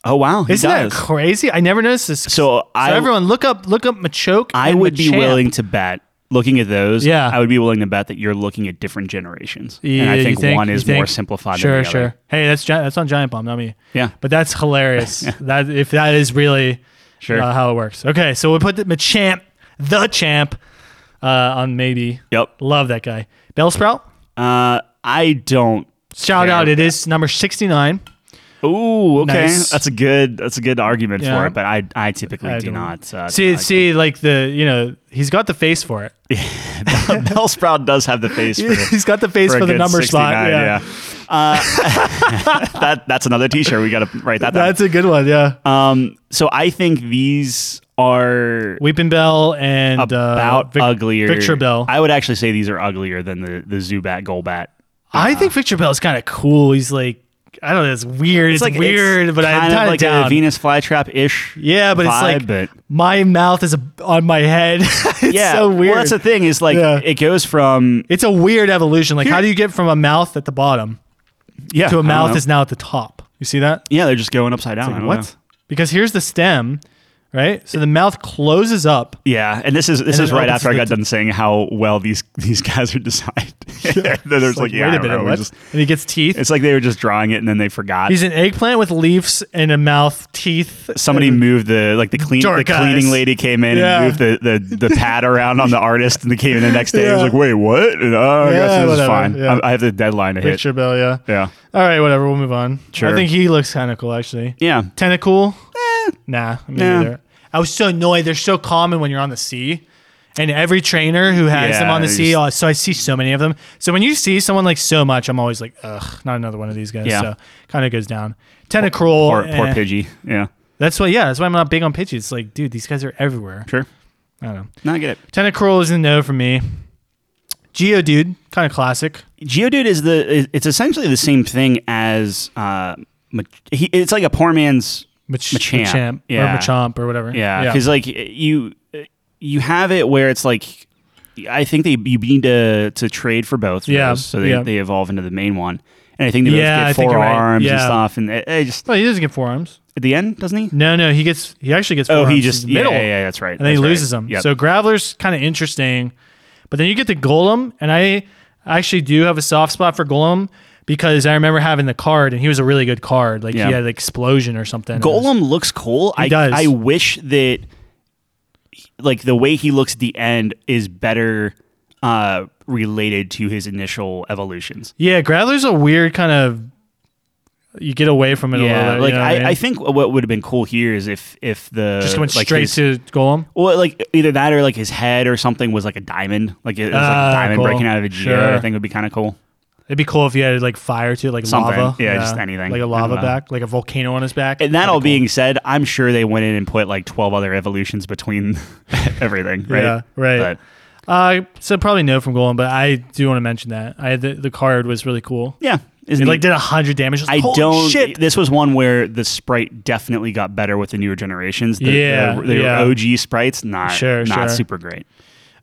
Speaker 2: oh wow, he
Speaker 1: Isn't
Speaker 2: does.
Speaker 1: that crazy? I never noticed this.
Speaker 2: So I-
Speaker 1: everyone look up look up Machoke.
Speaker 2: I
Speaker 1: and
Speaker 2: would be
Speaker 1: Machamp.
Speaker 2: willing to bet. Looking at those,
Speaker 1: Yeah.
Speaker 2: I would be willing to bet that you're looking at different generations,
Speaker 1: Yeah,
Speaker 2: and I
Speaker 1: you
Speaker 2: think, one
Speaker 1: you
Speaker 2: is
Speaker 1: think?
Speaker 2: more simplified.
Speaker 1: Sure,
Speaker 2: than the
Speaker 1: sure.
Speaker 2: Other.
Speaker 1: Hey, that's Gi- that's on Giant Bomb, not me.
Speaker 2: Yeah.
Speaker 1: but that's hilarious. That if that is really
Speaker 2: Sure.
Speaker 1: uh, how it works. Okay, so we put the Machamp, the champ, uh, on maybe.
Speaker 2: Yep.
Speaker 1: Love that guy, Bellsprout.
Speaker 2: Uh, I don't.
Speaker 1: Shout
Speaker 2: Yeah.
Speaker 1: out! It is number sixty nine.
Speaker 2: Ooh, okay,
Speaker 1: Nice.
Speaker 2: that's a good that's a good argument
Speaker 1: Yeah.
Speaker 2: for it. But I I typically do
Speaker 1: don't-
Speaker 2: not. Uh,
Speaker 1: See,
Speaker 2: do not
Speaker 1: see, like the you know he's got the face for it.
Speaker 2: like- Bellsprout does have the face for,
Speaker 1: he's got the face
Speaker 2: for,
Speaker 1: for,
Speaker 2: a
Speaker 1: the
Speaker 2: good
Speaker 1: number spot.
Speaker 2: 69,
Speaker 1: yeah.
Speaker 2: Uh, that that's another T-shirt. We got to write that down.
Speaker 1: that's a good one. Yeah.
Speaker 2: Um, so I think these are
Speaker 1: Weeping Bell and
Speaker 2: about
Speaker 1: uh, Vic-
Speaker 2: uglier.
Speaker 1: Victor Bell. I,
Speaker 2: I would actually say these are uglier than the the Zubat Golbat. Uh,
Speaker 1: think Victor Bell is kind of cool. He's like I don't know. It's weird. It's, weird, but I'm
Speaker 2: kind
Speaker 1: kind
Speaker 2: of
Speaker 1: of
Speaker 2: like
Speaker 1: down.
Speaker 2: a Venus flytrap ish.
Speaker 1: yeah, but it's
Speaker 2: vibe,
Speaker 1: like
Speaker 2: but
Speaker 1: my mouth is on my head. it's
Speaker 2: yeah.
Speaker 1: so weird.
Speaker 2: Well, that's the thing is like
Speaker 1: Yeah.
Speaker 2: it goes from
Speaker 1: it's a weird evolution. Like, how do you get from a mouth at the bottom
Speaker 2: yeah
Speaker 1: to
Speaker 2: I
Speaker 1: a
Speaker 2: don't
Speaker 1: mouth
Speaker 2: know.
Speaker 1: that's now at the top? You see that?
Speaker 2: yeah they're just going upside down. I don't
Speaker 1: what?
Speaker 2: know.
Speaker 1: Because here's the stem, right? So the mouth closes up.
Speaker 2: Yeah, and this is this
Speaker 1: And
Speaker 2: is
Speaker 1: it
Speaker 2: right
Speaker 1: opens
Speaker 2: after I
Speaker 1: the
Speaker 2: got
Speaker 1: t-
Speaker 2: done saying how well these these guys are designed. There's
Speaker 1: It's
Speaker 2: like, yeah, I
Speaker 1: wait a
Speaker 2: don't
Speaker 1: minute,
Speaker 2: know, we're
Speaker 1: what?
Speaker 2: just-
Speaker 1: and he gets teeth.
Speaker 2: it's like they were just drawing it and then they forgot.
Speaker 1: He's an eggplant with leaves and a mouth, teeth.
Speaker 2: Somebody moved the like the clean
Speaker 1: Dark
Speaker 2: the cleaning
Speaker 1: eyes.
Speaker 2: lady came in
Speaker 1: Yeah.
Speaker 2: and moved the, the, the pad around on the artist and they came in the next day. and was
Speaker 1: Yeah.
Speaker 2: like, wait, what? And, oh,
Speaker 1: Yeah,
Speaker 2: I guess this is
Speaker 1: whatever,
Speaker 2: fine.
Speaker 1: yeah.
Speaker 2: I, I have the deadline to hit.
Speaker 1: Picture Bill, yeah.
Speaker 2: Yeah,
Speaker 1: All right, whatever. We'll move on.
Speaker 2: Sure.
Speaker 1: I think he looks kind of cool, actually.
Speaker 2: yeah.
Speaker 1: Tentacle? Nah, me
Speaker 2: Eh. Nah.
Speaker 1: neither. I was so annoyed. They're so common when you're on the sea. And every trainer who has
Speaker 2: Yeah,
Speaker 1: them on the
Speaker 2: they're
Speaker 1: sea,
Speaker 2: just-
Speaker 1: oh, so I see so many of them. So when you see someone like so much, I'm always like, ugh, not another one of these guys.
Speaker 2: Yeah.
Speaker 1: So kind of goes down. Tentacruel.
Speaker 2: Poor, poor
Speaker 1: eh.
Speaker 2: Pidgey. Yeah,
Speaker 1: That's why, yeah, that's why I'm not big on Pidgey. It's like, dude, these guys are everywhere.
Speaker 2: sure.
Speaker 1: I don't know.
Speaker 2: No, I get it.
Speaker 1: Tentacruel is a no for me. Geodude, kind of classic.
Speaker 2: Geodude is the is- it's essentially the same thing as uh, Mach- he, it's like a poor man's
Speaker 1: Mach-
Speaker 2: Machamp.
Speaker 1: Machamp
Speaker 2: Yeah.
Speaker 1: or Machamp or whatever.
Speaker 2: Yeah, because like you you have it where it's like I think they you need to to trade for both. of
Speaker 1: Yeah,
Speaker 2: those, so they,
Speaker 1: yeah.
Speaker 2: they evolve into the main one, and I think they both
Speaker 1: Yeah, I
Speaker 2: get
Speaker 1: think
Speaker 2: four
Speaker 1: you're right.
Speaker 2: arms and
Speaker 1: Yeah.
Speaker 2: stuff, and it, it just
Speaker 1: Well, he doesn't get forearms.
Speaker 2: at the end doesn't he?
Speaker 1: No, no, he gets. He actually gets.
Speaker 2: Oh,
Speaker 1: forearms.
Speaker 2: he
Speaker 1: He's
Speaker 2: just
Speaker 1: in the middle,
Speaker 2: yeah, yeah, yeah, that's right.
Speaker 1: and then he loses them. So Graveler's kind of interesting, but then you get the Golem, and I actually do have a soft spot for Golem because I remember having the card, and he was a really good card. Like
Speaker 2: Yeah.
Speaker 1: he had an explosion or something.
Speaker 2: Golem looks cool. I
Speaker 1: does.
Speaker 2: I wish that like the way he looks at the end is better uh related to his initial evolutions.
Speaker 1: Yeah, Graveler's a weird kind of. You get away from it a little
Speaker 2: Yeah,
Speaker 1: bit. you
Speaker 2: like
Speaker 1: know what
Speaker 2: I,
Speaker 1: mean?
Speaker 2: I think what would have been cool here is if if the
Speaker 1: just went
Speaker 2: like
Speaker 1: straight
Speaker 2: his-
Speaker 1: to Golem.
Speaker 2: Well, like either that or like his head or something was like a diamond, like it was like a
Speaker 1: Ah,
Speaker 2: diamond
Speaker 1: cool.
Speaker 2: breaking out of a geo.
Speaker 1: Sure.
Speaker 2: I think would be kind of cool.
Speaker 1: It'd be cool if you had like fire to it, like
Speaker 2: Something.
Speaker 1: lava.
Speaker 2: Yeah, just anything.
Speaker 1: Like a
Speaker 2: I
Speaker 1: lava
Speaker 2: don't know.
Speaker 1: back, like a volcano on his back.
Speaker 2: And that
Speaker 1: Kinda
Speaker 2: all
Speaker 1: cool.
Speaker 2: being said, I'm sure they went in and put like 12 other evolutions between everything, right?
Speaker 1: Yeah, right. Uh, so probably no from Golem, but I do want to mention that I the, the card was really cool.
Speaker 2: But, yeah, isn't
Speaker 1: It
Speaker 2: he-
Speaker 1: like did hundred damage. Just,
Speaker 2: I
Speaker 1: "Holy
Speaker 2: don't. e-
Speaker 1: Shit.
Speaker 2: This was one where the sprite definitely got better with the newer generations. The,
Speaker 1: Yeah,
Speaker 2: the, the
Speaker 1: yeah.
Speaker 2: OG sprites not
Speaker 1: Sure,
Speaker 2: not
Speaker 1: sure.
Speaker 2: super great.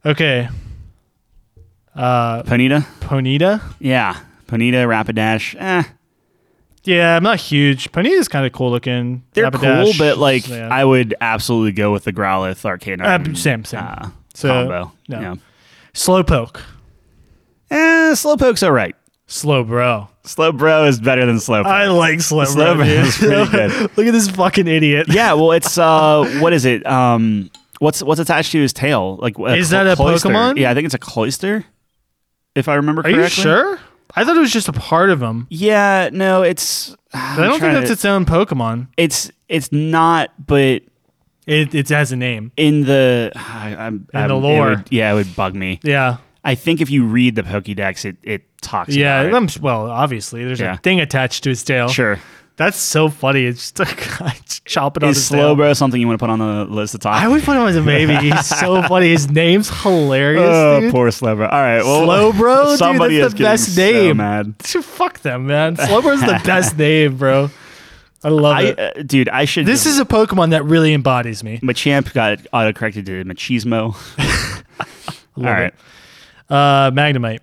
Speaker 1: Okay. Uh,
Speaker 2: Ponita,
Speaker 1: Ponita.
Speaker 2: yeah, Ponita, Rapidash, eh,
Speaker 1: Yeah, I'm not huge. Ponita's kind of cool looking.
Speaker 2: they're
Speaker 1: Rapidash,
Speaker 2: cool, but like
Speaker 1: yeah.
Speaker 2: I would absolutely go with the Growlithe Arcanum.
Speaker 1: Uh, same, same.
Speaker 2: uh,
Speaker 1: So,
Speaker 2: combo.
Speaker 1: no.
Speaker 2: Yeah.
Speaker 1: Slowpoke.
Speaker 2: Eh, Slowpoke's all right.
Speaker 1: Slow bro.
Speaker 2: Slow bro is better than Slowpoke.
Speaker 1: I like slow,
Speaker 2: Slowbro
Speaker 1: bro. dude.
Speaker 2: is pretty good.
Speaker 1: Look at this fucking idiot.
Speaker 2: yeah, well, it's uh, what is it? Um, what's what's attached to his tail? Like, a
Speaker 1: Is
Speaker 2: clo-
Speaker 1: that a
Speaker 2: cloister.
Speaker 1: Pokemon?
Speaker 2: Yeah, I think it's a cloister. If I remember
Speaker 1: Are
Speaker 2: correctly.
Speaker 1: you sure? I thought it was just a part of him.
Speaker 2: Yeah, no, it's.
Speaker 1: I don't think that's its own Pokemon.
Speaker 2: it's it's not, but
Speaker 1: It, it has a name.
Speaker 2: in the I, I'm,
Speaker 1: the
Speaker 2: I'm- it
Speaker 1: lore.
Speaker 2: would- yeah, it would bug me.
Speaker 1: Yeah.
Speaker 2: I think if you read the Pokédex, it it talks.
Speaker 1: Yeah,
Speaker 2: about it.
Speaker 1: I'm s- well, obviously, there's
Speaker 2: Yeah.
Speaker 1: a thing attached to his tail.
Speaker 2: sure.
Speaker 1: That's so funny. It's just like, I just chop it on
Speaker 2: Is
Speaker 1: his tail.
Speaker 2: Slowbro something you want to put on the list of top?
Speaker 1: I would put him as a baby. He's so funny. His name's hilarious.
Speaker 2: Oh,
Speaker 1: dude.
Speaker 2: poor Slowbro. All right, well,
Speaker 1: Slowbro? Dude,
Speaker 2: Somebody
Speaker 1: that's the
Speaker 2: is getting
Speaker 1: best
Speaker 2: so
Speaker 1: name.
Speaker 2: mad.
Speaker 1: Fuck them, man. Slowbro's the best name, bro. I love
Speaker 2: I,
Speaker 1: it.
Speaker 2: uh, dude, I should.
Speaker 1: This is a Pokemon that really embodies me.
Speaker 2: Machamp got autocorrected to Machismo. all
Speaker 1: Love
Speaker 2: right,
Speaker 1: it. Uh, Magnemite.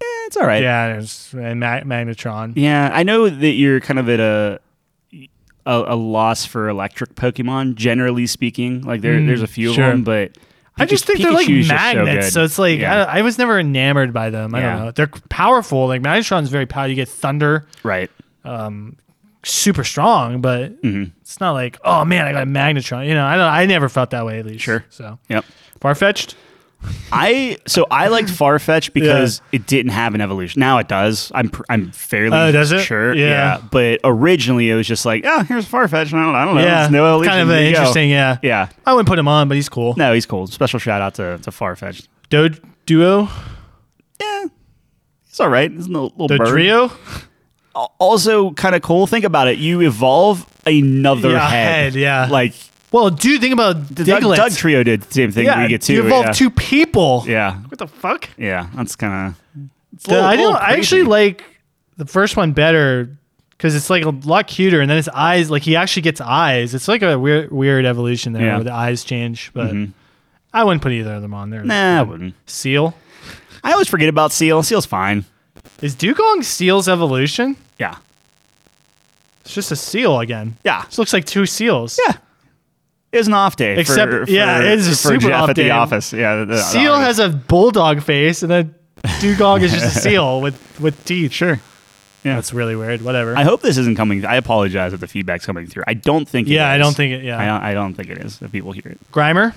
Speaker 2: Eh, it's all right. Yeah.
Speaker 1: Yeah, there's and Ma- Magnetron.
Speaker 2: I know that you're kind of at a a, a loss for electric Pokemon, generally speaking. Like there, there's a few
Speaker 1: Mm, sure.
Speaker 2: of them, but
Speaker 1: I just think they're like
Speaker 2: Pikachu's just so
Speaker 1: magnets,
Speaker 2: good.
Speaker 1: so, it's like
Speaker 2: Yeah.
Speaker 1: I, I was never enamored by them. I
Speaker 2: Yeah.
Speaker 1: don't know. They're powerful. Like Magnetron's very powerful. You get thunder,
Speaker 2: right.
Speaker 1: super strong, but
Speaker 2: Mm-hmm.
Speaker 1: it's not like oh man, I got a Magnetron. You know, I don't. I never felt that way at least.
Speaker 2: Sure.
Speaker 1: So
Speaker 2: Yep.
Speaker 1: far fetched.
Speaker 2: I so I liked Farfetch because it didn't have an evolution. Now it does. I'm pr- I'm fairly
Speaker 1: Oh, does it?
Speaker 2: sure.
Speaker 1: Yeah.
Speaker 2: But originally it was just like, oh, here's Farfetch. I don't, I don't know.
Speaker 1: Yeah,
Speaker 2: It's no evolution.
Speaker 1: kind of
Speaker 2: There
Speaker 1: an
Speaker 2: you go.
Speaker 1: interesting. Yeah.
Speaker 2: Yeah.
Speaker 1: I wouldn't put him on, but he's cool.
Speaker 2: No, he's cool. Special shout out to to Farfetch.
Speaker 1: Do duo,
Speaker 2: Yeah. He's all right. He's a little, little
Speaker 1: the
Speaker 2: bird.
Speaker 1: trio,
Speaker 2: Al- Also, kind of cool. Think about it. You evolve another
Speaker 1: Yeah,
Speaker 2: head.
Speaker 1: head, yeah.
Speaker 2: Like
Speaker 1: Well, dude, think about
Speaker 2: the Doug,
Speaker 1: Diglett.
Speaker 2: Doug Trio did the same thing.
Speaker 1: yeah,
Speaker 2: we get two.
Speaker 1: you evolve
Speaker 2: yeah.
Speaker 1: two people.
Speaker 2: Yeah.
Speaker 1: What the fuck?
Speaker 2: Yeah. That's kind of.
Speaker 1: The- I don't. I actually like the first one better. because it's like a lot cuter, and then his eyes like he actually gets eyes. It's like a weird weird evolution there
Speaker 2: Yeah. Mm-hmm.
Speaker 1: where the eyes change, but I wouldn't put either of them on there.
Speaker 2: Nah, I wouldn't.
Speaker 1: Seal
Speaker 2: I always forget about Seal. Seal's fine.
Speaker 1: is dugong seal's evolution.
Speaker 2: Yeah.
Speaker 1: It's just a seal again.
Speaker 2: Yeah.
Speaker 1: This looks like two seals.
Speaker 2: Yeah. It was an off day.
Speaker 1: Except-
Speaker 2: for,
Speaker 1: yeah,
Speaker 2: for,
Speaker 1: it is a
Speaker 2: for
Speaker 1: super
Speaker 2: Jeff
Speaker 1: off
Speaker 2: at
Speaker 1: day.
Speaker 2: the office. Yeah. the- the-
Speaker 1: Seal
Speaker 2: the-
Speaker 1: has a bulldog face, and then dugong is just a seal with with teeth.
Speaker 2: sure. Yeah.
Speaker 1: That's really weird. Whatever.
Speaker 2: I hope this isn't coming. I apologize if the feedback's coming through. I don't think.
Speaker 1: Yeah,
Speaker 2: it is.
Speaker 1: I don't think it- yeah.
Speaker 2: I don't, I don't think it is. If people hear it,
Speaker 1: Grimer.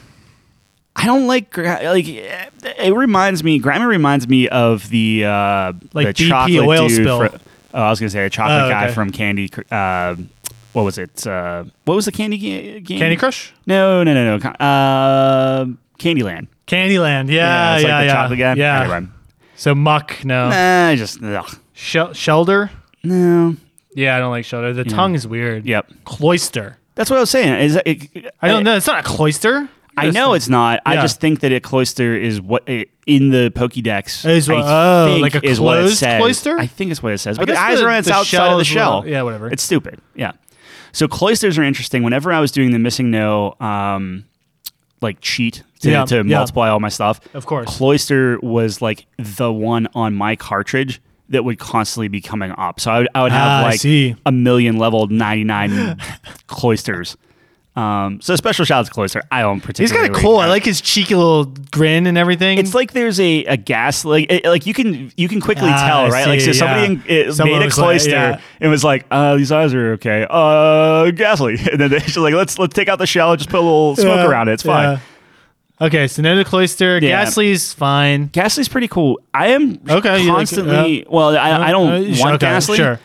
Speaker 2: I don't like. gra- Like eh, it reminds me. Grimer reminds me of the uh,
Speaker 1: Like
Speaker 2: the
Speaker 1: BP
Speaker 2: chocolate
Speaker 1: oil
Speaker 2: dude
Speaker 1: spill.
Speaker 2: fro- oh, I was gonna say a chocolate
Speaker 1: Oh,
Speaker 2: guy
Speaker 1: okay.
Speaker 2: from Candy. Cr- Uh, what was it? Uh, what was the candy game?
Speaker 1: Candy Crush.
Speaker 2: No, no, no, no. Con- Uh, Candyland.
Speaker 1: Candyland. Yeah, yeah,
Speaker 2: it's like
Speaker 1: yeah.
Speaker 2: the chocolate guy.
Speaker 1: Yeah.
Speaker 2: Never mind.
Speaker 1: So Muck. No.
Speaker 2: Nah, just ugh.
Speaker 1: Shel- Shelter.
Speaker 2: no.
Speaker 1: Yeah, I don't like Shelter.
Speaker 2: Hmm.
Speaker 1: The tongue is weird.
Speaker 2: Yep.
Speaker 1: Cloister.
Speaker 2: That's what I was saying. Is it,
Speaker 1: I don't know. It's not a cloister.
Speaker 2: I know it's not. I
Speaker 1: Yeah.
Speaker 2: just think that a cloister is what it, in the Pokédex
Speaker 1: Is what-
Speaker 2: I
Speaker 1: oh, like a
Speaker 2: is what it
Speaker 1: closed
Speaker 2: says.
Speaker 1: cloister?
Speaker 2: I think it's what it says. But
Speaker 1: guess
Speaker 2: the eyes
Speaker 1: the-
Speaker 2: are on its
Speaker 1: the
Speaker 2: outside
Speaker 1: shell
Speaker 2: of the
Speaker 1: is what-
Speaker 2: shell.
Speaker 1: yeah, whatever.
Speaker 2: It's stupid. Yeah. So cloisters are interesting. Whenever I was doing the missing no, um, like cheat to,
Speaker 1: Yeah,
Speaker 2: to
Speaker 1: yeah.
Speaker 2: multiply all my stuff.
Speaker 1: Of course.
Speaker 2: cloister was like the one on my cartridge. That would constantly be coming up, so I would, I would have
Speaker 1: Ah, I see.
Speaker 2: like a million level ninety nine cloisters. Um, so special shout out to cloister. I don't
Speaker 1: He's
Speaker 2: particularly.
Speaker 1: kind of cool. I like his cheeky little grin and everything.
Speaker 2: It's like there's a, a gas like it- like you can you can quickly
Speaker 1: Ah, I
Speaker 2: tell right like
Speaker 1: see,
Speaker 2: so somebody
Speaker 1: yeah.
Speaker 2: in, it
Speaker 1: Someone
Speaker 2: made a
Speaker 1: was like,
Speaker 2: cloister
Speaker 1: yeah.
Speaker 2: and was like uh, these eyes are okay uh ghastly and then they just like let's let's take out the shell and just put a little smoke
Speaker 1: Yeah,
Speaker 2: around it it's fine
Speaker 1: Uh, yeah. Okay, so no to cloister.
Speaker 2: Yeah.
Speaker 1: Ghastly's fine.
Speaker 2: Ghastly's pretty cool I am
Speaker 1: Okay, you like-
Speaker 2: constantly
Speaker 1: yeah.
Speaker 2: well I, I don't
Speaker 1: uh,
Speaker 2: want
Speaker 1: sure, okay,
Speaker 2: Ghastly
Speaker 1: sure.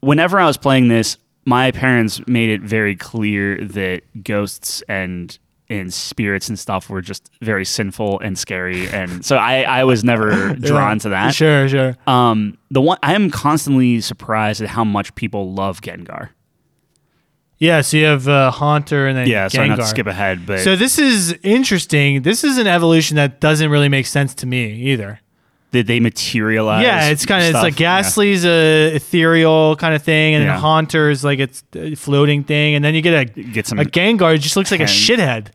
Speaker 2: whenever I was playing this my parents made it very clear that ghosts and and spirits and stuff were just very sinful and scary and so I I was never drawn to that
Speaker 1: Sure, sure.
Speaker 2: Um, the one I am constantly surprised at how much people love Gengar.
Speaker 1: Yeah, so you have uh, Haunter and then
Speaker 2: Yeah, sorry not to
Speaker 1: Gengar.
Speaker 2: skip ahead, but
Speaker 1: So this is interesting. This is an evolution that doesn't really make sense to me either.
Speaker 2: did they materialize?
Speaker 1: yeah, it's kind of it's
Speaker 2: Uh, stuff?
Speaker 1: like
Speaker 2: Yeah.
Speaker 1: Ghastly's a ethereal kind of thing, and
Speaker 2: Yeah.
Speaker 1: then Haunter's like it's a floating thing, and then you get a
Speaker 2: Get some-
Speaker 1: a Gengar it just looks like a
Speaker 2: Ten.
Speaker 1: shithead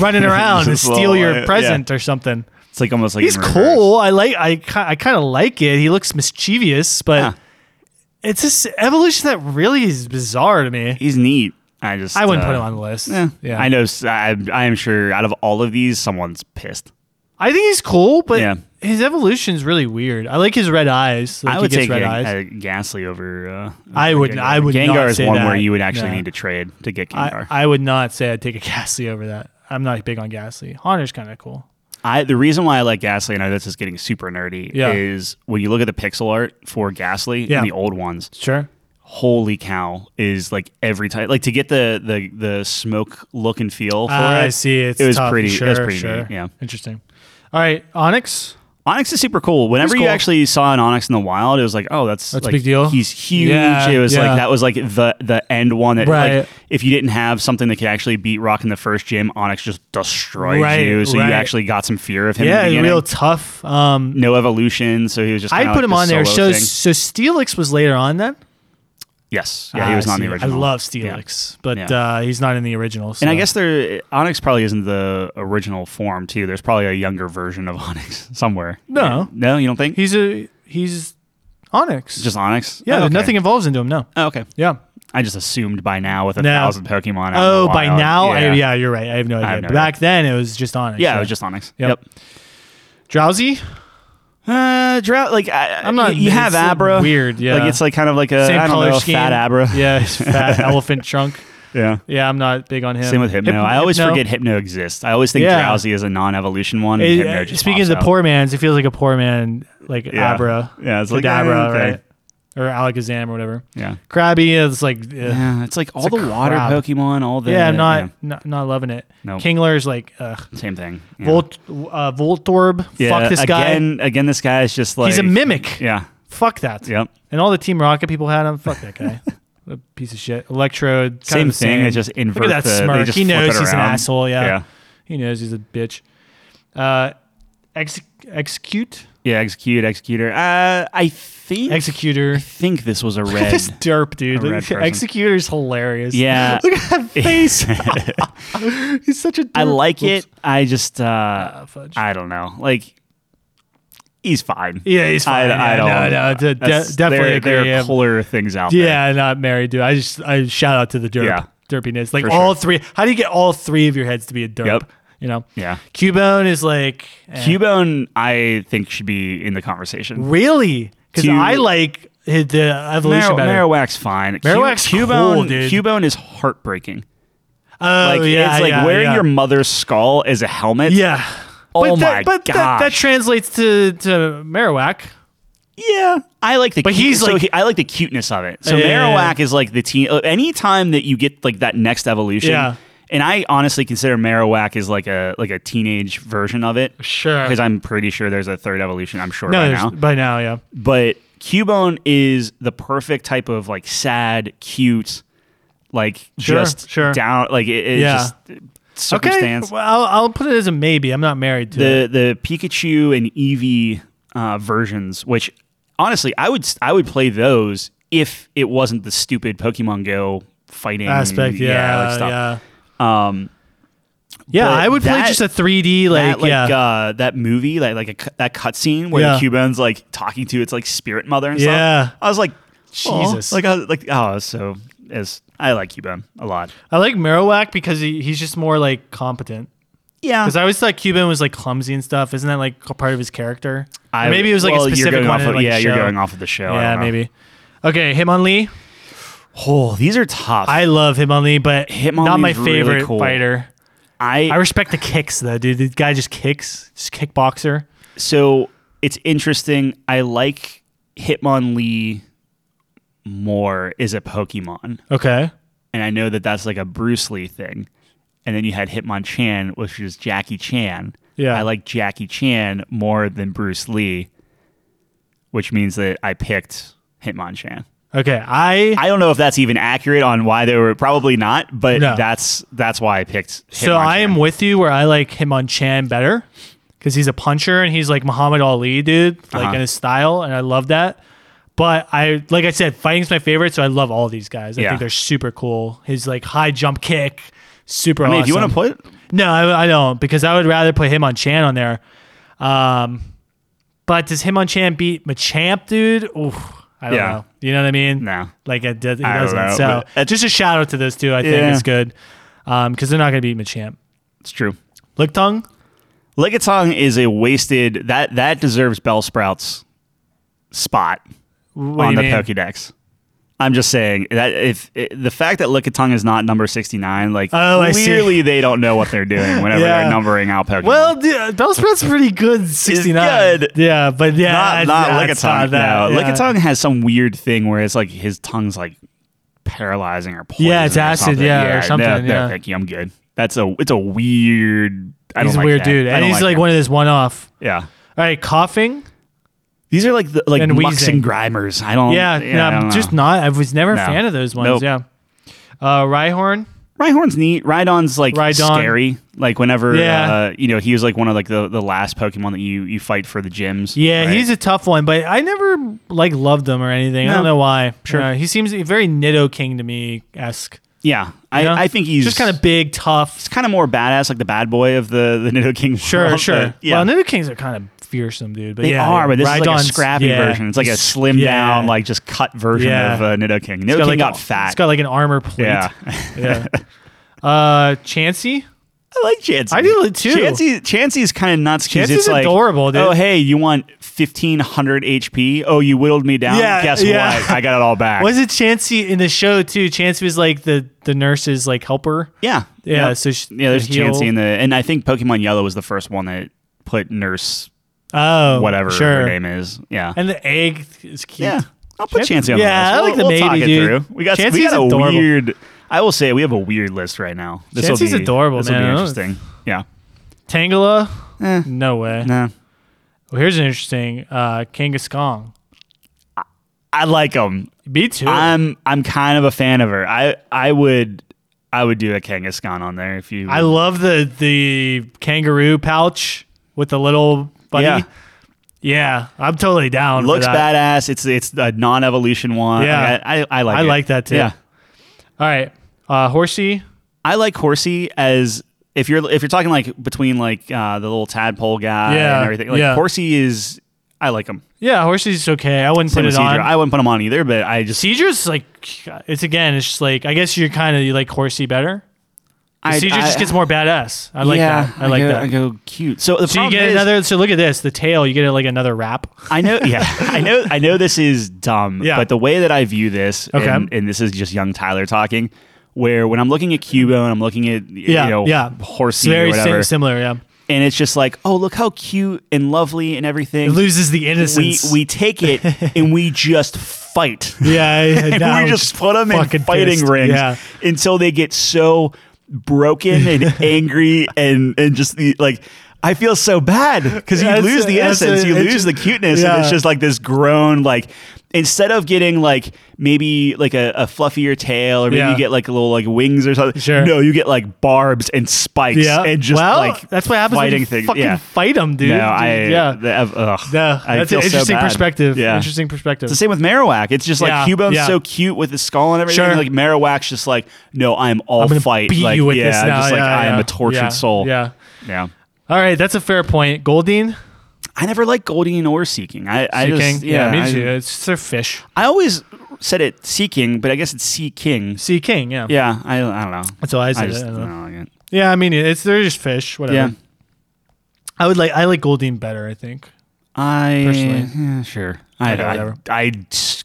Speaker 1: running around to
Speaker 2: Just
Speaker 1: steal
Speaker 2: little,
Speaker 1: your
Speaker 2: uh, yeah.
Speaker 1: present or something.
Speaker 2: It's like almost like
Speaker 1: He's
Speaker 2: in reverse.
Speaker 1: cool. I like I ki- I kind of like it. He looks mischievous, but
Speaker 2: Huh.
Speaker 1: it's this evolution that really is bizarre to me.
Speaker 2: He's neat. I just
Speaker 1: I wouldn't put
Speaker 2: uh,
Speaker 1: him on the list.
Speaker 2: Yeah, I know. s- I, I am sure out of all of these, someone's pissed.
Speaker 1: I think he's cool, but
Speaker 2: Yeah.
Speaker 1: his evolution's really weird. I like his red eyes. Like
Speaker 2: I would
Speaker 1: he gets
Speaker 2: take
Speaker 1: red
Speaker 2: a,
Speaker 1: eyes.
Speaker 2: a Ghastly over. Uh,
Speaker 1: I
Speaker 2: over
Speaker 1: would-
Speaker 2: Gengar.
Speaker 1: I would
Speaker 2: Gengar
Speaker 1: not
Speaker 2: is
Speaker 1: say
Speaker 2: one
Speaker 1: that.
Speaker 2: where you would actually
Speaker 1: No.
Speaker 2: need to trade to get
Speaker 1: I,
Speaker 2: Gengar. I,
Speaker 1: I would not say I'd take a Ghastly over that. I'm not big on Ghastly. Haunter's kind of cool.
Speaker 2: the reason why I like Ghastly, and I know this is getting super nerdy,
Speaker 1: Yeah.
Speaker 2: is when you look at the pixel art for Ghastly
Speaker 1: Yeah.
Speaker 2: and the old ones,
Speaker 1: Sure.
Speaker 2: holy cow is like every time like to get the the the smoke look and feel for it
Speaker 1: Ah, I see. It's
Speaker 2: it was
Speaker 1: tough.
Speaker 2: pretty
Speaker 1: Sure,
Speaker 2: it was pretty
Speaker 1: sure.
Speaker 2: neat yeah
Speaker 1: Interesting. All right, Onyx.
Speaker 2: onyx is super cool whenever you
Speaker 1: cool.
Speaker 2: actually saw an onyx in the wild it was like oh that's,
Speaker 1: That's a
Speaker 2: like,
Speaker 1: big deal.
Speaker 2: he's huge
Speaker 1: Yeah,
Speaker 2: it was
Speaker 1: yeah.
Speaker 2: like that was like the the end one that
Speaker 1: Right.
Speaker 2: like if you didn't have something that could actually beat rock in the first gym onyx just destroyed
Speaker 1: Right,
Speaker 2: you so
Speaker 1: right.
Speaker 2: you actually got some fear of him in
Speaker 1: Yeah,
Speaker 2: the beginning.
Speaker 1: real tough. Um,
Speaker 2: no evolution so he was just
Speaker 1: I
Speaker 2: kinda
Speaker 1: put
Speaker 2: like
Speaker 1: him
Speaker 2: this
Speaker 1: on there. So
Speaker 2: solo thing.
Speaker 1: so Steelix was later on then.
Speaker 2: yes yeah
Speaker 1: Ah,
Speaker 2: he
Speaker 1: I
Speaker 2: was not in
Speaker 1: see.
Speaker 2: the original
Speaker 1: I love
Speaker 2: Yeah.
Speaker 1: Steelix, but
Speaker 2: Yeah.
Speaker 1: uh, he's not in the original. So.
Speaker 2: And I guess there Onyx probably isn't the original form too. There's probably a younger version of Onyx somewhere.
Speaker 1: No.
Speaker 2: no, you don't think?
Speaker 1: he's a he's Onyx.
Speaker 2: Just Onyx.
Speaker 1: yeah,
Speaker 2: Oh, okay.
Speaker 1: nothing evolves into him. No.
Speaker 2: Oh, okay.
Speaker 1: Yeah.
Speaker 2: I just assumed by now with a
Speaker 1: No.
Speaker 2: thousand Pokemon. out in
Speaker 1: Oh,
Speaker 2: the
Speaker 1: by
Speaker 2: wild.
Speaker 1: now, I, yeah, you're right. I have no idea.
Speaker 2: have no
Speaker 1: But Back then, it was just Onyx.
Speaker 2: Yeah, it was just Onyx.
Speaker 1: Yep. drowsy.
Speaker 2: Uh, drought. Like I,
Speaker 1: I'm not-
Speaker 2: You, you have
Speaker 1: it's
Speaker 2: Abra.
Speaker 1: weird, yeah.
Speaker 2: Like it's like kind of like a
Speaker 1: Same
Speaker 2: I don't
Speaker 1: color
Speaker 2: know,
Speaker 1: scheme.
Speaker 2: fat Abra.
Speaker 1: Yeah, his fat elephant trunk.
Speaker 2: Yeah.
Speaker 1: Yeah, I'm not big on him.
Speaker 2: Same with Hypno.
Speaker 1: Hyp-
Speaker 2: I always
Speaker 1: Hypno-
Speaker 2: forget Hypno exists. I always think
Speaker 1: Yeah.
Speaker 2: Drowsy is a non-evolution one. and
Speaker 1: It-
Speaker 2: Hypno just
Speaker 1: speaking of
Speaker 2: pops
Speaker 1: the
Speaker 2: up.
Speaker 1: poor man's, it feels like a poor man, like Abra.
Speaker 2: Yeah, it's like,
Speaker 1: Kadabra,
Speaker 2: eh, okay.
Speaker 1: right? Or Alakazam or whatever.
Speaker 2: Yeah.
Speaker 1: Krabby is like, ugh. yeah,
Speaker 2: Yeah, it's like all
Speaker 1: a
Speaker 2: the water
Speaker 1: crab.
Speaker 2: Pokemon, all the
Speaker 1: I'm not, not not loving it.
Speaker 2: No.
Speaker 1: Kingler's like, ugh.
Speaker 2: yeah, same thing. Yeah.
Speaker 1: Volt, uh, Voltorb, fuck this guy.
Speaker 2: again, Again, this guy is just like
Speaker 1: He's a mimic.
Speaker 2: Yeah,
Speaker 1: Fuck that.
Speaker 2: yep.
Speaker 1: And all the Team Rocket people had him. Fuck that guy. a piece of shit. Electrode. kind
Speaker 2: Same
Speaker 1: of the
Speaker 2: thing.
Speaker 1: Same.
Speaker 2: They just invert
Speaker 1: Look at that
Speaker 2: the. they
Speaker 1: smirk.
Speaker 2: just
Speaker 1: He
Speaker 2: flip
Speaker 1: knows
Speaker 2: it
Speaker 1: he's an
Speaker 2: around.
Speaker 1: asshole. Yeah.
Speaker 2: Yeah.
Speaker 1: He knows he's a bitch. Uh, Ex- execute
Speaker 2: Yeah, execute, executor. Uh, I think
Speaker 1: executor.
Speaker 2: I think this was a red.
Speaker 1: This derp dude.
Speaker 2: A red
Speaker 1: Like,
Speaker 2: person.
Speaker 1: Executor's hilarious.
Speaker 2: Yeah.
Speaker 1: Look at that face. He's such a
Speaker 2: I
Speaker 1: derp.
Speaker 2: like
Speaker 1: Whoops.
Speaker 2: it. I just uh,
Speaker 1: Ah, fudge.
Speaker 2: I don't know. Like he's fine.
Speaker 1: Yeah, he's fine.
Speaker 2: I,
Speaker 1: Yeah,
Speaker 2: I don't.
Speaker 1: no, no, de- de-
Speaker 2: that's-
Speaker 1: definitely
Speaker 2: There, there
Speaker 1: agree, yeah.
Speaker 2: are cooler things out there.
Speaker 1: Yeah, not married, dude. I just I shout out to the derp
Speaker 2: Yeah.
Speaker 1: derpiness. Like
Speaker 2: For
Speaker 1: all three. How do you get all three of your heads to be a derp?
Speaker 2: Yep.
Speaker 1: You know.
Speaker 2: Yeah.
Speaker 1: Cubone is like eh.
Speaker 2: Cubone, I think should be in the conversation.
Speaker 1: really because
Speaker 2: Cube-
Speaker 1: I like his, the evolution
Speaker 2: Mar-
Speaker 1: better.
Speaker 2: Marowak's fine. Cu-
Speaker 1: Marowak's cool,
Speaker 2: Cubone,
Speaker 1: dude.
Speaker 2: Cubone is heartbreaking.
Speaker 1: oh
Speaker 2: Like
Speaker 1: yeah,
Speaker 2: it's like
Speaker 1: yeah,
Speaker 2: wearing
Speaker 1: yeah.
Speaker 2: your mother's skull as a helmet.
Speaker 1: yeah.
Speaker 2: Oh
Speaker 1: but
Speaker 2: my
Speaker 1: that, but That, that
Speaker 2: gosh.
Speaker 1: translates to to Marowak.
Speaker 2: Yeah, I like the. But
Speaker 1: he's
Speaker 2: so
Speaker 1: like-
Speaker 2: he- I like the cuteness of it. So
Speaker 1: Yeah.
Speaker 2: Marowak is like the teen. uh, Anytime that you get like that next evolution,
Speaker 1: Yeah.
Speaker 2: and I honestly consider Marowak is like a like a teenage version of it.
Speaker 1: Sure.
Speaker 2: because I'm pretty sure there's a third evolution. I'm sure by
Speaker 1: there's-
Speaker 2: now.
Speaker 1: by now, yeah.
Speaker 2: But Cubone is the perfect type of like sad, cute, like
Speaker 1: Sure,
Speaker 2: just
Speaker 1: sure.
Speaker 2: down like it, it's
Speaker 1: Yeah.
Speaker 2: just circumstance.
Speaker 1: Okay, well, I'll, I'll put it as a maybe. I'm not married to it.
Speaker 2: the the Pikachu and Eevee uh, versions, which honestly, I would I would play those if it wasn't the stupid Pokemon Go fighting
Speaker 1: aspect. Yeah, yeah,
Speaker 2: Mm, like stuff.
Speaker 1: yeah.
Speaker 2: Um,
Speaker 1: Yeah,
Speaker 2: But
Speaker 1: I would play
Speaker 2: that-
Speaker 1: just a 3D like,
Speaker 2: that, like
Speaker 1: yeah,
Speaker 2: uh, that movie, that like a, cu- that cutscene where
Speaker 1: Yeah.
Speaker 2: the Cuban's like talking to its like spirit mother and
Speaker 1: Yeah.
Speaker 2: stuff. I was like,
Speaker 1: Jesus.
Speaker 2: Jesus, like I was like oh, so as I like Cuban a lot.
Speaker 1: I like Marowak because he, he's just more like competent.
Speaker 2: Yeah,
Speaker 1: Because I always thought Cuban was like clumsy and stuff. Isn't that like a part of his character?
Speaker 2: I-
Speaker 1: Or maybe it was like
Speaker 2: well,
Speaker 1: a
Speaker 2: you're
Speaker 1: specific
Speaker 2: going
Speaker 1: one.
Speaker 2: Off
Speaker 1: in,
Speaker 2: of,
Speaker 1: like,
Speaker 2: yeah, you're
Speaker 1: show.
Speaker 2: going off of the show. I
Speaker 1: Yeah,
Speaker 2: don't know.
Speaker 1: maybe. Okay, him on Lee.
Speaker 2: Oh, these are tough.
Speaker 1: I love him on Lee, but
Speaker 2: Hitmonlee
Speaker 1: not my
Speaker 2: is really
Speaker 1: favorite
Speaker 2: cool.
Speaker 1: fighter. I respect the kicks though, dude. The guy just kicks, just kickboxer.
Speaker 2: so it's interesting. I like Hitmonlee more is a Pokemon,
Speaker 1: Okay.
Speaker 2: and I know that that's like a Bruce Lee thing. And then you had Hitmonchan, which is Jackie Chan.
Speaker 1: Yeah.
Speaker 2: I like Jackie Chan more than Bruce Lee, which means that I picked Hitmonchan.
Speaker 1: Okay. I
Speaker 2: I don't know if that's even accurate on why they were probably not, but
Speaker 1: No.
Speaker 2: that's that's why I picked. Hitmonchan.
Speaker 1: So I am with you where I like him on Chan better because he's a puncher and he's like Muhammad Ali, dude, like
Speaker 2: Uh-huh.
Speaker 1: in his style, and I love that. But I, like I said, fighting's my favorite, so I love all these guys. I
Speaker 2: Yeah.
Speaker 1: think they're super cool. His like high jump kick, super.
Speaker 2: I mean,
Speaker 1: awesome.
Speaker 2: if you want to put
Speaker 1: no, I, I don't because I would rather put him on Chan on there. Um, but does him on Chan beat Machamp, dude? Oof, I don't
Speaker 2: Yeah.
Speaker 1: know. You know what I mean?
Speaker 2: No.
Speaker 1: like it, does, it
Speaker 2: I don't
Speaker 1: doesn't.
Speaker 2: know,
Speaker 1: so
Speaker 2: but-
Speaker 1: just a shout out to those two. I
Speaker 2: Yeah.
Speaker 1: think is good because they're not going to beat Machamp.
Speaker 2: it's true.
Speaker 1: Lictung?
Speaker 2: Ligatong is a wasted that that deserves Bellsprout's spot
Speaker 1: What
Speaker 2: on
Speaker 1: do
Speaker 2: the
Speaker 1: you mean?
Speaker 2: Pokédex. I'm just saying that if i the fact that Ligatong is not number 69, like
Speaker 1: Oh, I see.
Speaker 2: clearly they don't know what they're doing whenever
Speaker 1: Yeah.
Speaker 2: they're numbering out Pokemon.
Speaker 1: Well, yeah, Bellsprout's pretty good. Sixty nine.
Speaker 2: good.
Speaker 1: Yeah, but yeah,
Speaker 2: not not
Speaker 1: that's not
Speaker 2: Ligatong.
Speaker 1: that,
Speaker 2: no,
Speaker 1: yeah.
Speaker 2: Ligatong has some weird thing where it's like his tongue's like paralyzing or poison.
Speaker 1: Yeah, it's
Speaker 2: or
Speaker 1: acid,
Speaker 2: something.
Speaker 1: yeah, or something,
Speaker 2: No, no,
Speaker 1: yeah.
Speaker 2: thank you. I'm good. That's a it's a weird. I
Speaker 1: He's a
Speaker 2: don't like
Speaker 1: weird
Speaker 2: that.
Speaker 1: dude,
Speaker 2: I
Speaker 1: and
Speaker 2: don't
Speaker 1: he's like
Speaker 2: that.
Speaker 1: one of those one off.
Speaker 2: yeah.
Speaker 1: All right, coughing.
Speaker 2: These are like the like
Speaker 1: And
Speaker 2: and mucks
Speaker 1: wheezing.
Speaker 2: and grimers. I don't.
Speaker 1: Yeah,
Speaker 2: I
Speaker 1: yeah,
Speaker 2: don't know.
Speaker 1: just not. I was never a
Speaker 2: No.
Speaker 1: fan of those ones.
Speaker 2: Nope.
Speaker 1: Yeah. Uh, Rhyhorn.
Speaker 2: Rhyhorn's neat. Rhydon's like
Speaker 1: Rhydon.
Speaker 2: scary. Like whenever
Speaker 1: Yeah.
Speaker 2: uh, you know he was like one of like the, the last Pokemon that you you fight for the gyms.
Speaker 1: Yeah,
Speaker 2: right?
Speaker 1: he's a tough one, but I never like loved him or anything. I
Speaker 2: No.
Speaker 1: don't know why.
Speaker 2: Sure.
Speaker 1: Uh, he seems very Nido King to me esque.
Speaker 2: yeah. I, I think he's
Speaker 1: just kind of big, tough.
Speaker 2: kind of more badass, like the bad boy of the the Nido King.
Speaker 1: Sure, sure.
Speaker 2: yeah.
Speaker 1: Well, Nido Kings are kind of fearsome, dude. But
Speaker 2: they
Speaker 1: yeah,
Speaker 2: are, but this is like a
Speaker 1: Rhydon's-
Speaker 2: scrappy
Speaker 1: yeah.
Speaker 2: version. It's like a slimmed
Speaker 1: Yeah.
Speaker 2: down, like just cut version
Speaker 1: Yeah.
Speaker 2: of uh, Nido King. Nido
Speaker 1: It's
Speaker 2: King
Speaker 1: like
Speaker 2: got
Speaker 1: a-
Speaker 2: fat.
Speaker 1: It's got like an armor plate.
Speaker 2: yeah,
Speaker 1: Yeah. Uh, Chansey.
Speaker 2: I like Chansey.
Speaker 1: I do too.
Speaker 2: Chansey, Chansey's kind of nuts because
Speaker 1: Chansey's
Speaker 2: it's like,
Speaker 1: adorable, dude.
Speaker 2: Oh, hey, you want fifteen hundred HP? Oh, you whittled me down.
Speaker 1: Yeah,
Speaker 2: Guess
Speaker 1: yeah.
Speaker 2: what? I got it all back.
Speaker 1: Was it Chansey in the show too? Chansey was like the the nurse's like helper.
Speaker 2: yeah,
Speaker 1: Yeah.
Speaker 2: Yep.
Speaker 1: So she,
Speaker 2: yeah, there's
Speaker 1: the heel-
Speaker 2: Chansey in the, and I think Pokemon Yellow was the first one that put Nurse
Speaker 1: oh
Speaker 2: whatever
Speaker 1: sure.
Speaker 2: her name is. Yeah,
Speaker 1: And the egg is cute.
Speaker 2: yeah. I'll put
Speaker 1: Chansey-
Speaker 2: Chansey on
Speaker 1: yeah, I
Speaker 2: the
Speaker 1: like
Speaker 2: list.
Speaker 1: the
Speaker 2: We'll, we'll talk
Speaker 1: baby,
Speaker 2: it
Speaker 1: dude.
Speaker 2: through. We got, we
Speaker 1: Chansey's
Speaker 2: got a
Speaker 1: adorable.
Speaker 2: weird. I will say we have a weird list right now. This
Speaker 1: Chansey's
Speaker 2: be,
Speaker 1: adorable,
Speaker 2: This will be
Speaker 1: man.
Speaker 2: interesting. Yeah.
Speaker 1: Tangela.
Speaker 2: Eh,
Speaker 1: No way.
Speaker 2: nah.
Speaker 1: Well, here's an interesting uh, Kangaskong.
Speaker 2: I like them.
Speaker 1: Me too.
Speaker 2: I'm I'm kind of a fan of her. I I would I would do a Kangaskhan on there if you.
Speaker 1: I love the the kangaroo pouch with the little buddy.
Speaker 2: Yeah.
Speaker 1: Yeah, I'm totally down.
Speaker 2: Looks
Speaker 1: for that.
Speaker 2: badass. It's it's a non-evolution one.
Speaker 1: Yeah.
Speaker 2: Like, I, I, I like.
Speaker 1: I
Speaker 2: it.
Speaker 1: like that too.
Speaker 2: Yeah,
Speaker 1: All right, uh, horsey.
Speaker 2: I like Horsey as if you're if you're talking like between like uh, the little tadpole guy
Speaker 1: Yeah,
Speaker 2: and everything. Like
Speaker 1: yeah.
Speaker 2: Horsey is I like him.
Speaker 1: Yeah, horsey's okay. I wouldn't put
Speaker 2: Same
Speaker 1: it
Speaker 2: with
Speaker 1: on.
Speaker 2: Cedra. I wouldn't put him on either, but I just
Speaker 1: Cedra's like it's again. It's just like I guess you're kind of you like horsey better.
Speaker 2: I,
Speaker 1: Cedra
Speaker 2: I-
Speaker 1: just gets more badass. I like
Speaker 2: yeah,
Speaker 1: that. I like
Speaker 2: go,
Speaker 1: that.
Speaker 2: I go cute. So the
Speaker 1: so you
Speaker 2: problem
Speaker 1: get
Speaker 2: is,
Speaker 1: another. So look at this. The tail. You get like another wrap.
Speaker 2: I know. Yeah, I know. I know this is dumb.
Speaker 1: Yeah.
Speaker 2: But the way that I view this,
Speaker 1: Okay.
Speaker 2: and, and this is just young Tyler talking, where when I'm looking at Cubo and I'm looking at
Speaker 1: Yeah,
Speaker 2: you know
Speaker 1: yeah. It's
Speaker 2: horsey or
Speaker 1: very sim-
Speaker 2: whatever,
Speaker 1: similar. Yeah,
Speaker 2: and it's just like, oh look how cute and lovely and
Speaker 1: it
Speaker 2: everything.
Speaker 1: loses the
Speaker 2: we
Speaker 1: innocence.
Speaker 2: we take it and we just fight.
Speaker 1: yeah, yeah,
Speaker 2: and
Speaker 1: now I'm
Speaker 2: we just put them in
Speaker 1: fucking
Speaker 2: fighting
Speaker 1: pissed.
Speaker 2: rings
Speaker 1: Yeah.
Speaker 2: until they get so broken and angry and and just the, like I feel so bad because you
Speaker 1: That's-
Speaker 2: lose the
Speaker 1: that's
Speaker 2: innocence,
Speaker 1: it.
Speaker 2: you
Speaker 1: It
Speaker 2: lose
Speaker 1: just-
Speaker 2: the cuteness,
Speaker 1: yeah.
Speaker 2: and it's just like this grown like. Instead of getting like maybe like a, a fluffier tail, or maybe
Speaker 1: Yeah.
Speaker 2: you get like a little like wings or something.
Speaker 1: Sure.
Speaker 2: No, you get like barbs and spikes
Speaker 1: Yeah,
Speaker 2: and just
Speaker 1: well,
Speaker 2: like
Speaker 1: that's what happens.
Speaker 2: fighting
Speaker 1: when you
Speaker 2: things.
Speaker 1: Fucking
Speaker 2: yeah,
Speaker 1: fight them, dude.
Speaker 2: no,
Speaker 1: Dude,
Speaker 2: I
Speaker 1: yeah.
Speaker 2: the- ugh,
Speaker 1: Yeah,
Speaker 2: I
Speaker 1: that's
Speaker 2: feel
Speaker 1: an
Speaker 2: so
Speaker 1: interesting
Speaker 2: bad.
Speaker 1: perspective.
Speaker 2: Yeah.
Speaker 1: Interesting perspective.
Speaker 2: It's the same with Marowak. It's just like
Speaker 1: Yeah,
Speaker 2: Cubo's
Speaker 1: yeah.
Speaker 2: so cute with his skull and everything.
Speaker 1: Sure.
Speaker 2: Like Marowak's just like, no, I'm all
Speaker 1: gonna
Speaker 2: fight.
Speaker 1: beat
Speaker 2: like,
Speaker 1: you with
Speaker 2: yeah,
Speaker 1: this now.
Speaker 2: just like
Speaker 1: yeah,
Speaker 2: I am
Speaker 1: yeah.
Speaker 2: a tortured
Speaker 1: Yeah,
Speaker 2: soul.
Speaker 1: Yeah.
Speaker 2: yeah.
Speaker 1: All right, that's a fair point. Goldine,
Speaker 2: I never liked Goldeen or Seeking. I, I
Speaker 1: Sea King.
Speaker 2: just, yeah,
Speaker 1: me
Speaker 2: I,
Speaker 1: too. It's their fish.
Speaker 2: I always said it Seeking, but I guess it's Sea King.
Speaker 1: Sea King. Yeah.
Speaker 2: Yeah, I, I don't know.
Speaker 1: That's how I
Speaker 2: I
Speaker 1: said
Speaker 2: just
Speaker 1: it. I
Speaker 2: I
Speaker 1: don't know.
Speaker 2: don't like it.
Speaker 1: Yeah, I mean it's they're just fish. Whatever.
Speaker 2: Yeah,
Speaker 1: I would like I like Goldine better. I think.
Speaker 2: I
Speaker 1: Personally.
Speaker 2: yeah, sure. I,
Speaker 1: Okay,
Speaker 2: I,
Speaker 1: whatever.
Speaker 2: I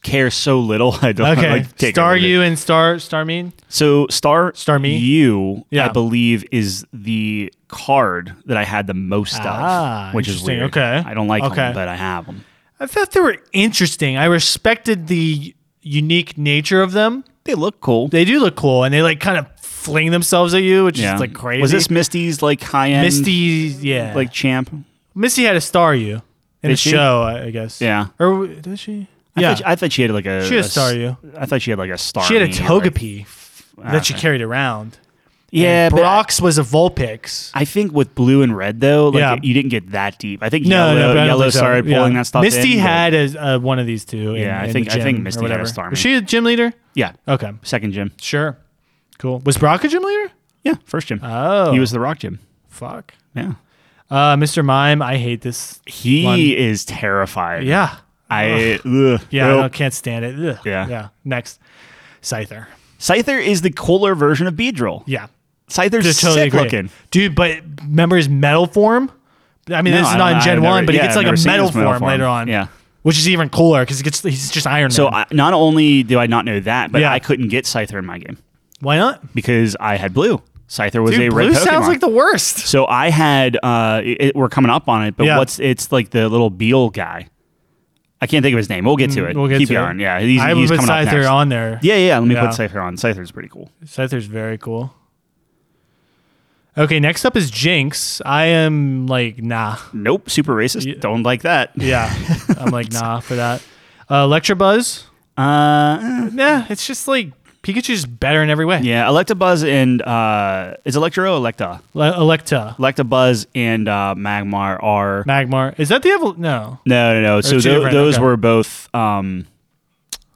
Speaker 2: care so little. I don't
Speaker 1: Okay.
Speaker 2: like take
Speaker 1: Star
Speaker 2: it.
Speaker 1: you and Star Star Mean.
Speaker 2: So Star
Speaker 1: Star Me?
Speaker 2: You,
Speaker 1: Yeah.
Speaker 2: I believe, is the card that I had the most
Speaker 1: Ah,
Speaker 2: of, which is
Speaker 1: interesting.
Speaker 2: weird.
Speaker 1: Okay.
Speaker 2: I don't like
Speaker 1: Okay.
Speaker 2: them, but I have them.
Speaker 1: I thought they were interesting. I respected the unique nature of them.
Speaker 2: They look cool.
Speaker 1: They do look cool, and they like kind of fling themselves at you, which
Speaker 2: yeah.
Speaker 1: is like crazy.
Speaker 2: Was this Misty's like high end
Speaker 1: Misty? Yeah,
Speaker 2: like champ?
Speaker 1: Missy had a star you in the
Speaker 2: she?
Speaker 1: show, I I guess.
Speaker 2: Yeah.
Speaker 1: Or w- did she?
Speaker 2: I
Speaker 1: yeah.
Speaker 2: thought she, I thought she had like a
Speaker 1: She had
Speaker 2: a
Speaker 1: Star
Speaker 2: s-
Speaker 1: You.
Speaker 2: I thought she had like a star.
Speaker 1: she had a
Speaker 2: Me or-
Speaker 1: Togepi that she carried around.
Speaker 2: Yeah, but I-
Speaker 1: Brox was a Vulpix.
Speaker 2: I think with blue and red though, like
Speaker 1: Yeah.
Speaker 2: you didn't get that deep. I think
Speaker 1: No, no,
Speaker 2: yellow,
Speaker 1: but I don't
Speaker 2: yellow
Speaker 1: think so.
Speaker 2: started
Speaker 1: Yeah.
Speaker 2: pulling that stuff.
Speaker 1: Misty
Speaker 2: in, but-
Speaker 1: had a, uh, one of these two. in-
Speaker 2: Yeah, I
Speaker 1: in the
Speaker 2: think- I
Speaker 1: gym
Speaker 2: think
Speaker 1: or
Speaker 2: Misty had a
Speaker 1: whatever.
Speaker 2: Starmie.
Speaker 1: Was she a gym leader?
Speaker 2: yeah,
Speaker 1: Okay,
Speaker 2: second gym.
Speaker 1: sure, cool. Was Brock a gym leader?
Speaker 2: Yeah, first gym.
Speaker 1: Oh,
Speaker 2: he was the rock gym.
Speaker 1: fuck.
Speaker 2: Yeah,
Speaker 1: Uh, Mr. Mime, I hate this.
Speaker 2: he
Speaker 1: One.
Speaker 2: is terrifying.
Speaker 1: Yeah,
Speaker 2: I ugh,
Speaker 1: yeah, I
Speaker 2: nope.
Speaker 1: don't- can't stand it. Ugh.
Speaker 2: Yeah.
Speaker 1: yeah. Next, Scyther.
Speaker 2: Scyther is the cooler version of Beedrill.
Speaker 1: Yeah,
Speaker 2: Scyther's
Speaker 1: Just totally
Speaker 2: sick
Speaker 1: agree.
Speaker 2: looking.
Speaker 1: dude. But remember his metal form? I mean,
Speaker 2: No,
Speaker 1: this is
Speaker 2: I
Speaker 1: not
Speaker 2: don't-
Speaker 1: in
Speaker 2: I
Speaker 1: Gen
Speaker 2: never-
Speaker 1: One, but
Speaker 2: yeah,
Speaker 1: he gets
Speaker 2: I've
Speaker 1: like
Speaker 2: never
Speaker 1: a
Speaker 2: seen
Speaker 1: metal
Speaker 2: his metal
Speaker 1: form,
Speaker 2: form.
Speaker 1: later on.
Speaker 2: Yeah.
Speaker 1: which is even cooler because he gets he's just Iron Man.
Speaker 2: So I, not only do I not know that, but
Speaker 1: Yeah.
Speaker 2: I couldn't get Scyther in my game
Speaker 1: why not?
Speaker 2: because I had blue. Scyther was a
Speaker 1: Dude,
Speaker 2: red
Speaker 1: blue
Speaker 2: Pokemon.
Speaker 1: sounds like the worst.
Speaker 2: so I had uh it, it- we're coming up on it, but
Speaker 1: Yeah.
Speaker 2: what's it's like the little Beal guy. I can't think of his name. We'll get to it.
Speaker 1: Mm, we'll get
Speaker 2: Keep
Speaker 1: to it.
Speaker 2: going. Yeah, he's,
Speaker 1: I would
Speaker 2: he's
Speaker 1: put
Speaker 2: coming up next.
Speaker 1: Scyther on there.
Speaker 2: Yeah, yeah. Let me
Speaker 1: Yeah.
Speaker 2: put Scyther on. Scyther's pretty cool.
Speaker 1: Scyther's very cool. Okay, next up is Jinx. I am like nah.
Speaker 2: Nope, super racist. Don't like that.
Speaker 1: Yeah, I'm like nah for that. Uh, Electabuzz.
Speaker 2: Uh,
Speaker 1: Nah, it's just like Pikachu's better in every way.
Speaker 2: yeah, Electabuzz and uh, is Electro Electa?
Speaker 1: Le- Electa,
Speaker 2: Electabuzz and uh, Magmar are
Speaker 1: Magmar. Is that the evol? No.
Speaker 2: no, no, no. So
Speaker 1: two
Speaker 2: tho-
Speaker 1: different,
Speaker 2: those
Speaker 1: okay.
Speaker 2: were both. Um,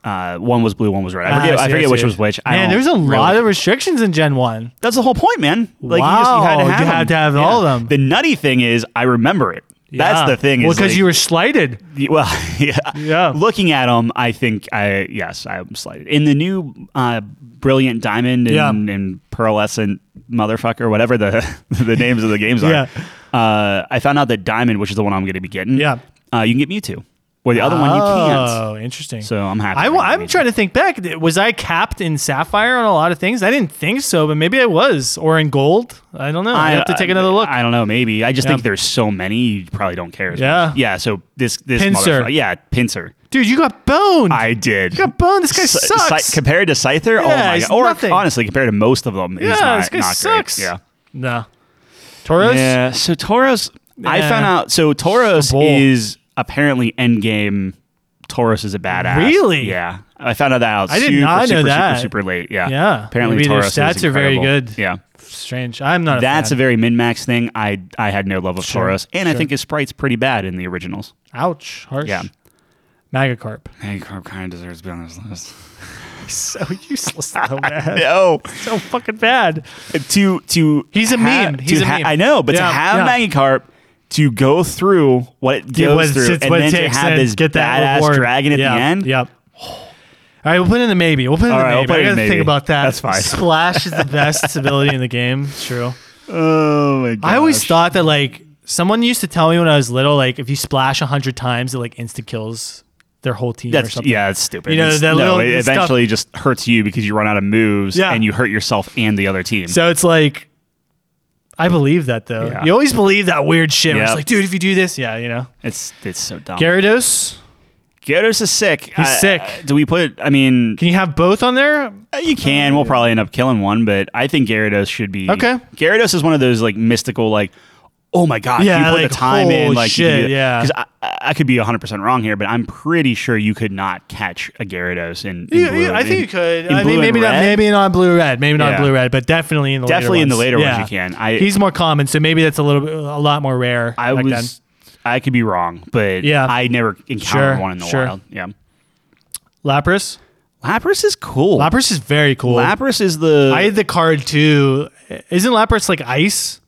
Speaker 2: uh, one was blue, one was red. I
Speaker 1: Ah,
Speaker 2: forget,
Speaker 1: I
Speaker 2: I
Speaker 1: see, I
Speaker 2: forget
Speaker 1: see.
Speaker 2: which was which. I
Speaker 1: Man,
Speaker 2: don't
Speaker 1: there's a
Speaker 2: really-
Speaker 1: lot of restrictions in Gen One.
Speaker 2: That's the whole point, man. Like you, just, you had
Speaker 1: Wow,
Speaker 2: to have,
Speaker 1: you had
Speaker 2: them.
Speaker 1: to have all of them.
Speaker 2: The nutty thing is, I remember it.
Speaker 1: Yeah.
Speaker 2: That's the thing.
Speaker 1: Well,
Speaker 2: is,
Speaker 1: because
Speaker 2: like,
Speaker 1: you were slighted.
Speaker 2: Y- Well, yeah.
Speaker 1: Yeah.
Speaker 2: Looking at them, I think I yes, I'm slighted. In the new uh, brilliant diamond and,
Speaker 1: Yeah.
Speaker 2: and pearlescent motherfucker, whatever the the names of the games are,
Speaker 1: Yeah.
Speaker 2: uh, I found out that diamond, which is the one I'm going to be getting,
Speaker 1: Yeah.
Speaker 2: uh, you can get Mewtwo, where the other one you can't.
Speaker 1: Oh, interesting.
Speaker 2: So I'm happy.
Speaker 1: I,
Speaker 2: I'm
Speaker 1: am trying to think back. Was I capped in Sapphire on a lot of things? I didn't think so, but maybe I was, or in Gold. I don't know. I, have to take another look.
Speaker 2: I don't know. Maybe I just
Speaker 1: Yeah.
Speaker 2: think there's so many. You probably don't care. as
Speaker 1: Yeah.
Speaker 2: much. Yeah. So this this
Speaker 1: Pinsir.
Speaker 2: motherfucker- Yeah, pincer.
Speaker 1: Dude, you got boned.
Speaker 2: I did.
Speaker 1: you got boned. This guy
Speaker 2: Sci-
Speaker 1: sucks.
Speaker 2: sci- compared to Scyther, oh
Speaker 1: Yeah,
Speaker 2: my
Speaker 1: he's
Speaker 2: god. Or
Speaker 1: nothing.
Speaker 2: honestly, compared to most of them, he's
Speaker 1: yeah,
Speaker 2: not,
Speaker 1: this guy
Speaker 2: not great.
Speaker 1: sucks.
Speaker 2: Yeah.
Speaker 1: No. Tauros.
Speaker 2: Yeah. So Tauros, I
Speaker 1: Yeah.
Speaker 2: found out. So Tauros
Speaker 1: Bull.
Speaker 2: is apparently endgame Taurus is a badass.
Speaker 1: Really?
Speaker 2: Yeah. I found out that out
Speaker 1: I did
Speaker 2: super,
Speaker 1: not know
Speaker 2: super,
Speaker 1: that.
Speaker 2: super, super late. Yeah.
Speaker 1: Yeah.
Speaker 2: Apparently,
Speaker 1: Maybe their
Speaker 2: Taurus is
Speaker 1: stats are very
Speaker 2: incredible.
Speaker 1: good.
Speaker 2: Yeah.
Speaker 1: Strange. I'm not.
Speaker 2: That's
Speaker 1: a
Speaker 2: a very min max thing. I I had no love of Taurus, and I think his sprite's pretty bad in the originals.
Speaker 1: fan. ouch. Harsh.
Speaker 2: Yeah.
Speaker 1: Magacarp.
Speaker 2: Magikarp kind of deserves to be on this list.
Speaker 1: So useless. So bad.
Speaker 2: No,
Speaker 1: so fucking bad.
Speaker 2: to to
Speaker 1: He's a
Speaker 2: ha-
Speaker 1: meme.
Speaker 2: to
Speaker 1: He's a
Speaker 2: ha-
Speaker 1: meme.
Speaker 2: I know, but
Speaker 1: Yeah,
Speaker 2: to have
Speaker 1: yeah.
Speaker 2: Magikarp to go through what it
Speaker 1: Yeah,
Speaker 2: goes
Speaker 1: what-
Speaker 2: through,
Speaker 1: it's
Speaker 2: and
Speaker 1: what it
Speaker 2: then to
Speaker 1: takes
Speaker 2: have
Speaker 1: and
Speaker 2: this
Speaker 1: get that
Speaker 2: badass
Speaker 1: reward.
Speaker 2: dragon at
Speaker 1: Yeah,
Speaker 2: the end.
Speaker 1: Yep. All right, we'll put it in the maybe. We'll put it in
Speaker 2: All
Speaker 1: the
Speaker 2: right,
Speaker 1: maybe.
Speaker 2: we'll put it
Speaker 1: I
Speaker 2: in
Speaker 1: gotta
Speaker 2: maybe.
Speaker 1: think about that.
Speaker 2: That's fine.
Speaker 1: Splash is the best ability in the game. It's True.
Speaker 2: Oh my god!
Speaker 1: I always thought that like someone used to tell me when I was little, like if you splash a hundred times, it like insta kills their whole team or
Speaker 2: That's
Speaker 1: something.
Speaker 2: yeah, it's stupid.
Speaker 1: You know,
Speaker 2: It's-
Speaker 1: that
Speaker 2: no,
Speaker 1: little
Speaker 2: it
Speaker 1: stuff-
Speaker 2: eventually just hurts you because you run out of moves
Speaker 1: Yeah.
Speaker 2: and you hurt yourself and the other team.
Speaker 1: So it's like I believe that though.
Speaker 2: Yeah.
Speaker 1: You always believe that weird shit. where It's
Speaker 2: Yep.
Speaker 1: like, dude, if you do this, yeah, you know.
Speaker 2: it's it's so dumb.
Speaker 1: Gyarados,
Speaker 2: Gyarados is sick.
Speaker 1: He's
Speaker 2: I-
Speaker 1: sick.
Speaker 2: I- do we put? I mean,
Speaker 1: can you have both on there?
Speaker 2: uh, you can. We'll probably end up killing one, but I think Gyarados should be
Speaker 1: Okay.
Speaker 2: Gyarados is one of those like mystical, like oh my god,
Speaker 1: Yeah,
Speaker 2: you put
Speaker 1: like,
Speaker 2: the time in,
Speaker 1: holy
Speaker 2: like
Speaker 1: shit, yeah.
Speaker 2: Because I, I I could be hundred percent wrong here, but I'm pretty sure you could not catch a Gyarados in. in
Speaker 1: Yeah,
Speaker 2: blue,
Speaker 1: yeah, I
Speaker 2: in-
Speaker 1: think you could.
Speaker 2: in
Speaker 1: I
Speaker 2: blue
Speaker 1: mean,
Speaker 2: and
Speaker 1: maybe not.
Speaker 2: red.
Speaker 1: Maybe not blue red. Maybe not
Speaker 2: Yeah.
Speaker 1: blue red, but definitely in the later
Speaker 2: Definitely in the
Speaker 1: ones.
Speaker 2: later ones
Speaker 1: Yeah.
Speaker 2: you can. I-
Speaker 1: he's more common, so maybe that's a little bit, a lot more rare.
Speaker 2: I
Speaker 1: back
Speaker 2: was.
Speaker 1: then.
Speaker 2: I could be wrong, but
Speaker 1: Yeah.
Speaker 2: I never encountered
Speaker 1: Sure,
Speaker 2: one in the
Speaker 1: sure.
Speaker 2: wild. Yeah.
Speaker 1: Lapras.
Speaker 2: Lapras is cool.
Speaker 1: Lapras is very cool.
Speaker 2: Lapras is the
Speaker 1: I had the card too. Isn't Lapras like ice?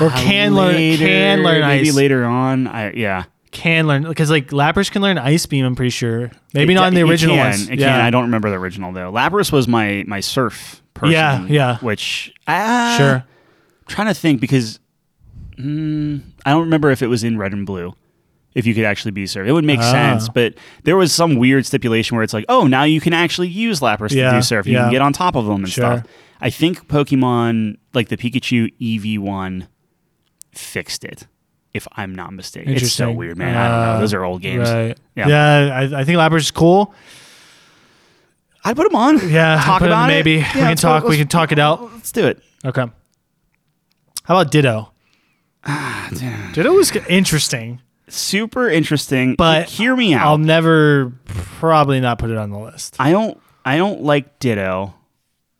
Speaker 1: Or can learn
Speaker 2: later-
Speaker 1: can learn
Speaker 2: maybe
Speaker 1: ice.
Speaker 2: later on. I, yeah,
Speaker 1: Can learn because like Lapras can learn ice beam. I'm pretty sure. Maybe not in the
Speaker 2: It
Speaker 1: original
Speaker 2: can,
Speaker 1: ones.
Speaker 2: It can. I don't remember the original though. Lapras was my my surf person.
Speaker 1: Yeah, yeah.
Speaker 2: Which ah,
Speaker 1: Sure.
Speaker 2: trying to think because mm, I don't remember if it was in red and blue. If you could actually be surf, it would make
Speaker 1: Ah.
Speaker 2: sense. But there was some weird stipulation where it's like, oh, now you can actually use Lapras
Speaker 1: Yeah,
Speaker 2: to do surf. You
Speaker 1: yeah.
Speaker 2: can get on top of them and
Speaker 1: Sure.
Speaker 2: stuff. I think Pokemon, like the Pikachu EV one, fixed it. If I'm not mistaken, it's so
Speaker 1: Interesting.
Speaker 2: weird, man. I don't
Speaker 1: Ah,
Speaker 2: know. Those are old games.
Speaker 1: Right.
Speaker 2: Yeah.
Speaker 1: Yeah. I, I think Lapras is cool.
Speaker 2: I'd put them on.
Speaker 1: Yeah.
Speaker 2: talk
Speaker 1: put it in
Speaker 2: about
Speaker 1: the maybe
Speaker 2: it.
Speaker 1: we
Speaker 2: Yeah,
Speaker 1: can
Speaker 2: let's go-
Speaker 1: talk. We
Speaker 2: let's-
Speaker 1: can talk it out.
Speaker 2: Let's do it.
Speaker 1: Okay. How about Ditto?
Speaker 2: Ah,
Speaker 1: Ditto was g- interesting.
Speaker 2: Super interesting.
Speaker 1: But
Speaker 2: He- hear me
Speaker 1: I'll
Speaker 2: out.
Speaker 1: never probably not put it on the list.
Speaker 2: I don't. I don't like Ditto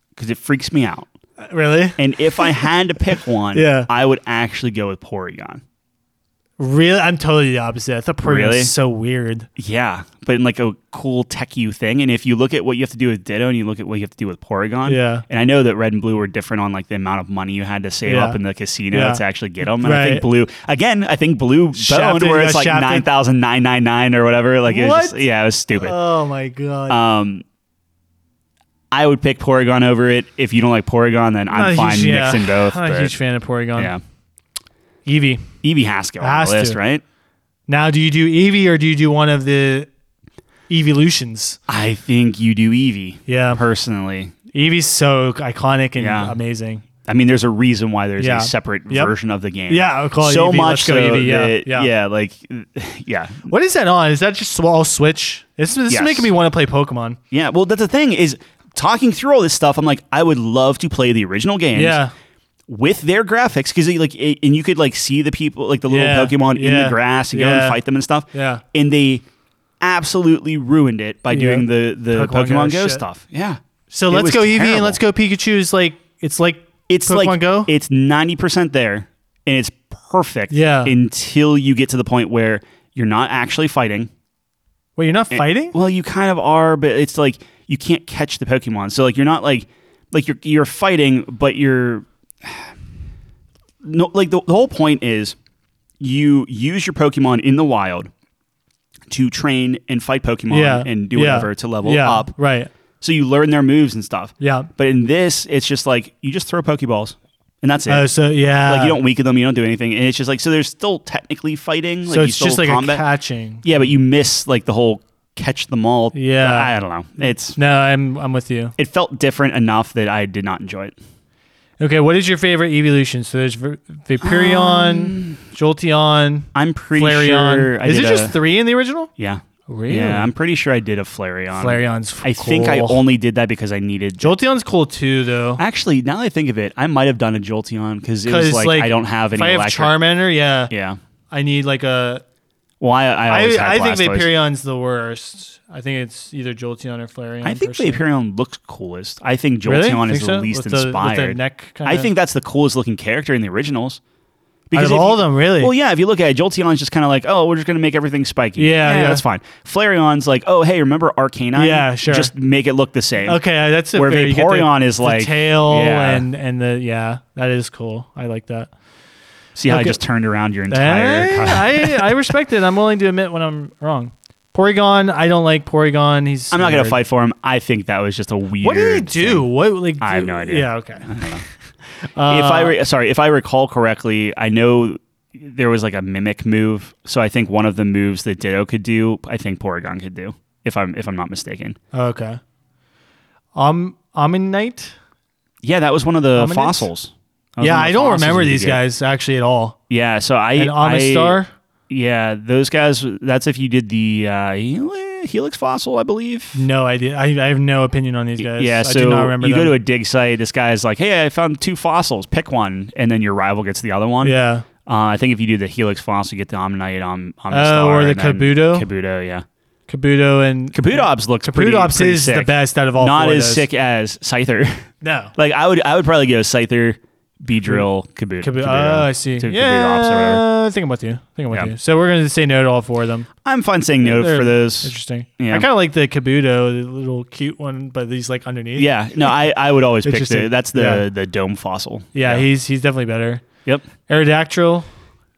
Speaker 2: because it freaks me out.
Speaker 1: Really?
Speaker 2: And if I had to pick one,
Speaker 1: Yeah.
Speaker 2: I would actually go with Porygon.
Speaker 1: Really? I'm totally the opposite. I thought Porygon
Speaker 2: Really?
Speaker 1: was so weird.
Speaker 2: Yeah, but in like a cool tech you thing. And if you look at what you have to do with Ditto and you look at what you have to do with Porygon,
Speaker 1: Yeah.
Speaker 2: And I know that Red and Blue were different on like the amount of money you had to save
Speaker 1: Yeah.
Speaker 2: up in the casino
Speaker 1: Yeah.
Speaker 2: to actually get them. And I
Speaker 1: Right.
Speaker 2: think Blue again. I think Blue boned
Speaker 1: Shafted,
Speaker 2: where
Speaker 1: yeah,
Speaker 2: it's like
Speaker 1: shafted.
Speaker 2: nine thousand nine nine nine or whatever. Like it was just-
Speaker 1: What?
Speaker 2: yeah, it was stupid.
Speaker 1: Oh my god.
Speaker 2: Um, I would pick Porygon over it. If you don't like Porygon, then
Speaker 1: Not
Speaker 2: I'm
Speaker 1: a
Speaker 2: fine
Speaker 1: huge- Uh, yeah, Uh,
Speaker 2: mixing both.
Speaker 1: I'm not
Speaker 2: but,
Speaker 1: a huge fan of Porygon.
Speaker 2: yeah,
Speaker 1: Eevee.
Speaker 2: Eevee has to go on
Speaker 1: Has
Speaker 2: the list,
Speaker 1: to.
Speaker 2: right?
Speaker 1: Now, do you do Eevee or do you do one of the evolutions?
Speaker 2: I think you do Eevee.
Speaker 1: Yeah.
Speaker 2: personally,
Speaker 1: Eevee's so iconic and
Speaker 2: Yeah.
Speaker 1: amazing.
Speaker 2: I mean, there's a reason why there's
Speaker 1: Yeah.
Speaker 2: a separate
Speaker 1: Yep.
Speaker 2: version of the game.
Speaker 1: Yeah, I'll call it
Speaker 2: so
Speaker 1: Eevee.
Speaker 2: much
Speaker 1: Let's go
Speaker 2: so
Speaker 1: Eevee. Yeah,
Speaker 2: that-
Speaker 1: yeah.
Speaker 2: like, yeah,
Speaker 1: What is that on? Is that just sw- all Switch? This, this
Speaker 2: Yes.
Speaker 1: is making me want to play Pokemon.
Speaker 2: yeah. Well, that's the thing is talking through all this stuff. I'm like, I would love to play the original games.
Speaker 1: Yeah.
Speaker 2: with their graphics because like it, and you could like see the people like the little
Speaker 1: Yeah,
Speaker 2: pokemon in
Speaker 1: yeah,
Speaker 2: the grass and go
Speaker 1: yeah.
Speaker 2: and fight them and stuff
Speaker 1: Yeah.
Speaker 2: and they absolutely ruined it by doing the
Speaker 1: Pokemon
Speaker 2: the pokemon,
Speaker 1: Go
Speaker 2: go,
Speaker 1: shit.
Speaker 2: stuff yeah
Speaker 1: So
Speaker 2: It
Speaker 1: let's
Speaker 2: was
Speaker 1: go Eevee
Speaker 2: terrible.
Speaker 1: and let's go Pikachu. Is like it's like
Speaker 2: it's
Speaker 1: Pokemon
Speaker 2: like
Speaker 1: Go.
Speaker 2: it's 90% there and it's perfect
Speaker 1: Yeah.
Speaker 2: until you get to the point where you're not actually fighting
Speaker 1: Wait, you're not fighting?
Speaker 2: Well, you kind of are, but it's like you can't catch the Pokemon. So like you're not like like you're you're fighting, but you're no like the, the whole point is you use your Pokemon in the wild to train and fight Pokemon
Speaker 1: yeah,
Speaker 2: and do
Speaker 1: yeah,
Speaker 2: whatever to level
Speaker 1: yeah,
Speaker 2: up.
Speaker 1: Right.
Speaker 2: So you learn their moves and stuff.
Speaker 1: Yeah.
Speaker 2: But in this, it's just like you just throw Pokeballs and that's it.
Speaker 1: Oh, so yeah.
Speaker 2: like you don't weaken them, you don't do anything, and it's just like so. There's still technically fighting. Like
Speaker 1: so
Speaker 2: you
Speaker 1: it's just
Speaker 2: still
Speaker 1: like
Speaker 2: combat.
Speaker 1: a catching.
Speaker 2: Yeah, but you miss like the whole catch them all.
Speaker 1: Yeah.
Speaker 2: I don't know. It's
Speaker 1: No, I'm I'm with you.
Speaker 2: it felt different enough that I did not enjoy it.
Speaker 1: Okay, what is your favorite evolution? So there's Vir- Vaporeon, Jolteon,
Speaker 2: I'm Um, pretty
Speaker 1: Flareon.
Speaker 2: sure. I
Speaker 1: is it
Speaker 2: did
Speaker 1: just
Speaker 2: a-
Speaker 1: three in the original?
Speaker 2: Yeah.
Speaker 1: Really?
Speaker 2: Yeah, I'm pretty sure I did a Flareon.
Speaker 1: Flareon's
Speaker 2: I think I
Speaker 1: cool.
Speaker 2: only did that because I needed.
Speaker 1: Jolteon's cool too, though.
Speaker 2: Actually, now that I think of it, I might have done a Jolteon because it was like, I don't have any
Speaker 1: If I have
Speaker 2: electric.
Speaker 1: Charmander, yeah,
Speaker 2: Yeah.
Speaker 1: I need like a
Speaker 2: Well, I I, always
Speaker 1: I,
Speaker 2: had
Speaker 1: I think
Speaker 2: Blastoise.
Speaker 1: Vaporeon's the worst. I think it's either Jolteon or Flareon.
Speaker 2: I think
Speaker 1: personally.
Speaker 2: Vaporeon looks coolest. I think Jolteon
Speaker 1: Really?
Speaker 2: is
Speaker 1: Think so?
Speaker 2: the least
Speaker 1: With the- with the
Speaker 2: inspired.
Speaker 1: neck
Speaker 2: I
Speaker 1: kinda-
Speaker 2: think that's the coolest looking character in the originals.
Speaker 1: of
Speaker 2: if
Speaker 1: all
Speaker 2: you-
Speaker 1: of them, really?
Speaker 2: Well, yeah. If you look at it, Jolteon's just kind of like, oh, we're just gonna make everything spiky.
Speaker 1: Yeah, yeah.
Speaker 2: that's fine. Flareon's like, oh, hey, remember Arcanine?
Speaker 1: Yeah, sure.
Speaker 2: Just make it look the same.
Speaker 1: Okay, uh, that's it.
Speaker 2: Where
Speaker 1: fair. You get
Speaker 2: Vaporeon is
Speaker 1: the
Speaker 2: like-
Speaker 1: tail
Speaker 2: yeah.
Speaker 1: and and the yeah, that is cool. I like that.
Speaker 2: See how I
Speaker 1: Okay.
Speaker 2: just turned around your entire.
Speaker 1: I, I I respect it. I'm willing to admit when I'm wrong. Porygon, I don't like Porygon. He's
Speaker 2: I'm not gonna
Speaker 1: weird.
Speaker 2: fight for him. I think that was just a weird.
Speaker 1: What did he do? What like?
Speaker 2: I have
Speaker 1: do-
Speaker 2: no idea.
Speaker 1: Yeah, okay. Uh,
Speaker 2: if I re- sorry, if I recall correctly, I know there was like a mimic move. So I think one of the moves that Ditto could do, I think Porygon could do. If I'm if I'm not mistaken.
Speaker 1: Okay. Um, Omnite.
Speaker 2: Yeah, that was one of the
Speaker 1: Omnids?
Speaker 2: fossils. That was
Speaker 1: Yeah,
Speaker 2: one of the
Speaker 1: I don't
Speaker 2: fossils
Speaker 1: remember
Speaker 2: that you
Speaker 1: these
Speaker 2: get.
Speaker 1: guys actually at all.
Speaker 2: Yeah, so I
Speaker 1: And Amistar.
Speaker 2: I- Yeah, those guys. That's if you did the uh, Heli- Helix fossil, I believe.
Speaker 1: no idea. I, I have no opinion on these guys.
Speaker 2: Yeah,
Speaker 1: I
Speaker 2: so
Speaker 1: do not remember.
Speaker 2: you
Speaker 1: them.
Speaker 2: go to a dig site. This guy's like, "Hey, I found two fossils. Pick one," and then your rival gets the other one.
Speaker 1: yeah.
Speaker 2: Uh, I think if you do the Helix Fossil, you get the um, Omnite on Om-
Speaker 1: Oh, or the Kabuto?
Speaker 2: Kabuto, yeah.
Speaker 1: Kabuto and
Speaker 2: Kabutobs looks pretty,
Speaker 1: Kabutops
Speaker 2: pretty
Speaker 1: is the
Speaker 2: sick.
Speaker 1: best out of all.
Speaker 2: Not
Speaker 1: four of
Speaker 2: as
Speaker 1: those.
Speaker 2: sick as Scyther.
Speaker 1: No.
Speaker 2: like I would, I would probably go Scyther, Beedrill,
Speaker 1: Kabu-
Speaker 2: Kabuto. Kabuto
Speaker 1: oh, I see.
Speaker 2: to Kabutops or whatever.
Speaker 1: Yeah, I think I'm with you. I think I'm with
Speaker 2: Yeah.
Speaker 1: you. So we're going to say no to all four of them.
Speaker 2: I'm fine saying no
Speaker 1: They're
Speaker 2: for those.
Speaker 1: Interesting.
Speaker 2: Yeah.
Speaker 1: I kind of like the Kabuto, the little cute one, but he's like underneath.
Speaker 2: Yeah, no, I, I would always pick the.
Speaker 1: Interesting.
Speaker 2: That's the
Speaker 1: Yeah.
Speaker 2: the dome fossil.
Speaker 1: Yeah, he's he's definitely better.
Speaker 2: Yep.
Speaker 1: Aerodactyl.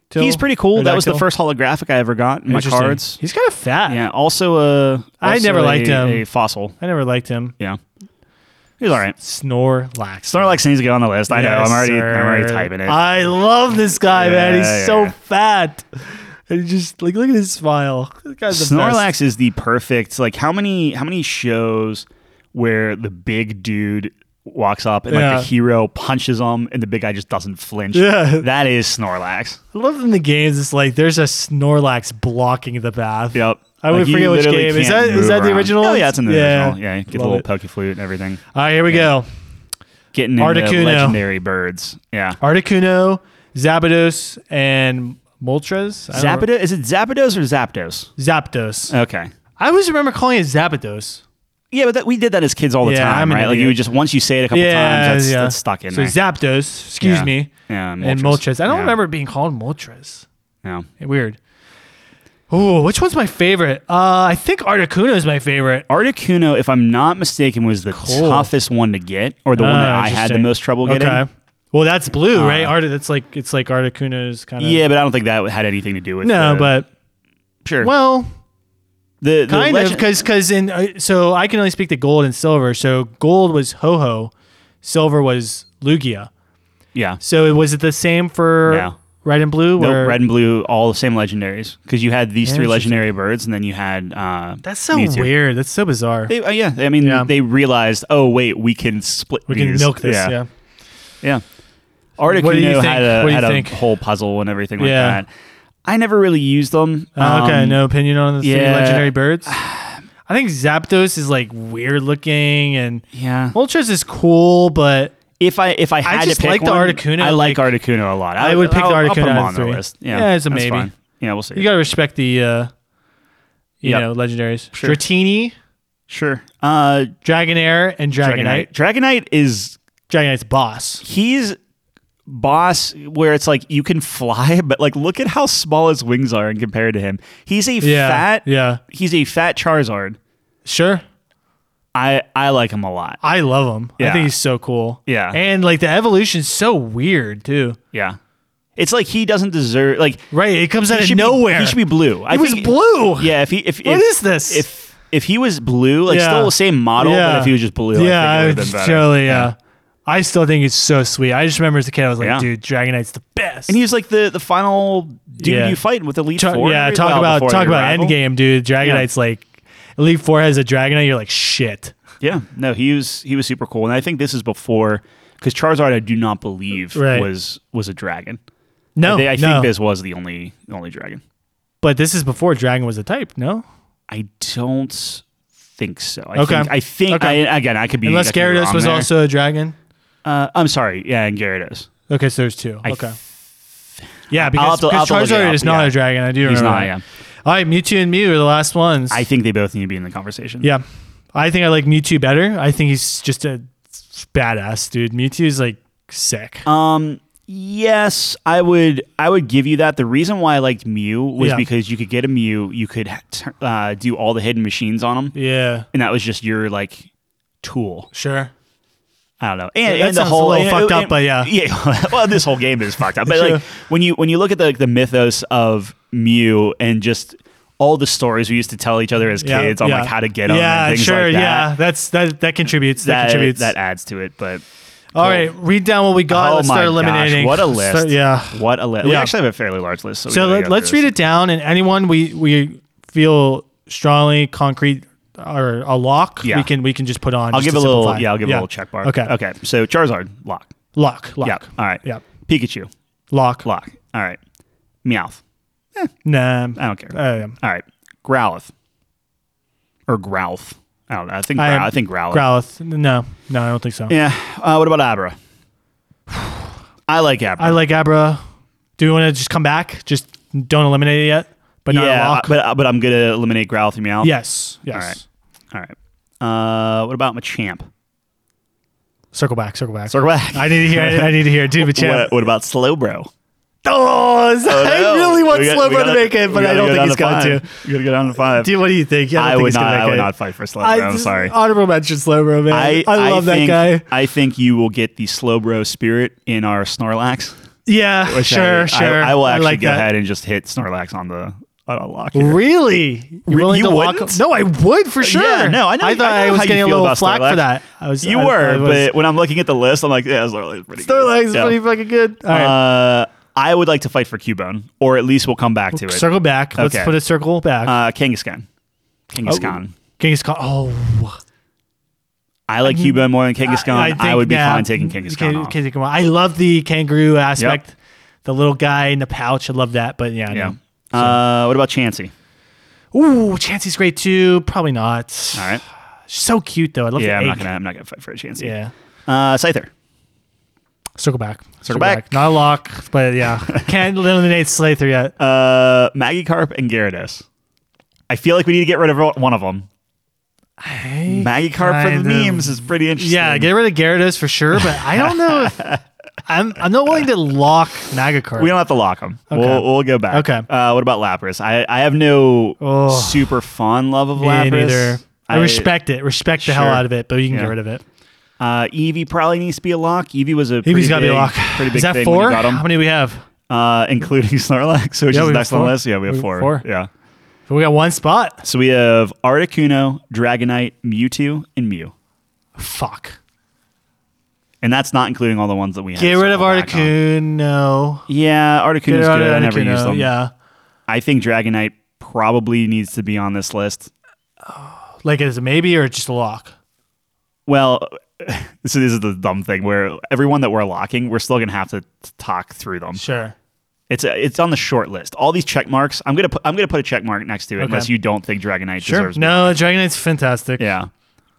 Speaker 1: Till-
Speaker 2: He's pretty cool. That was the
Speaker 1: Aerodactyl.
Speaker 2: first holographic I ever got in my
Speaker 1: Interesting.
Speaker 2: cards.
Speaker 1: He's kind of fat.
Speaker 2: Yeah. Also, uh,
Speaker 1: I
Speaker 2: also
Speaker 1: never liked
Speaker 2: a-
Speaker 1: him.
Speaker 2: A fossil.
Speaker 1: I never liked him.
Speaker 2: Yeah. He was all right.
Speaker 1: Snorlax.
Speaker 2: Snorlax needs to go on the list. I know.
Speaker 1: Yes,
Speaker 2: I'm already. I'm already
Speaker 1: sir.
Speaker 2: typing it.
Speaker 1: I love this guy, man.
Speaker 2: Yeah,
Speaker 1: He's
Speaker 2: yeah,
Speaker 1: so
Speaker 2: yeah.
Speaker 1: fat. And he just like look at his smile. This guy's the
Speaker 2: Snorlax
Speaker 1: best.
Speaker 2: is the perfect like how many how many shows where the big dude walks up and like
Speaker 1: Yeah.
Speaker 2: the hero punches him and the big guy just doesn't flinch.
Speaker 1: Yeah.
Speaker 2: That is Snorlax.
Speaker 1: I love in the games. It's like there's a Snorlax blocking the path.
Speaker 2: Yep.
Speaker 1: I would
Speaker 2: Like, you
Speaker 1: forget which
Speaker 2: literally
Speaker 1: game. Is
Speaker 2: can't
Speaker 1: that is
Speaker 2: move
Speaker 1: that the
Speaker 2: around.
Speaker 1: original?
Speaker 2: Oh yeah, it's in the
Speaker 1: Yeah.
Speaker 2: original. Yeah. Get the
Speaker 1: Love
Speaker 2: little
Speaker 1: it.
Speaker 2: pokey flute and everything.
Speaker 1: All right, here we go.
Speaker 2: Getting into
Speaker 1: Articuno.
Speaker 2: legendary birds. Yeah.
Speaker 1: Articuno, Zapdos, and Moltres. I don't
Speaker 2: Zapdos is it Zapdos or Zapdos?
Speaker 1: re- Zapdos.
Speaker 2: Okay.
Speaker 1: I always remember calling it Zapdos.
Speaker 2: Yeah, but that, we did that as kids all the
Speaker 1: Yeah,
Speaker 2: time,
Speaker 1: I'm an
Speaker 2: right? Like
Speaker 1: idiot.
Speaker 2: you would just once you say it a couple times, that's, that's stuck in
Speaker 1: so
Speaker 2: there.
Speaker 1: Zapdos, excuse
Speaker 2: Yeah.
Speaker 1: me,
Speaker 2: Yeah,
Speaker 1: and Moltres. I don't
Speaker 2: Yeah.
Speaker 1: remember it being called Moltres.
Speaker 2: No.
Speaker 1: Weird. Oh, which one's my favorite? Uh, I think Articuno is my favorite.
Speaker 2: Articuno, if I'm not mistaken, was the
Speaker 1: Cool.
Speaker 2: toughest one to get, or the one that
Speaker 1: Ah,
Speaker 2: I had the
Speaker 1: interesting.
Speaker 2: most trouble getting.
Speaker 1: Okay. Well, that's blue,
Speaker 2: Uh,
Speaker 1: right? Art. That's like it's like Articuno's kind of.
Speaker 2: Yeah, but I don't think that had anything to do with.
Speaker 1: No,
Speaker 2: the-
Speaker 1: but
Speaker 2: sure.
Speaker 1: well,
Speaker 2: the, the
Speaker 1: kind of
Speaker 2: legend-
Speaker 1: because because in uh, so I can only speak to gold and silver. So gold was Ho Ho, silver was Lugia.
Speaker 2: yeah.
Speaker 1: So it was it the same for
Speaker 2: No.
Speaker 1: red and blue?
Speaker 2: Nope,
Speaker 1: where-
Speaker 2: red and blue, all the same legendaries, because you had these three
Speaker 1: Interesting.
Speaker 2: legendary birds, and then you had. Uh,
Speaker 1: That's so
Speaker 2: Mewtwo.
Speaker 1: weird. That's so bizarre.
Speaker 2: They, uh, yeah, I mean,
Speaker 1: Yeah.
Speaker 2: they realized, oh wait, we can split.
Speaker 1: we can
Speaker 2: these.
Speaker 1: milk this. Yeah.
Speaker 2: yeah.
Speaker 1: do you
Speaker 2: Articuno
Speaker 1: think?
Speaker 2: had a
Speaker 1: What do you
Speaker 2: had a
Speaker 1: think?
Speaker 2: whole puzzle and everything like
Speaker 1: Yeah.
Speaker 2: that. I never really used them.
Speaker 1: Uh, okay.
Speaker 2: Um,
Speaker 1: No opinion on the three
Speaker 2: yeah.
Speaker 1: legendary birds. I think Zapdos is like weird looking, and
Speaker 2: Yeah.
Speaker 1: Moltres is cool, but
Speaker 2: If I if I had
Speaker 1: just
Speaker 2: to pick
Speaker 1: like the
Speaker 2: one,
Speaker 1: Articuno,
Speaker 2: I like, Articuno a lot.
Speaker 1: I would pick
Speaker 2: I'll,
Speaker 1: the
Speaker 2: I'll put
Speaker 1: Articuno
Speaker 2: him
Speaker 1: out of
Speaker 2: on the
Speaker 1: three.
Speaker 2: list. Yeah,
Speaker 1: Yeah, it's a
Speaker 2: that's
Speaker 1: maybe.
Speaker 2: fine. Yeah, we'll see.
Speaker 1: you gotta respect the, uh, you
Speaker 2: Yep.
Speaker 1: know, legendaries.
Speaker 2: Sure.
Speaker 1: Dratini,
Speaker 2: sure. Uh,
Speaker 1: Dragonair, and Dragonite.
Speaker 2: Dragonite. Dragonite is
Speaker 1: Dragonite's boss.
Speaker 2: he's boss where it's like you can fly, but like look at how small his wings are in compared to him. He's a
Speaker 1: Yeah.
Speaker 2: fat.
Speaker 1: Yeah.
Speaker 2: He's a fat Charizard.
Speaker 1: Sure.
Speaker 2: I I like him a lot.
Speaker 1: I love him. I
Speaker 2: Yeah.
Speaker 1: think he's so cool.
Speaker 2: Yeah.
Speaker 1: And like the evolution's so weird too.
Speaker 2: Yeah. It's like he doesn't deserve like
Speaker 1: Right. It comes out
Speaker 2: he
Speaker 1: of
Speaker 2: should be-
Speaker 1: nowhere.
Speaker 2: he should be blue. I
Speaker 1: It was
Speaker 2: think-
Speaker 1: blue.
Speaker 2: Yeah, if he if
Speaker 1: What
Speaker 2: if,
Speaker 1: is this?
Speaker 2: If if he was blue, like
Speaker 1: Yeah.
Speaker 2: still the same model, but if he was just blue,
Speaker 1: yeah,
Speaker 2: I think it would
Speaker 1: I
Speaker 2: have been better.
Speaker 1: totally. Yeah. I still think it's so sweet. I just remember as a kid, I was like,
Speaker 2: Yeah.
Speaker 1: dude, Dragonite's the best.
Speaker 2: And he was like the the final dude
Speaker 1: Yeah.
Speaker 2: you fight with Elite
Speaker 1: Ta-
Speaker 2: Four.
Speaker 1: yeah,
Speaker 2: right?
Speaker 1: talk
Speaker 2: Well,
Speaker 1: about
Speaker 2: before
Speaker 1: talk
Speaker 2: the
Speaker 1: about
Speaker 2: arrival.
Speaker 1: endgame, dude. Dragonite's like Elite Four has a Dragonite. You're like shit.
Speaker 2: Yeah, no, he was he was super cool, and I think this is before because Charizard, I do not believe
Speaker 1: Right.
Speaker 2: was was a dragon.
Speaker 1: No,
Speaker 2: They- I
Speaker 1: no.
Speaker 2: think this was the only the only dragon.
Speaker 1: But this is before Dragon was a type. No,
Speaker 2: I don't think so. I
Speaker 1: Okay.
Speaker 2: think, I think
Speaker 1: Okay.
Speaker 2: I, again I could be
Speaker 1: unless
Speaker 2: I could be
Speaker 1: Gyarados
Speaker 2: wrong
Speaker 1: was
Speaker 2: there.
Speaker 1: also a dragon.
Speaker 2: Uh, I'm sorry, yeah, and Gyarados.
Speaker 1: Okay, so there's two.
Speaker 2: I
Speaker 1: okay. Yeah, because,
Speaker 2: have to- I'll
Speaker 1: because
Speaker 2: have to look it
Speaker 1: Charizard
Speaker 2: up,
Speaker 1: is not
Speaker 2: yeah.
Speaker 1: a dragon. I do
Speaker 2: He's
Speaker 1: remember.
Speaker 2: not,
Speaker 1: that.
Speaker 2: yeah.
Speaker 1: All right, Mewtwo and Mew are the last ones.
Speaker 2: I think they both need to be in the conversation.
Speaker 1: yeah, I think I like Mewtwo better. I think he's just a badass dude. Mewtwo's like sick.
Speaker 2: Um. Yes, I would. I would give you that. The reason why I liked Mew was
Speaker 1: Yeah.
Speaker 2: because you could get a Mew, you could uh, do all the hidden machines on him,
Speaker 1: yeah,
Speaker 2: and that was just your like tool.
Speaker 1: sure.
Speaker 2: I don't know. And,
Speaker 1: that
Speaker 2: and the
Speaker 1: sounds a
Speaker 2: whole
Speaker 1: little
Speaker 2: and-
Speaker 1: fucked up,
Speaker 2: and-
Speaker 1: but yeah.
Speaker 2: yeah. Well, this whole game is fucked up. But
Speaker 1: Sure.
Speaker 2: like when you when you look at the like, the mythos of Mew and just all the stories we used to tell each other as
Speaker 1: Yeah,
Speaker 2: kids on
Speaker 1: yeah.
Speaker 2: like how to get on
Speaker 1: Yeah,
Speaker 2: and things
Speaker 1: sure.
Speaker 2: like that.
Speaker 1: Yeah, that's that that contributes. That,
Speaker 2: That,
Speaker 1: contributes.
Speaker 2: that adds to it, but
Speaker 1: All right, read down what we got.
Speaker 2: oh
Speaker 1: let's
Speaker 2: my
Speaker 1: start eliminating.
Speaker 2: gosh, what a
Speaker 1: Let's
Speaker 2: list!
Speaker 1: start- yeah.
Speaker 2: what a list. We
Speaker 1: Yeah.
Speaker 2: actually have a fairly large list, so, we
Speaker 1: So
Speaker 2: gotta
Speaker 1: let,
Speaker 2: go
Speaker 1: let's
Speaker 2: through
Speaker 1: read
Speaker 2: this.
Speaker 1: it down, and anyone we we feel strongly concrete or a lock,
Speaker 2: Yeah.
Speaker 1: we can we can just put on.
Speaker 2: I'll
Speaker 1: just
Speaker 2: give
Speaker 1: to
Speaker 2: a little.
Speaker 1: simplify.
Speaker 2: Yeah, I'll give a little check mark.
Speaker 1: Okay.
Speaker 2: Okay. So Charizard, lock.
Speaker 1: Lock. Lock.
Speaker 2: Yeah. All right.
Speaker 1: Yeah.
Speaker 2: Pikachu,
Speaker 1: Lock.
Speaker 2: lock. All right. Meowth.
Speaker 1: Nah.
Speaker 2: I don't care.
Speaker 1: Uh,
Speaker 2: All right, Growlithe or Growlithe. I don't know. I think
Speaker 1: I
Speaker 2: Growl-
Speaker 1: am-
Speaker 2: I, think Growlithe.
Speaker 1: Growlithe. No. No, I don't think so.
Speaker 2: Yeah. Uh, what about Abra? I like Abra.
Speaker 1: I like Abra. Do we want to just come back? Just don't eliminate it yet, but not
Speaker 2: yeah,
Speaker 1: a lock.
Speaker 2: but uh, but I'm gonna eliminate Growlithe and Meowth.
Speaker 1: yes. Yes.
Speaker 2: All right. All right. Uh, what about Machamp?
Speaker 1: Circle back. Circle back.
Speaker 2: Circle back.
Speaker 1: I need to hear. it. I need to hear. it. Dude, but champ.
Speaker 2: What, what about Slowbro?
Speaker 1: Oh, I
Speaker 2: no.
Speaker 1: really want
Speaker 2: We got- we
Speaker 1: Slowbro to
Speaker 2: gotta-
Speaker 1: make it,
Speaker 2: we
Speaker 1: but I
Speaker 2: gotta
Speaker 1: don't
Speaker 2: go
Speaker 1: think
Speaker 2: down
Speaker 1: he's going to.
Speaker 2: five. You gotta go down to five.
Speaker 1: Dude, what do you think? don't
Speaker 2: I,
Speaker 1: think
Speaker 2: would
Speaker 1: he's
Speaker 2: not.
Speaker 1: gonna make
Speaker 2: I would
Speaker 1: it.
Speaker 2: not fight for Slowbro.
Speaker 1: I
Speaker 2: I'm
Speaker 1: just-
Speaker 2: sorry.
Speaker 1: Honorable mention Slowbro, man. I, love that
Speaker 2: think,
Speaker 1: guy.
Speaker 2: I think you will get the Slowbro spirit in our Snorlax.
Speaker 1: Yeah,
Speaker 2: Which
Speaker 1: sure,
Speaker 2: I,
Speaker 1: sure.
Speaker 2: I, I will actually
Speaker 1: like
Speaker 2: go
Speaker 1: that.
Speaker 2: ahead and just hit Snorlax on the on a lock. here.
Speaker 1: Really? You're willing
Speaker 2: you
Speaker 1: to walk?
Speaker 2: wouldn't?
Speaker 1: No, I would for sure.
Speaker 2: no, I know-
Speaker 1: I thought
Speaker 2: I know
Speaker 1: I, was
Speaker 2: how you
Speaker 1: getting a
Speaker 2: feel
Speaker 1: little
Speaker 2: about
Speaker 1: flack for
Speaker 2: Snorlax.
Speaker 1: that. I was.
Speaker 2: You
Speaker 1: I-
Speaker 2: were,
Speaker 1: I was-
Speaker 2: but when I'm looking at the list, I'm like, yeah, Snorlax is pretty
Speaker 1: Snorlax is
Speaker 2: good. Yeah.
Speaker 1: pretty fucking good. All right,
Speaker 2: Uh, I would like to fight for Cubone, or at least we'll come back to it.
Speaker 1: circle back. Let's
Speaker 2: okay.
Speaker 1: put a circle back. Oh,
Speaker 2: uh, Kangaskhan. Kangaskhan.
Speaker 1: Genghis Khan. Oh,
Speaker 2: I like
Speaker 1: Mm-hmm.
Speaker 2: Cubone more than Kangaskhan. I, would be
Speaker 1: yeah,
Speaker 2: fine taking
Speaker 1: you
Speaker 2: Kangaskhan
Speaker 1: can-
Speaker 2: off.
Speaker 1: can take him off. I love the kangaroo aspect. The little guy in the pouch. I love that. But yeah,
Speaker 2: yeah. Uh, what about Chansey?
Speaker 1: No. Ooh, Chansey's great too. Probably not.
Speaker 2: All right.
Speaker 1: So cute though. I love the
Speaker 2: Yeah, I'm not
Speaker 1: egg.
Speaker 2: gonna. I'm not gonna fight for a Chansey.
Speaker 1: Yeah.
Speaker 2: Uh, Scyther.
Speaker 1: Circle back. Circle,
Speaker 2: back.
Speaker 1: Not a lock, but yeah. Can't eliminate Slater yet.
Speaker 2: Uh, Magikarp and Gyarados. I feel like we need to get rid of one of them. Magikarp for
Speaker 1: kind
Speaker 2: the
Speaker 1: of-
Speaker 2: memes is pretty interesting.
Speaker 1: yeah, get rid of Gyarados for sure, but I don't know if I'm I'm not willing to lock Magikar.
Speaker 2: we don't have to lock them. We'll, we'll go back.
Speaker 1: Okay.
Speaker 2: Uh, what about Lapras? I, I have no
Speaker 1: Oh.
Speaker 2: super fond love of Lapras.
Speaker 1: neither. I, respect it. Respect the hell
Speaker 2: Sure.
Speaker 1: out of it, but you can get
Speaker 2: Yeah.
Speaker 1: rid of it.
Speaker 2: Uh, Eevee probably needs to be a lock. Eevee was a
Speaker 1: He's
Speaker 2: pretty
Speaker 1: got to be a
Speaker 2: big-
Speaker 1: lock.
Speaker 2: Pretty big
Speaker 1: Is that
Speaker 2: thing
Speaker 1: four?
Speaker 2: when you got 'em.
Speaker 1: How many do we have?
Speaker 2: Uh, including Snorlax, which
Speaker 1: Yeah,
Speaker 2: is
Speaker 1: we have
Speaker 2: next on the
Speaker 1: four.
Speaker 2: list. Yeah, we have
Speaker 1: We have
Speaker 2: four.
Speaker 1: four.
Speaker 2: Yeah.
Speaker 1: We got one spot.
Speaker 2: So we have Articuno, Dragonite, Mewtwo, and Mew.
Speaker 1: Fuck.
Speaker 2: And that's not including all the ones that we have.
Speaker 1: Get
Speaker 2: so
Speaker 1: rid of
Speaker 2: I'll back on.
Speaker 1: Articuno.
Speaker 2: Yeah, Articuno's
Speaker 1: Get
Speaker 2: good.
Speaker 1: rid
Speaker 2: I
Speaker 1: of
Speaker 2: never used
Speaker 1: Articuno.
Speaker 2: them.
Speaker 1: Yeah.
Speaker 2: I think Dragonite probably needs to be on this list.
Speaker 1: Like is it maybe or just a lock?
Speaker 2: Well, so this is the dumb thing where everyone that we're locking, we're still gonna have to talk through them.
Speaker 1: Sure.
Speaker 2: It's a, it's on the short list. All these check marks. I'm gonna put I'm gonna put a check mark next to it unless you don't think Dragonite deserves. it.
Speaker 1: No, Dragonite's fantastic.
Speaker 2: Yeah.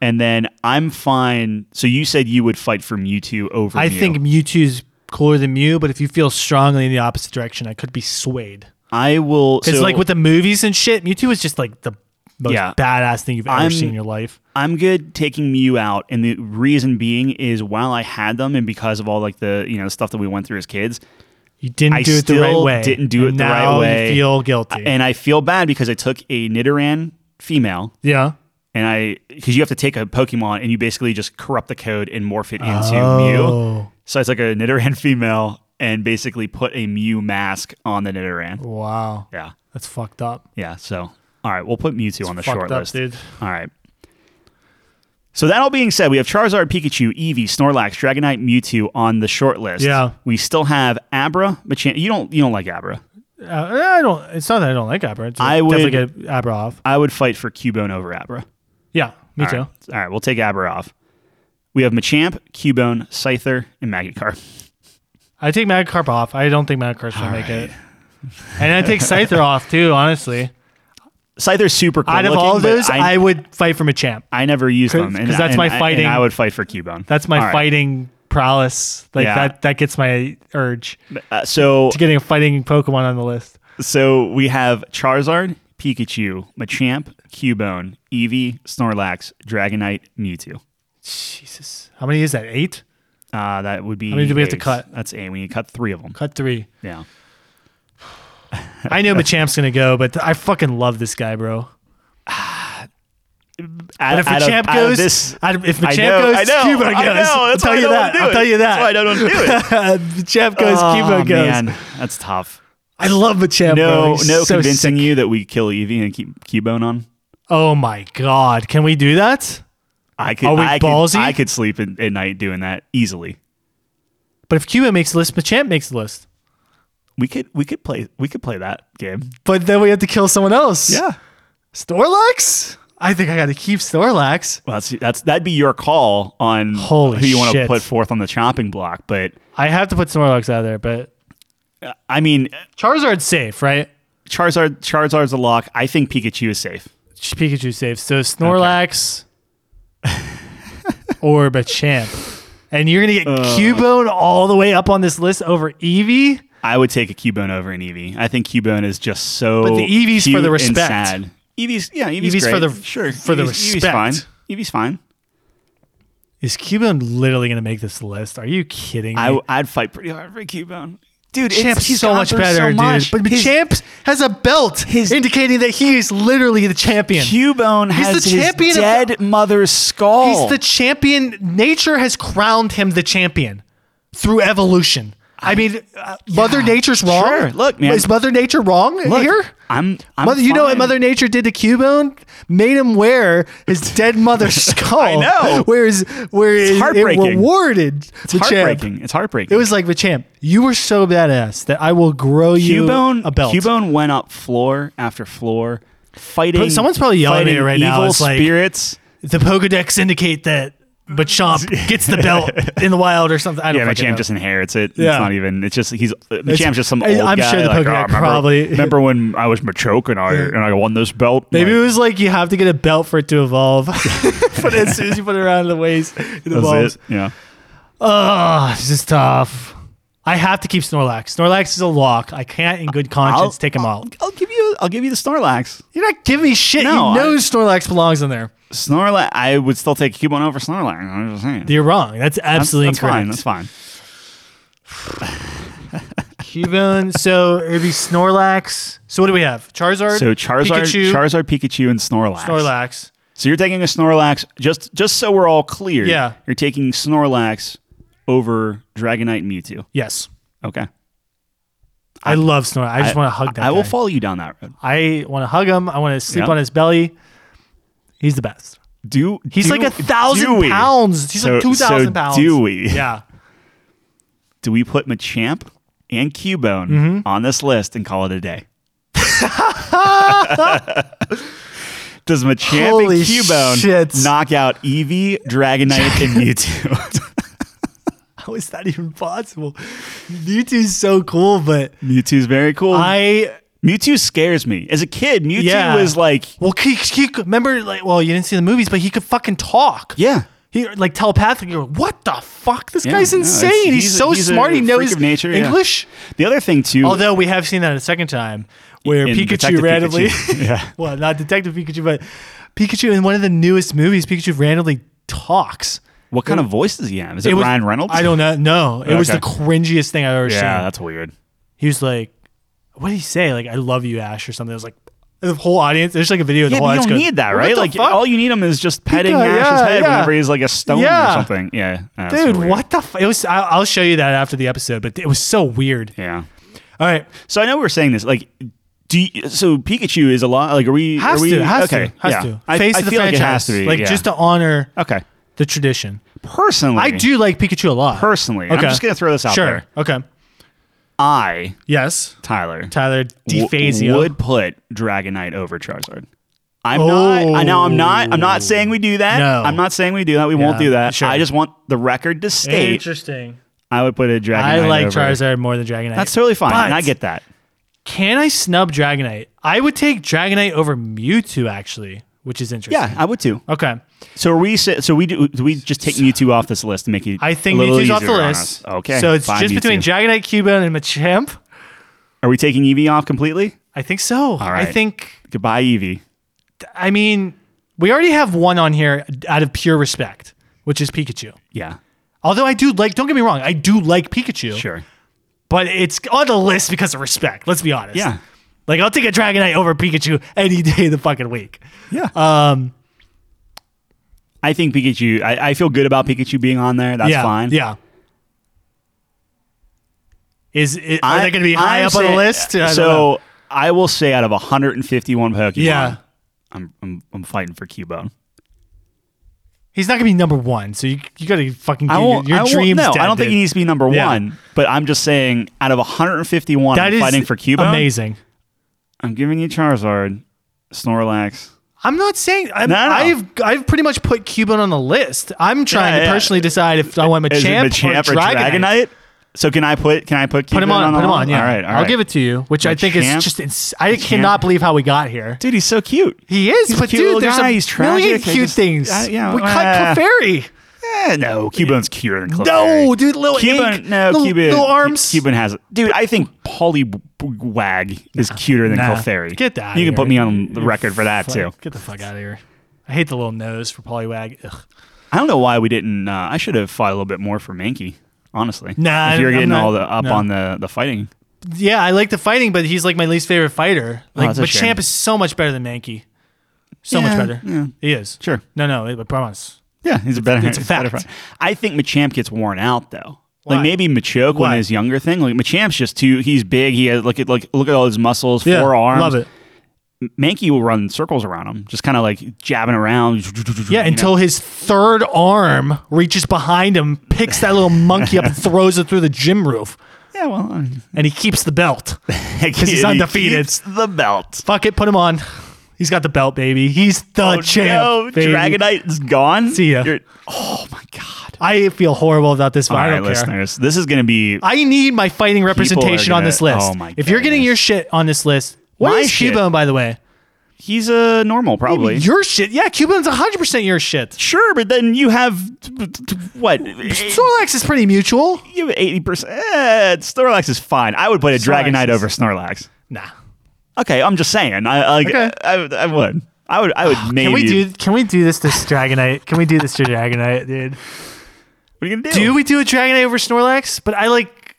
Speaker 2: And then I'm fine. So you said you would fight for Mewtwo over.
Speaker 1: I
Speaker 2: Mew.
Speaker 1: think Mewtwo's cooler than Mew, but if you feel strongly in the opposite direction, I could be swayed.
Speaker 2: I will.
Speaker 1: Because
Speaker 2: so
Speaker 1: like with the movies and shit, Mewtwo is just like the most
Speaker 2: Yeah.
Speaker 1: badass thing you've ever
Speaker 2: I'm-
Speaker 1: seen in your life.
Speaker 2: I'm good taking Mew out, and the reason being is while I had them, and because of all like the you know stuff that we went through as kids,
Speaker 1: You didn't
Speaker 2: I
Speaker 1: do it the right
Speaker 2: still
Speaker 1: way.
Speaker 2: didn't do
Speaker 1: And
Speaker 2: it the right
Speaker 1: now
Speaker 2: way.
Speaker 1: You feel guilty.
Speaker 2: and I feel bad because I took a Nidoran female,
Speaker 1: yeah.
Speaker 2: and I because you have to take a Pokemon and you basically just corrupt the code and morph it into Mew.
Speaker 1: Oh.
Speaker 2: So I took a Nidoran female and basically put a Mew mask on the Nidoran.
Speaker 1: Wow.
Speaker 2: Yeah,
Speaker 1: That's fucked up.
Speaker 2: yeah. So all right, we'll put Mewtwo on the
Speaker 1: fucked
Speaker 2: short
Speaker 1: up,
Speaker 2: list,
Speaker 1: dude.
Speaker 2: All right. So that all being said, we have Charizard, Pikachu, Eevee, Snorlax, Dragonite, Mewtwo on the short list.
Speaker 1: Yeah.
Speaker 2: We still have Abra, Machamp. You don't you don't like Abra.
Speaker 1: Uh, I don't. It's not that I don't like Abra. It's
Speaker 2: I
Speaker 1: definitely
Speaker 2: would-
Speaker 1: get Abra off.
Speaker 2: I would fight for Cubone over Abra.
Speaker 1: Yeah, me too.
Speaker 2: All right. All right, we'll take Abra off. We have Machamp, Cubone, Scyther, and Magikarp.
Speaker 1: I take Magikarp off. I don't think Magikarp's gonna make it. And I take Scyther off too. Honestly,
Speaker 2: Scyther's super cool.
Speaker 1: out of
Speaker 2: looking,
Speaker 1: all
Speaker 2: but
Speaker 1: those, I,
Speaker 2: I,
Speaker 1: would fight for Machamp.
Speaker 2: I never used them. and-
Speaker 1: 'cause that's
Speaker 2: and
Speaker 1: my
Speaker 2: I- and
Speaker 1: fighting-
Speaker 2: I would fight for Cubone.
Speaker 1: That's my
Speaker 2: All right.
Speaker 1: fighting prowess. Like
Speaker 2: Yeah.
Speaker 1: that. That gets my urge
Speaker 2: Uh, so
Speaker 1: to getting a fighting Pokemon on the list.
Speaker 2: so we have Charizard, Pikachu, Machamp, Cubone, Eevee, Snorlax, Dragonite, Mewtwo.
Speaker 1: Jesus. How many is that? Eight?
Speaker 2: Uh, that would be.
Speaker 1: How many do we have to
Speaker 2: eight.
Speaker 1: cut?
Speaker 2: That's eight. We need to cut three of them.
Speaker 1: Cut three.
Speaker 2: Yeah.
Speaker 1: I know Machamp's going to go, but I fucking love this guy, bro.
Speaker 2: Out,
Speaker 1: But if
Speaker 2: out of-
Speaker 1: Machamp
Speaker 2: out of
Speaker 1: goes,
Speaker 2: this,
Speaker 1: out of- if
Speaker 2: I
Speaker 1: Machamp
Speaker 2: know,
Speaker 1: goes,
Speaker 2: I know,
Speaker 1: Cuba goes.
Speaker 2: I know.
Speaker 1: I'll
Speaker 2: That's why
Speaker 1: tell
Speaker 2: I
Speaker 1: you
Speaker 2: don't
Speaker 1: that.
Speaker 2: do
Speaker 1: I'll
Speaker 2: it.
Speaker 1: tell you
Speaker 2: That's why I
Speaker 1: that.
Speaker 2: don't do it.
Speaker 1: Machamp goes,
Speaker 2: oh,
Speaker 1: Cuba goes.
Speaker 2: man, that's tough.
Speaker 1: I love Machamp. bro.
Speaker 2: No,
Speaker 1: He's
Speaker 2: no
Speaker 1: so
Speaker 2: convincing
Speaker 1: sick.
Speaker 2: you that we kill Eevee and keep Cubone on.
Speaker 1: Oh my god, can we do that?
Speaker 2: I could.
Speaker 1: Are we
Speaker 2: I
Speaker 1: ballsy?
Speaker 2: Could, I could sleep at, at night doing that easily.
Speaker 1: But if Cuba makes the list, Machamp makes the list.
Speaker 2: We could. We could play. We could play that game.
Speaker 1: But then we have to kill someone else. Storlax. I think I got to keep Storlax.
Speaker 2: Well, that's that's that'd be your call on
Speaker 1: Holy
Speaker 2: who you want to
Speaker 1: shit.
Speaker 2: put forth on the chopping block. But uh,
Speaker 1: I have to put Snorlax out there, but
Speaker 2: I mean,
Speaker 1: Charizard's safe, right?
Speaker 2: Charizard. Charizard's a lock. I think Pikachu is safe.
Speaker 1: Pikachu's safe. So Snorlax or Machamp. And you're going to get
Speaker 2: Uh.
Speaker 1: Cubone all the way up on this list over Eevee?
Speaker 2: I would take a Cubone over an Eevee. I think Cubone is just so.
Speaker 1: But the Eevee's for
Speaker 2: cute
Speaker 1: the
Speaker 2: and
Speaker 1: respect.
Speaker 2: sad. Eevee's yeah. Eevee's,
Speaker 1: Eevee's for
Speaker 2: great.
Speaker 1: the-
Speaker 2: sure
Speaker 1: for the
Speaker 2: Eevee's,
Speaker 1: respect.
Speaker 2: Eevee's fine. Eevee's fine.
Speaker 1: Is Cubone literally going to make this list? Are you kidding me?
Speaker 2: I I'd fight pretty hard for Cubone. Dude,
Speaker 1: Champ's so much better, dude. But
Speaker 2: his,
Speaker 1: Champ has a belt indicating that he is literally the champion.
Speaker 2: Cubone has
Speaker 1: the champion
Speaker 2: his
Speaker 1: of
Speaker 2: dead mother's skull.
Speaker 1: He's the champion. Nature has crowned him the champion through evolution. I mean, uh, Mother Nature's wrong.
Speaker 2: Sure. Look, man.
Speaker 1: Is Mother Nature wrong
Speaker 2: Look,
Speaker 1: here?
Speaker 2: I'm, I'm
Speaker 1: Mother, you know what
Speaker 2: fine.
Speaker 1: Mother Nature did to Cubone? Made him wear his dead mother's skull. I
Speaker 2: know.
Speaker 1: Whereas, whereas it
Speaker 2: heartbreaking.
Speaker 1: rewarded the
Speaker 2: It's
Speaker 1: champ.
Speaker 2: heartbreaking. It's heartbreaking.
Speaker 1: It was like the champ. You were so badass that I will grow you
Speaker 2: Cubone.
Speaker 1: a belt.
Speaker 2: Cubone went up floor after floor, fighting.
Speaker 1: But someone's probably yelling at me
Speaker 2: fighting
Speaker 1: right
Speaker 2: evil
Speaker 1: now. It's like-
Speaker 2: spirits.
Speaker 1: the Pokedex indicate that Machamp gets the belt in the wild or something. I don't
Speaker 2: Yeah,
Speaker 1: fucking
Speaker 2: Machamp
Speaker 1: know.
Speaker 2: just inherits it.
Speaker 1: Yeah.
Speaker 2: It's not even. It's just he's Machamp's just some
Speaker 1: I-
Speaker 2: old
Speaker 1: I'm
Speaker 2: guy.
Speaker 1: sure the
Speaker 2: like,
Speaker 1: Pokemon
Speaker 2: "Oh, remember-
Speaker 1: probably-
Speaker 2: Remember when I was Machoke and I and I won this belt?
Speaker 1: Maybe
Speaker 2: Like,
Speaker 1: it was like you have to get a belt for it to evolve. but as soon as you put it around the waist, it
Speaker 2: that's
Speaker 1: evolves.
Speaker 2: it. Yeah.
Speaker 1: Oh, this is tough. I have to keep Snorlax. Snorlax is a lock. I can't, in good conscience, take him out.
Speaker 2: I'll give you. I'll give you the Snorlax.
Speaker 1: You're not giving me shit.
Speaker 2: No,
Speaker 1: you know
Speaker 2: I-
Speaker 1: Snorlax belongs in there.
Speaker 2: Snorlax. I would still take Cubone over Snorlax. I'm just saying.
Speaker 1: You're wrong. That's
Speaker 2: That's-
Speaker 1: absolutely
Speaker 2: that's fine. That's
Speaker 1: incorrect.
Speaker 2: fine.
Speaker 1: Cubone. So it would be Snorlax. So what do we have? Charizard.
Speaker 2: So Charizard,
Speaker 1: Pikachu,
Speaker 2: Charizard, Pikachu, and Snorlax.
Speaker 1: Snorlax.
Speaker 2: So you're taking a Snorlax. Just just so we're all clear.
Speaker 1: Yeah.
Speaker 2: You're taking Snorlax over Dragonite and Mewtwo.
Speaker 1: Yes.
Speaker 2: Okay.
Speaker 1: I, love Snorlax. I just want to hug that.
Speaker 2: I will
Speaker 1: guy.
Speaker 2: follow you down that road.
Speaker 1: I want to hug him. I want to sleep
Speaker 2: Yeah.
Speaker 1: on his belly. He's the best.
Speaker 2: Do
Speaker 1: He's
Speaker 2: do-
Speaker 1: like a thousand
Speaker 2: do we-
Speaker 1: pounds. He's like
Speaker 2: So-
Speaker 1: two thousand
Speaker 2: so
Speaker 1: pounds.
Speaker 2: Do we?
Speaker 1: Yeah.
Speaker 2: Do we put Machamp and Cubone
Speaker 1: Mm-hmm.
Speaker 2: on this list and call it a day? Does Machamp
Speaker 1: Holy
Speaker 2: and Cubone
Speaker 1: shit.
Speaker 2: knock out Eevee, Dragonite, and Mewtwo?
Speaker 1: How is that even possible? Mewtwo's so cool, but
Speaker 2: Mewtwo's very cool.
Speaker 1: I
Speaker 2: Mewtwo scares me. As a kid, Mewtwo
Speaker 1: Yeah.
Speaker 2: was like,
Speaker 1: well, he, he could- remember like well, you didn't see the movies, but he could fucking talk.
Speaker 2: yeah.
Speaker 1: He like telepathically. You're like, what the fuck? This
Speaker 2: Yeah,
Speaker 1: guy's
Speaker 2: no,
Speaker 1: insane.
Speaker 2: it's-
Speaker 1: he's,
Speaker 2: he's a-
Speaker 1: so
Speaker 2: he's a
Speaker 1: smart. He
Speaker 2: freak
Speaker 1: knows
Speaker 2: of nature, yeah.
Speaker 1: English.
Speaker 2: The other thing too,
Speaker 1: Although we have seen that a second time where
Speaker 2: in
Speaker 1: Pikachu
Speaker 2: Detective
Speaker 1: randomly.
Speaker 2: Pikachu- yeah.
Speaker 1: well, not Detective Pikachu, but Pikachu in one of the newest movies, Pikachu randomly talks.
Speaker 2: What kind of voice does he have? Is it,
Speaker 1: was-
Speaker 2: Ryan Reynolds?
Speaker 1: I don't know. No, it was the
Speaker 2: Okay.
Speaker 1: cringiest thing I've ever
Speaker 2: Yeah,
Speaker 1: seen.
Speaker 2: that's weird.
Speaker 1: He was like, "What did he say? Like, I love you, Ash, or something." It was like the whole audience. There's like a video. Of
Speaker 2: Yeah,
Speaker 1: the whole
Speaker 2: but you
Speaker 1: audience
Speaker 2: don't
Speaker 1: going,
Speaker 2: need that,
Speaker 1: "What
Speaker 2: right?
Speaker 1: the
Speaker 2: Like
Speaker 1: fuck?
Speaker 2: all you need him is just petting
Speaker 1: Yeah,
Speaker 2: Ash's
Speaker 1: yeah,
Speaker 2: head
Speaker 1: yeah.
Speaker 2: whenever he's like a stone
Speaker 1: Yeah.
Speaker 2: or something. Yeah, yeah, that's
Speaker 1: dude,
Speaker 2: weird.
Speaker 1: what the? F-? It was. I- I'll show you that after the episode, but it was so weird.
Speaker 2: Yeah.
Speaker 1: All right,
Speaker 2: So I know we were saying this. Like, do you, so Pikachu is a lot. Like, are we?
Speaker 1: has
Speaker 2: are we,
Speaker 1: to, has
Speaker 2: okay,
Speaker 1: to, has
Speaker 2: yeah.
Speaker 1: to.
Speaker 2: I-
Speaker 1: Face
Speaker 2: I
Speaker 1: of the
Speaker 2: feel
Speaker 1: franchise,
Speaker 2: Like, it has to be,
Speaker 1: like
Speaker 2: yeah.
Speaker 1: just to honor
Speaker 2: okay.
Speaker 1: the tradition.
Speaker 2: Personally,
Speaker 1: I do like Pikachu a lot.
Speaker 2: Personally, and I'm just gonna throw this out
Speaker 1: sure.
Speaker 2: there.
Speaker 1: Okay.
Speaker 2: I
Speaker 1: Yes.
Speaker 2: Tyler
Speaker 1: Tyler
Speaker 2: w-
Speaker 1: DeFazio.
Speaker 2: would put Dragonite over Charizard. I'm
Speaker 1: Oh.
Speaker 2: not. I know. I'm not. I'm not saying we do that.
Speaker 1: No.
Speaker 2: I'm not saying we do that. We won't
Speaker 1: Oh. Yeah,
Speaker 2: do that.
Speaker 1: sure.
Speaker 2: I just want the record to state.
Speaker 1: Interesting.
Speaker 2: I would put a Dragonite.
Speaker 1: I like
Speaker 2: over.
Speaker 1: Charizard more than Dragonite.
Speaker 2: That's totally fine. and
Speaker 1: But-
Speaker 2: I get that.
Speaker 1: Can I snub Dragonite? I would take Dragonite over Mewtwo actually, which is interesting.
Speaker 2: Yeah, I would too.
Speaker 1: Okay.
Speaker 2: So are we sa- so we do, do we just take Mewtwo off this list to make it.
Speaker 1: I think
Speaker 2: a little
Speaker 1: Mewtwo's off the
Speaker 2: easier on
Speaker 1: list.
Speaker 2: us? Okay.
Speaker 1: So it's
Speaker 2: fine,
Speaker 1: just between
Speaker 2: Mewtwo.
Speaker 1: Dragonite, Cubone, and Machamp.
Speaker 2: Are we taking Eevee off completely?
Speaker 1: I think so. I
Speaker 2: right.
Speaker 1: think
Speaker 2: Goodbye, Evie.
Speaker 1: I mean, we already have one on here out of pure respect, which is Pikachu.
Speaker 2: Yeah,
Speaker 1: Although I do like, don't get me wrong, I do like Pikachu,
Speaker 2: sure.
Speaker 1: but it's on the list because of respect. Let's be honest.
Speaker 2: Yeah.
Speaker 1: Like I'll take a Dragonite over Pikachu any day of the fucking week.
Speaker 2: Yeah. Um, I think Pikachu. I, I feel good about Pikachu being on there. That's
Speaker 1: yeah.
Speaker 2: fine.
Speaker 1: Yeah. Is it, are
Speaker 2: I-
Speaker 1: they going to be high
Speaker 2: I'm
Speaker 1: up on
Speaker 2: saying-
Speaker 1: the list? I don't know.
Speaker 2: so I will say, out of 151 Pokemon,
Speaker 1: Yeah.
Speaker 2: I'm I'm, I'm fighting for Cubone.
Speaker 1: he's not going to be number one. So you you got to fucking
Speaker 2: I
Speaker 1: get your,
Speaker 2: won't.
Speaker 1: your
Speaker 2: I won't-
Speaker 1: dreams.
Speaker 2: No,
Speaker 1: dead,
Speaker 2: I don't think
Speaker 1: dude.
Speaker 2: he needs to be number
Speaker 1: Yeah.
Speaker 2: one. But I'm just saying, out of 151,
Speaker 1: That
Speaker 2: I'm
Speaker 1: is
Speaker 2: fighting for Cubone.
Speaker 1: Amazing.
Speaker 2: I'm giving you Charizard, Snorlax.
Speaker 1: I'm not saying I'm,
Speaker 2: No, no, no.
Speaker 1: I've I've pretty much put Cuban on the list. I'm trying to
Speaker 2: yeah.
Speaker 1: personally decide if I want
Speaker 2: Is it
Speaker 1: Machamp,
Speaker 2: Machamp
Speaker 1: or, Dragonite.
Speaker 2: So can I put can I put Cubone
Speaker 1: Put him on,
Speaker 2: the
Speaker 1: put him
Speaker 2: wall?
Speaker 1: on. Yeah,
Speaker 2: All right, all
Speaker 1: I'll
Speaker 2: right.
Speaker 1: give it to you, which I think
Speaker 2: Machamp?
Speaker 1: is just ins- I cannot believe how we got here.
Speaker 2: Dude, he's so cute.
Speaker 1: He is,
Speaker 2: He's a
Speaker 1: but
Speaker 2: cute
Speaker 1: dude,
Speaker 2: little
Speaker 1: there's
Speaker 2: guy.
Speaker 1: a
Speaker 2: He's
Speaker 1: million
Speaker 2: tragic. I
Speaker 1: cute
Speaker 2: just-
Speaker 1: things.
Speaker 2: I- yeah,
Speaker 1: we
Speaker 2: uh,
Speaker 1: cut Clefairy.
Speaker 2: Eh, no, Cuban's cuter than Clefairy.
Speaker 1: No, dude, little
Speaker 2: Cuban,
Speaker 1: ink,
Speaker 2: no,
Speaker 1: little,
Speaker 2: Cuban,
Speaker 1: little arms.
Speaker 2: Cuban has, dude. I think Wag is cuter than
Speaker 1: Nah.
Speaker 2: Clefairy.
Speaker 1: Get that out
Speaker 2: You
Speaker 1: of
Speaker 2: can put
Speaker 1: here.
Speaker 2: me on the record for that
Speaker 1: Fuck,
Speaker 2: too.
Speaker 1: Get the fuck out of here. I hate the little nose for Poliwag. Ugh.
Speaker 2: I don't know why we didn't. Uh, I should have fought a little bit more for Mankey, honestly.
Speaker 1: Nah,
Speaker 2: if you're
Speaker 1: I'm
Speaker 2: getting
Speaker 1: not-
Speaker 2: all the up
Speaker 1: no.
Speaker 2: on the the fighting,
Speaker 1: Yeah, I like the fighting, but he's like my least favorite fighter. Like,
Speaker 2: that's a
Speaker 1: but
Speaker 2: shame.
Speaker 1: Champ is so much better than Mankey. So
Speaker 2: Yeah,
Speaker 1: much better.
Speaker 2: yeah.
Speaker 1: He is.
Speaker 2: Sure.
Speaker 1: No, no, I promise.
Speaker 2: yeah, he's a better.
Speaker 1: it's a
Speaker 2: he's better
Speaker 1: fact.
Speaker 2: fighter. I think Machamp gets worn out though.
Speaker 1: Why?
Speaker 2: Like maybe Machoke
Speaker 1: Why?
Speaker 2: when his younger thing. Like Machamp's just too. He's big. He has look at like look at all his muscles,
Speaker 1: Yeah,
Speaker 2: forearms.
Speaker 1: love it.
Speaker 2: Mankey will run circles around him, just kind of like jabbing around.
Speaker 1: Yeah, until his third arm reaches behind him, picks that little monkey up, and throws it through the gym roof,
Speaker 2: yeah, well, I mean,
Speaker 1: and he keeps the belt.
Speaker 2: because
Speaker 1: he's undefeated.
Speaker 2: the belt.
Speaker 1: Fuck it, put him on. He's got the belt, baby. He's the
Speaker 2: Oh, no,
Speaker 1: champ. baby.
Speaker 2: Dragonite's gone.
Speaker 1: See ya.
Speaker 2: You're- oh my god!
Speaker 1: I feel horrible about this, but
Speaker 2: All
Speaker 1: I
Speaker 2: right,
Speaker 1: don't care.
Speaker 2: listeners, this is gonna be
Speaker 1: I need my fighting representation on
Speaker 2: gonna-
Speaker 1: this list.
Speaker 2: oh my
Speaker 1: if you're getting
Speaker 2: goodness.
Speaker 1: your shit on this list, what
Speaker 2: My
Speaker 1: is
Speaker 2: shit.
Speaker 1: Cubone, by the way?
Speaker 2: he's a normal probably.
Speaker 1: Your shit. Yeah, Cubone's 100% your shit.
Speaker 2: Sure, but then you have t- t- t- what? You
Speaker 1: Snorlax is pretty mutual.
Speaker 2: have eighty percent. eh, Snorlax is fine. I would put a Dragonite
Speaker 1: is-
Speaker 2: over Snorlax.
Speaker 1: Nah.
Speaker 2: Okay, I'm just saying. I like.
Speaker 1: Okay.
Speaker 2: I, I would. I would. I would. maybe.
Speaker 1: Can we do can we do this to Dragonite? Can we do this to Dragonite, dude?
Speaker 2: What are you gonna do?
Speaker 1: Do we do a Dragonite over Snorlax? But I like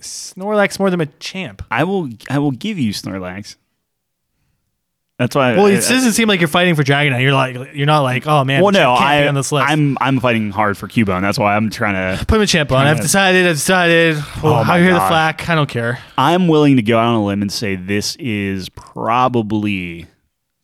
Speaker 1: Snorlax more than a champ.
Speaker 2: I will. I will give you Snorlax. That's why.
Speaker 1: Well,
Speaker 2: I,
Speaker 1: it doesn't seem like you're fighting for Dragonite. You're like you're not like, oh man,
Speaker 2: Well,
Speaker 1: Machamp
Speaker 2: no,
Speaker 1: can't
Speaker 2: I,
Speaker 1: be on this list.
Speaker 2: I'm I'm fighting hard for Cubone. That's why I'm trying to.
Speaker 1: Put Machamp on. I've
Speaker 2: to-
Speaker 1: decided. I've decided. Well,
Speaker 2: my
Speaker 1: I hear the
Speaker 2: God.
Speaker 1: flack. I don't care.
Speaker 2: I'm willing to go out on a limb and say this is probably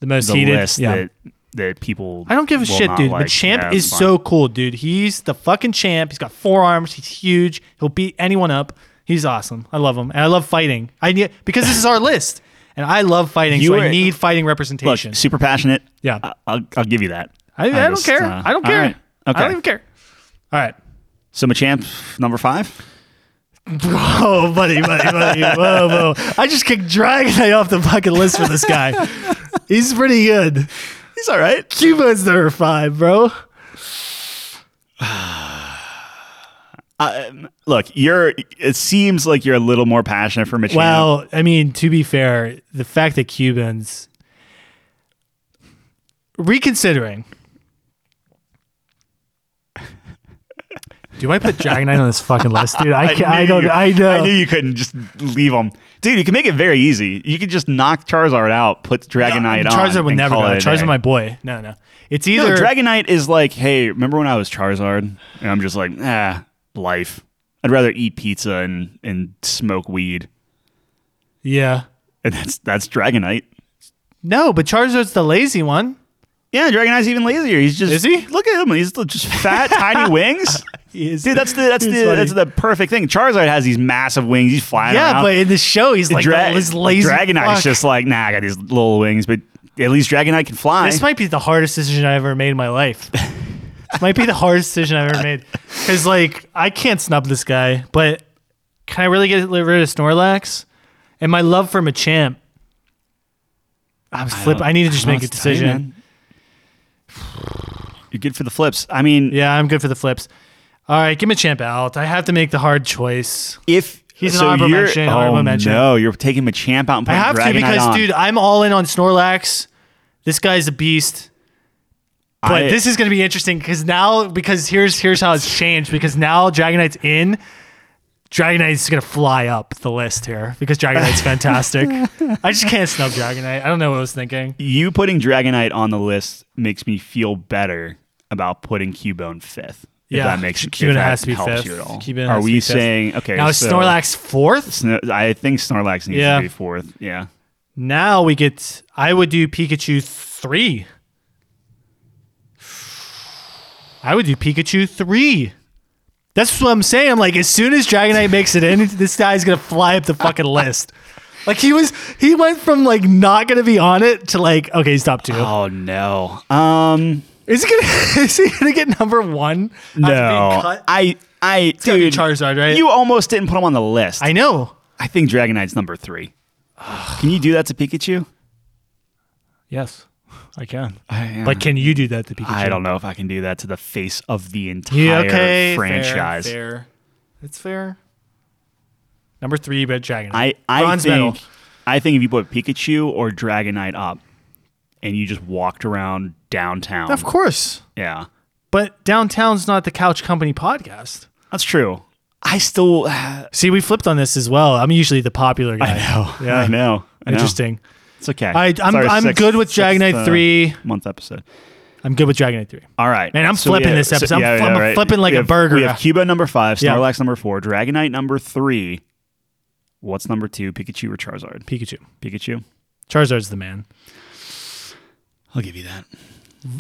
Speaker 1: The most
Speaker 2: the
Speaker 1: heated.
Speaker 2: list that that people.
Speaker 1: I don't give a
Speaker 2: will
Speaker 1: shit,
Speaker 2: not
Speaker 1: dude.
Speaker 2: Like.
Speaker 1: But Champ
Speaker 2: Yeah, it's
Speaker 1: is
Speaker 2: fine.
Speaker 1: so cool, dude. He's the fucking champ. He's got four arms. He's huge. He'll beat anyone up. He's awesome. I love him, and I love fighting. I need because this is our list, and I love fighting.
Speaker 2: You
Speaker 1: so
Speaker 2: are-
Speaker 1: I need fighting
Speaker 2: Look,
Speaker 1: representation.
Speaker 2: super passionate.
Speaker 1: Yeah.
Speaker 2: I, I'll, I'll give you that.
Speaker 1: I, I,
Speaker 2: just,
Speaker 1: don't care.
Speaker 2: uh,
Speaker 1: I don't
Speaker 2: all
Speaker 1: care.
Speaker 2: right.
Speaker 1: I
Speaker 2: Okay.
Speaker 1: don't even care. All right.
Speaker 2: So Machamp number five.
Speaker 1: Oh, buddy, buddy, buddy. Whoa, whoa. I just kicked Dragonite off the fucking list for this guy. He's pretty good.
Speaker 2: He's all right.
Speaker 1: Cuba's number five, bro.
Speaker 2: Um, look, you're. It seems like you're a little more passionate for Machamp.
Speaker 1: Well, I mean, to be fair, the fact that Cubans reconsidering. Do I put Dragonite on this fucking list, dude? I can't, I,
Speaker 2: knew
Speaker 1: don't.
Speaker 2: you-
Speaker 1: I know.
Speaker 2: I knew you couldn't just leave them, dude. You can make it very easy. You could just knock Charizard out, put Dragonite on.
Speaker 1: Charizard would
Speaker 2: and
Speaker 1: never go.
Speaker 2: call it a
Speaker 1: Charizard,
Speaker 2: day.
Speaker 1: my boy. No, no. It's either
Speaker 2: No, Dragonite is like, hey, remember when I was Charizard? And I'm just like, ah, life. I'd rather eat pizza and and smoke weed,
Speaker 1: Yeah.
Speaker 2: and that's that's Dragonite.
Speaker 1: No, but Charizard's the lazy one.
Speaker 2: Yeah, Dragonite's even lazier. He's just
Speaker 1: Is he?
Speaker 2: Look at him. He's just fat, tiny wings. Dude, that's the that's
Speaker 1: He's
Speaker 2: the
Speaker 1: funny.
Speaker 2: that's the perfect thing. Charizard has these massive wings. He's flying
Speaker 1: yeah,
Speaker 2: around.
Speaker 1: but in the show, he's like
Speaker 2: Dra-
Speaker 1: oh, this lazy.
Speaker 2: Dragonite's
Speaker 1: fuck.
Speaker 2: just like, nah, I got these little wings, but at least Dragonite can fly.
Speaker 1: This might be the hardest decision I ever made in my life. this might be the hardest decision I've ever made. Because, like, I can't snub this guy, but can I really get rid of Snorlax? And my love for Machamp. I'm flip. I, need to just make a decision.
Speaker 2: You're good for the flips. I mean,
Speaker 1: yeah, I'm good for the flips. All right, give Machamp out. I have to make the hard choice.
Speaker 2: if
Speaker 1: He's an
Speaker 2: so
Speaker 1: honorable
Speaker 2: you're,
Speaker 1: mention.
Speaker 2: oh,
Speaker 1: honorable mention.
Speaker 2: no, you're taking Machamp out and
Speaker 1: I
Speaker 2: putting
Speaker 1: have to
Speaker 2: Dragonite
Speaker 1: because,
Speaker 2: on.
Speaker 1: dude, I'm all in on Snorlax. This guy's a beast. But
Speaker 2: I-
Speaker 1: this is going to be interesting because now, because here's here's how it's changed. Because now Dragonite's in. Dragonite's going to fly up the list here because Dragonite's fantastic. I just can't snub Dragonite. I don't know what I was thinking.
Speaker 2: you putting Dragonite on the list makes me feel better about putting Cubone fifth.
Speaker 1: Yeah,
Speaker 2: if that makes if
Speaker 1: Cubone
Speaker 2: that
Speaker 1: has to be
Speaker 2: helps
Speaker 1: fifth.
Speaker 2: you at all.
Speaker 1: Cubone
Speaker 2: Are
Speaker 1: has to
Speaker 2: we
Speaker 1: be fifth.
Speaker 2: saying okay?
Speaker 1: Now is
Speaker 2: so
Speaker 1: Snorlax fourth.
Speaker 2: Sno- I think Snorlax needs
Speaker 1: Yeah.
Speaker 2: to be fourth. Yeah,
Speaker 1: Now we get. I would do Pikachu three. I would do Pikachu three. That's what I'm saying. I'm like, as soon as Dragonite makes it in, this guy's gonna fly up the fucking list. Like he was, he went from like not gonna be on it to like, okay, he's top two.
Speaker 2: Oh no. Um
Speaker 1: Is he gonna? Is he gonna get number one? after being
Speaker 2: no.
Speaker 1: cut?
Speaker 2: I I
Speaker 1: gotta be
Speaker 2: dude
Speaker 1: Charizard, right?
Speaker 2: You almost didn't put him on the list. I,
Speaker 1: I know.
Speaker 2: think Dragonite's number 3. Can you do that to Pikachu?
Speaker 1: Yes, I can.
Speaker 2: I,
Speaker 1: But can you do that to Pikachu?
Speaker 2: I don't know if I can do that to the face of the entire
Speaker 1: Yeah, okay.
Speaker 2: franchise.
Speaker 1: Fair, fair. It's fair. Number three, but Dragon.
Speaker 2: I I
Speaker 1: Bronze
Speaker 2: think
Speaker 1: medal.
Speaker 2: I think if you put Pikachu or Dragonite up and you just walked around downtown.
Speaker 1: of course.
Speaker 2: Yeah.
Speaker 1: But downtown's not the Couch Company podcast.
Speaker 2: That's true. I still I
Speaker 1: See, we flipped on this as well. I'm usually the popular guy.
Speaker 2: know.
Speaker 1: Yeah.
Speaker 2: I know. I know.
Speaker 1: Interesting.
Speaker 2: It's okay.
Speaker 1: I,
Speaker 2: It's
Speaker 1: I'm,
Speaker 2: our
Speaker 1: I'm
Speaker 2: sixth-
Speaker 1: good with
Speaker 2: sixth,
Speaker 1: Dragonite
Speaker 2: uh,
Speaker 1: three.
Speaker 2: month episode.
Speaker 1: I'm good with Dragonite three.
Speaker 2: All right.
Speaker 1: Man, I'm flipping
Speaker 2: yeah,
Speaker 1: this episode. I'm fl- I'm flipping like
Speaker 2: We
Speaker 1: a
Speaker 2: have-
Speaker 1: burger.
Speaker 2: We have Cuba number five,
Speaker 1: Yeah.
Speaker 2: Snorlax number four, Dragonite number three. What's number two? Pikachu or Charizard?
Speaker 1: Pikachu.
Speaker 2: Pikachu.
Speaker 1: Charizard's the man.
Speaker 2: I'll give you that.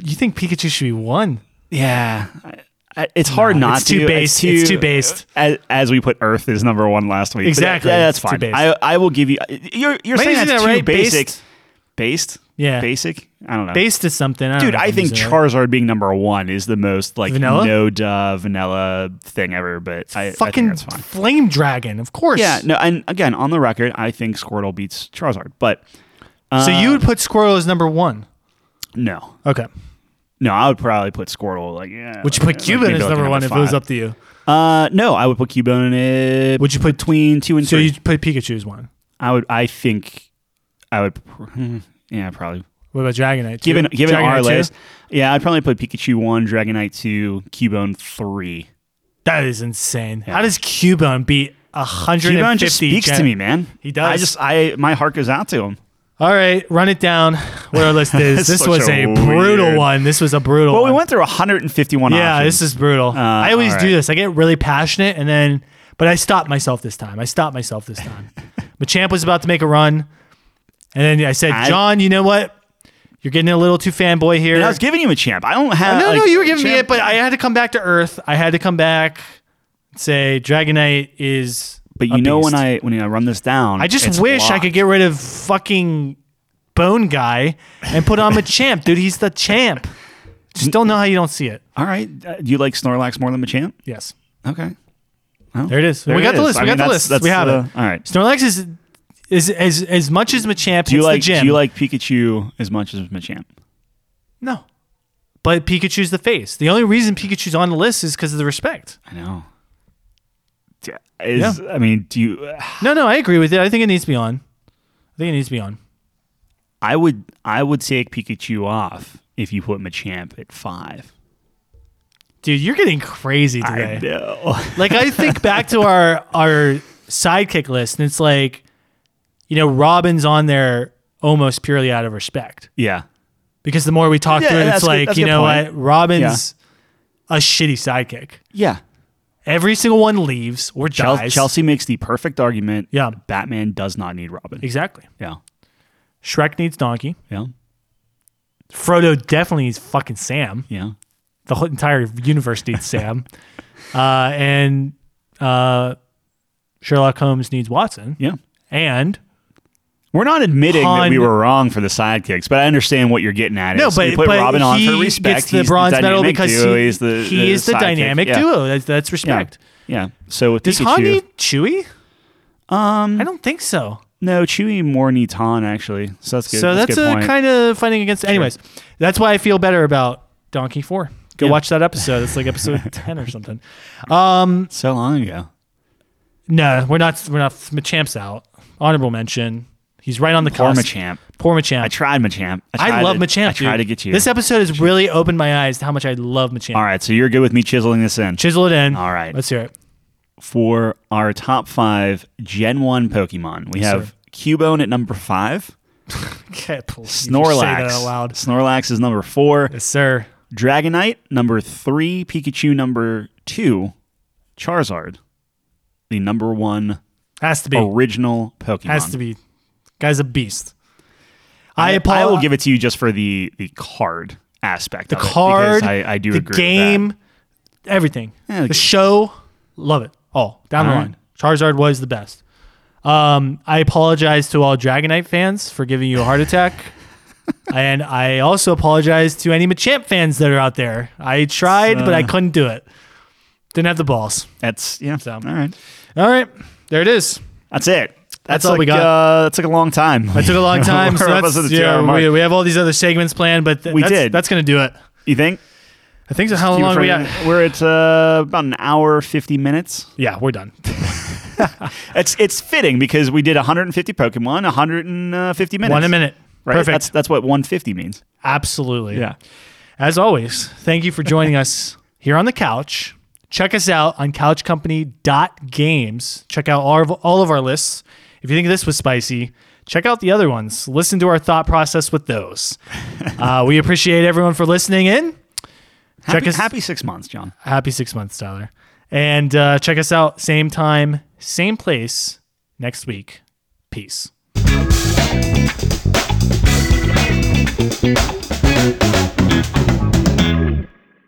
Speaker 1: You think Pikachu should be one?
Speaker 2: Yeah. I- I- It's hard not
Speaker 1: it's too
Speaker 2: to.
Speaker 1: based. It's too based.
Speaker 2: As, as we put Earth is number one last week. But
Speaker 1: Exactly.
Speaker 2: yeah, that's
Speaker 1: It's too
Speaker 2: fine.
Speaker 1: based.
Speaker 2: I, I will give you. You're, you're
Speaker 1: Am I
Speaker 2: saying
Speaker 1: using
Speaker 2: that's
Speaker 1: that
Speaker 2: too
Speaker 1: right?
Speaker 2: basic.
Speaker 1: Based?
Speaker 2: Based?
Speaker 1: Yeah.
Speaker 2: Basic? I don't know.
Speaker 1: Based is something. I don't
Speaker 2: Dude,
Speaker 1: know if
Speaker 2: I
Speaker 1: I'm
Speaker 2: think
Speaker 1: using it
Speaker 2: Charizard being number one is the most like
Speaker 1: Vanilla?
Speaker 2: no duh vanilla thing ever. But I I
Speaker 1: right.
Speaker 2: think
Speaker 1: fucking
Speaker 2: that's fine.
Speaker 1: Flame Dragon, of course.
Speaker 2: Yeah, no, and again, on the record, I think Squirtle beats Charizard, but uh,
Speaker 1: so you would put Squirrel as number one.
Speaker 2: no,
Speaker 1: Okay.
Speaker 2: no, I would probably put Squirtle like yeah.
Speaker 1: Would you
Speaker 2: like-
Speaker 1: put Cuban
Speaker 2: maybe
Speaker 1: as
Speaker 2: like
Speaker 1: number one if it was
Speaker 2: five.
Speaker 1: up to you?
Speaker 2: Uh, no, I would put Cubone in.
Speaker 1: Would you put
Speaker 2: between two and
Speaker 1: So
Speaker 2: three?
Speaker 1: you put Pikachu as one.
Speaker 2: I would. I think I would. pr- hmm, Yeah, probably.
Speaker 1: What about Dragonite? Two?
Speaker 2: Given given
Speaker 1: Dragonite
Speaker 2: our
Speaker 1: two?
Speaker 2: list, yeah, I'd probably put Pikachu one, Dragonite two, Cubone three.
Speaker 1: that is insane. How does Cubone beat a hundred
Speaker 2: Cubone
Speaker 1: and
Speaker 2: just
Speaker 1: fifty?
Speaker 2: speaks to me, man.
Speaker 1: He does.
Speaker 2: I just I my heart goes out to him.
Speaker 1: All right, run it down. What our list is. this
Speaker 2: Such
Speaker 1: was a,
Speaker 2: a
Speaker 1: brutal
Speaker 2: weird-
Speaker 1: one. This was a brutal.
Speaker 2: Well,
Speaker 1: one.
Speaker 2: we went through 151.
Speaker 1: Yeah,
Speaker 2: options. Uh,
Speaker 1: this is brutal. I always
Speaker 2: all
Speaker 1: do
Speaker 2: right.
Speaker 1: this. I get really passionate and then, but I stopped myself this time. I stopped myself this time. Machamp was about to make a run, and then I said,
Speaker 2: I-
Speaker 1: "John, you know what? You're getting a little too fanboy here."
Speaker 2: And I was giving you a champ. I don't have.
Speaker 1: No,
Speaker 2: Uh, like,
Speaker 1: no, you were giving me
Speaker 2: champ-
Speaker 1: it, but I had to come back to Earth. I had to come back, and say Dragonite is.
Speaker 2: But
Speaker 1: a
Speaker 2: you know when
Speaker 1: beast.
Speaker 2: I when I run this down,
Speaker 1: I just
Speaker 2: it's
Speaker 1: wish I
Speaker 2: locked.
Speaker 1: could get rid of fucking Bone Guy and put on a champ, dude. He's the champ. Just don't know how you don't see it.
Speaker 2: All right, uh, do you like Snorlax more than Machamp?
Speaker 1: Yes,
Speaker 2: Okay,
Speaker 1: there it is.
Speaker 2: There
Speaker 1: we
Speaker 2: it
Speaker 1: got the
Speaker 2: is.
Speaker 1: list.
Speaker 2: I
Speaker 1: we
Speaker 2: mean,
Speaker 1: got the
Speaker 2: that's-
Speaker 1: list.
Speaker 2: that's uh,
Speaker 1: we have
Speaker 2: the-
Speaker 1: it.
Speaker 2: All right.
Speaker 1: Snorlax is is as as much as Machamp
Speaker 2: Do you
Speaker 1: hits
Speaker 2: like
Speaker 1: the gym.
Speaker 2: do you like Pikachu as much as Machamp?
Speaker 1: no, but Pikachu's the face. The only reason Pikachu's on the list is because of the respect.
Speaker 2: I know. D- Is I mean, do you?
Speaker 1: No, no, I agree with it. I think it needs to be on. I think it needs to be on.
Speaker 2: I would I would take Pikachu off if you put Machamp at five.
Speaker 1: Dude, you're getting crazy
Speaker 2: I
Speaker 1: today.
Speaker 2: know.
Speaker 1: like I think back to our our sidekick list, and it's like, you know, Robin's on there almost purely out of respect
Speaker 2: yeah.
Speaker 1: because the more we talk
Speaker 2: Yeah,
Speaker 1: through it,
Speaker 2: that's
Speaker 1: it's
Speaker 2: good-
Speaker 1: like
Speaker 2: that's a
Speaker 1: you
Speaker 2: good
Speaker 1: know
Speaker 2: point.
Speaker 1: what, Robin's a shitty sidekick.
Speaker 2: Yeah.
Speaker 1: Every single one leaves or
Speaker 2: Chel-
Speaker 1: dies.
Speaker 2: Chelsea makes the perfect argument.
Speaker 1: Yeah.
Speaker 2: Batman does not need Robin.
Speaker 1: exactly.
Speaker 2: Yeah.
Speaker 1: Shrek needs Donkey.
Speaker 2: Yeah.
Speaker 1: Frodo definitely needs fucking Sam.
Speaker 2: Yeah.
Speaker 1: The whole entire universe needs Sam, uh, and uh, Sherlock Holmes needs Watson,
Speaker 2: Yeah.
Speaker 1: and
Speaker 2: We're not admitting that
Speaker 1: Hun-
Speaker 2: we were wrong for the sidekicks, but I understand what you're getting at.
Speaker 1: No,
Speaker 2: is we
Speaker 1: but-
Speaker 2: put
Speaker 1: but
Speaker 2: Robin on
Speaker 1: he
Speaker 2: for respect.
Speaker 1: gets the
Speaker 2: He's
Speaker 1: bronze medal
Speaker 2: dynamic
Speaker 1: because
Speaker 2: duo.
Speaker 1: he,
Speaker 2: He's the,
Speaker 1: he is the
Speaker 2: sidekick.
Speaker 1: dynamic
Speaker 2: yeah.
Speaker 1: duo. That's, that's
Speaker 2: Yeah.
Speaker 1: respect.
Speaker 2: Yeah. So with
Speaker 1: Does
Speaker 2: Pikachu,
Speaker 1: Han need Chewy? Um, I don't think so.
Speaker 2: no, Chewie more needs Han actually. So that's good.
Speaker 1: so that's,
Speaker 2: a, good
Speaker 1: a
Speaker 2: point.
Speaker 1: kind of fighting against. Anyways, that's why I feel better about Donkey Four. Go
Speaker 2: Yeah.
Speaker 1: watch that episode. It's like episode ten or something.
Speaker 2: so long ago.
Speaker 1: No, we're not. We're not. Machamp's out. Honorable mention. He's right on the
Speaker 2: Poor
Speaker 1: cusp.
Speaker 2: Machamp.
Speaker 1: Poor Machamp.
Speaker 2: I tried Machamp.
Speaker 1: I
Speaker 2: tried
Speaker 1: love
Speaker 2: to-
Speaker 1: Machamp.
Speaker 2: I tried
Speaker 1: dude.
Speaker 2: to get you.
Speaker 1: This episode has really opened my eyes to how much I love Machamp.
Speaker 2: All right, so you're good with me chiseling this in.
Speaker 1: Chisel it in.
Speaker 2: All right.
Speaker 1: Let's hear it.
Speaker 2: For our top five Gen 1 Pokemon, we have Cubone at number five,
Speaker 1: Can't believe you
Speaker 2: Snorlax.
Speaker 1: Say that out loud.
Speaker 2: Snorlax is number four,
Speaker 1: Yes, sir.
Speaker 2: Dragonite number three, Pikachu number two, Charizard, the number one
Speaker 1: Has to be.
Speaker 2: Oh, original Pokemon.
Speaker 1: Has to be. Guy's a beast. I,
Speaker 2: I, I will
Speaker 1: apologize.
Speaker 2: give it to you just for the the card aspect. The
Speaker 1: card,
Speaker 2: I, I do
Speaker 1: the
Speaker 2: agree. with that.
Speaker 1: game, everything.
Speaker 2: Yeah,
Speaker 1: the
Speaker 2: the-
Speaker 1: show, love it. All down the
Speaker 2: All
Speaker 1: line. Charizard was the best. Um, I apologize to all Dragonite fans for giving you a heart attack. and I also apologize to any Machamp fans that are out there. I tried, but I
Speaker 2: uh,
Speaker 1: couldn't do it. Didn't have the balls.
Speaker 2: That's yeah.
Speaker 1: So.
Speaker 2: All right.
Speaker 1: All right. There it is.
Speaker 2: That's it. That's,
Speaker 1: all
Speaker 2: like,
Speaker 1: we got.
Speaker 2: Uh, that took a long time. That
Speaker 1: Took a long time. so that's, yeah, we, we have all these other segments planned, but th-
Speaker 2: We
Speaker 1: that's,
Speaker 2: did.
Speaker 1: That's going to do it.
Speaker 2: you think?
Speaker 1: I think so. How
Speaker 2: You
Speaker 1: long
Speaker 2: were
Speaker 1: we
Speaker 2: from-
Speaker 1: got?
Speaker 2: We're at uh, about an hour fifty minutes.
Speaker 1: Yeah, we're done.
Speaker 2: It's it's fitting because we did 150 Pokemon, 150 uh, minutes.
Speaker 1: One a minute.
Speaker 2: Right?
Speaker 1: Perfect.
Speaker 2: That's that's what 150 means.
Speaker 1: Absolutely. As always, thank you for joining us here on the couch. Check us out on couchcompany.games. Check out all of, all of our lists. If you think this was spicy, check out the other ones. Listen to our thought process with those. uh, we appreciate everyone for listening in.
Speaker 2: Happy,
Speaker 1: Check us-
Speaker 2: happy six months, John.
Speaker 1: Happy six months, Tyler. And uh, check us out same time, same place next week. Peace.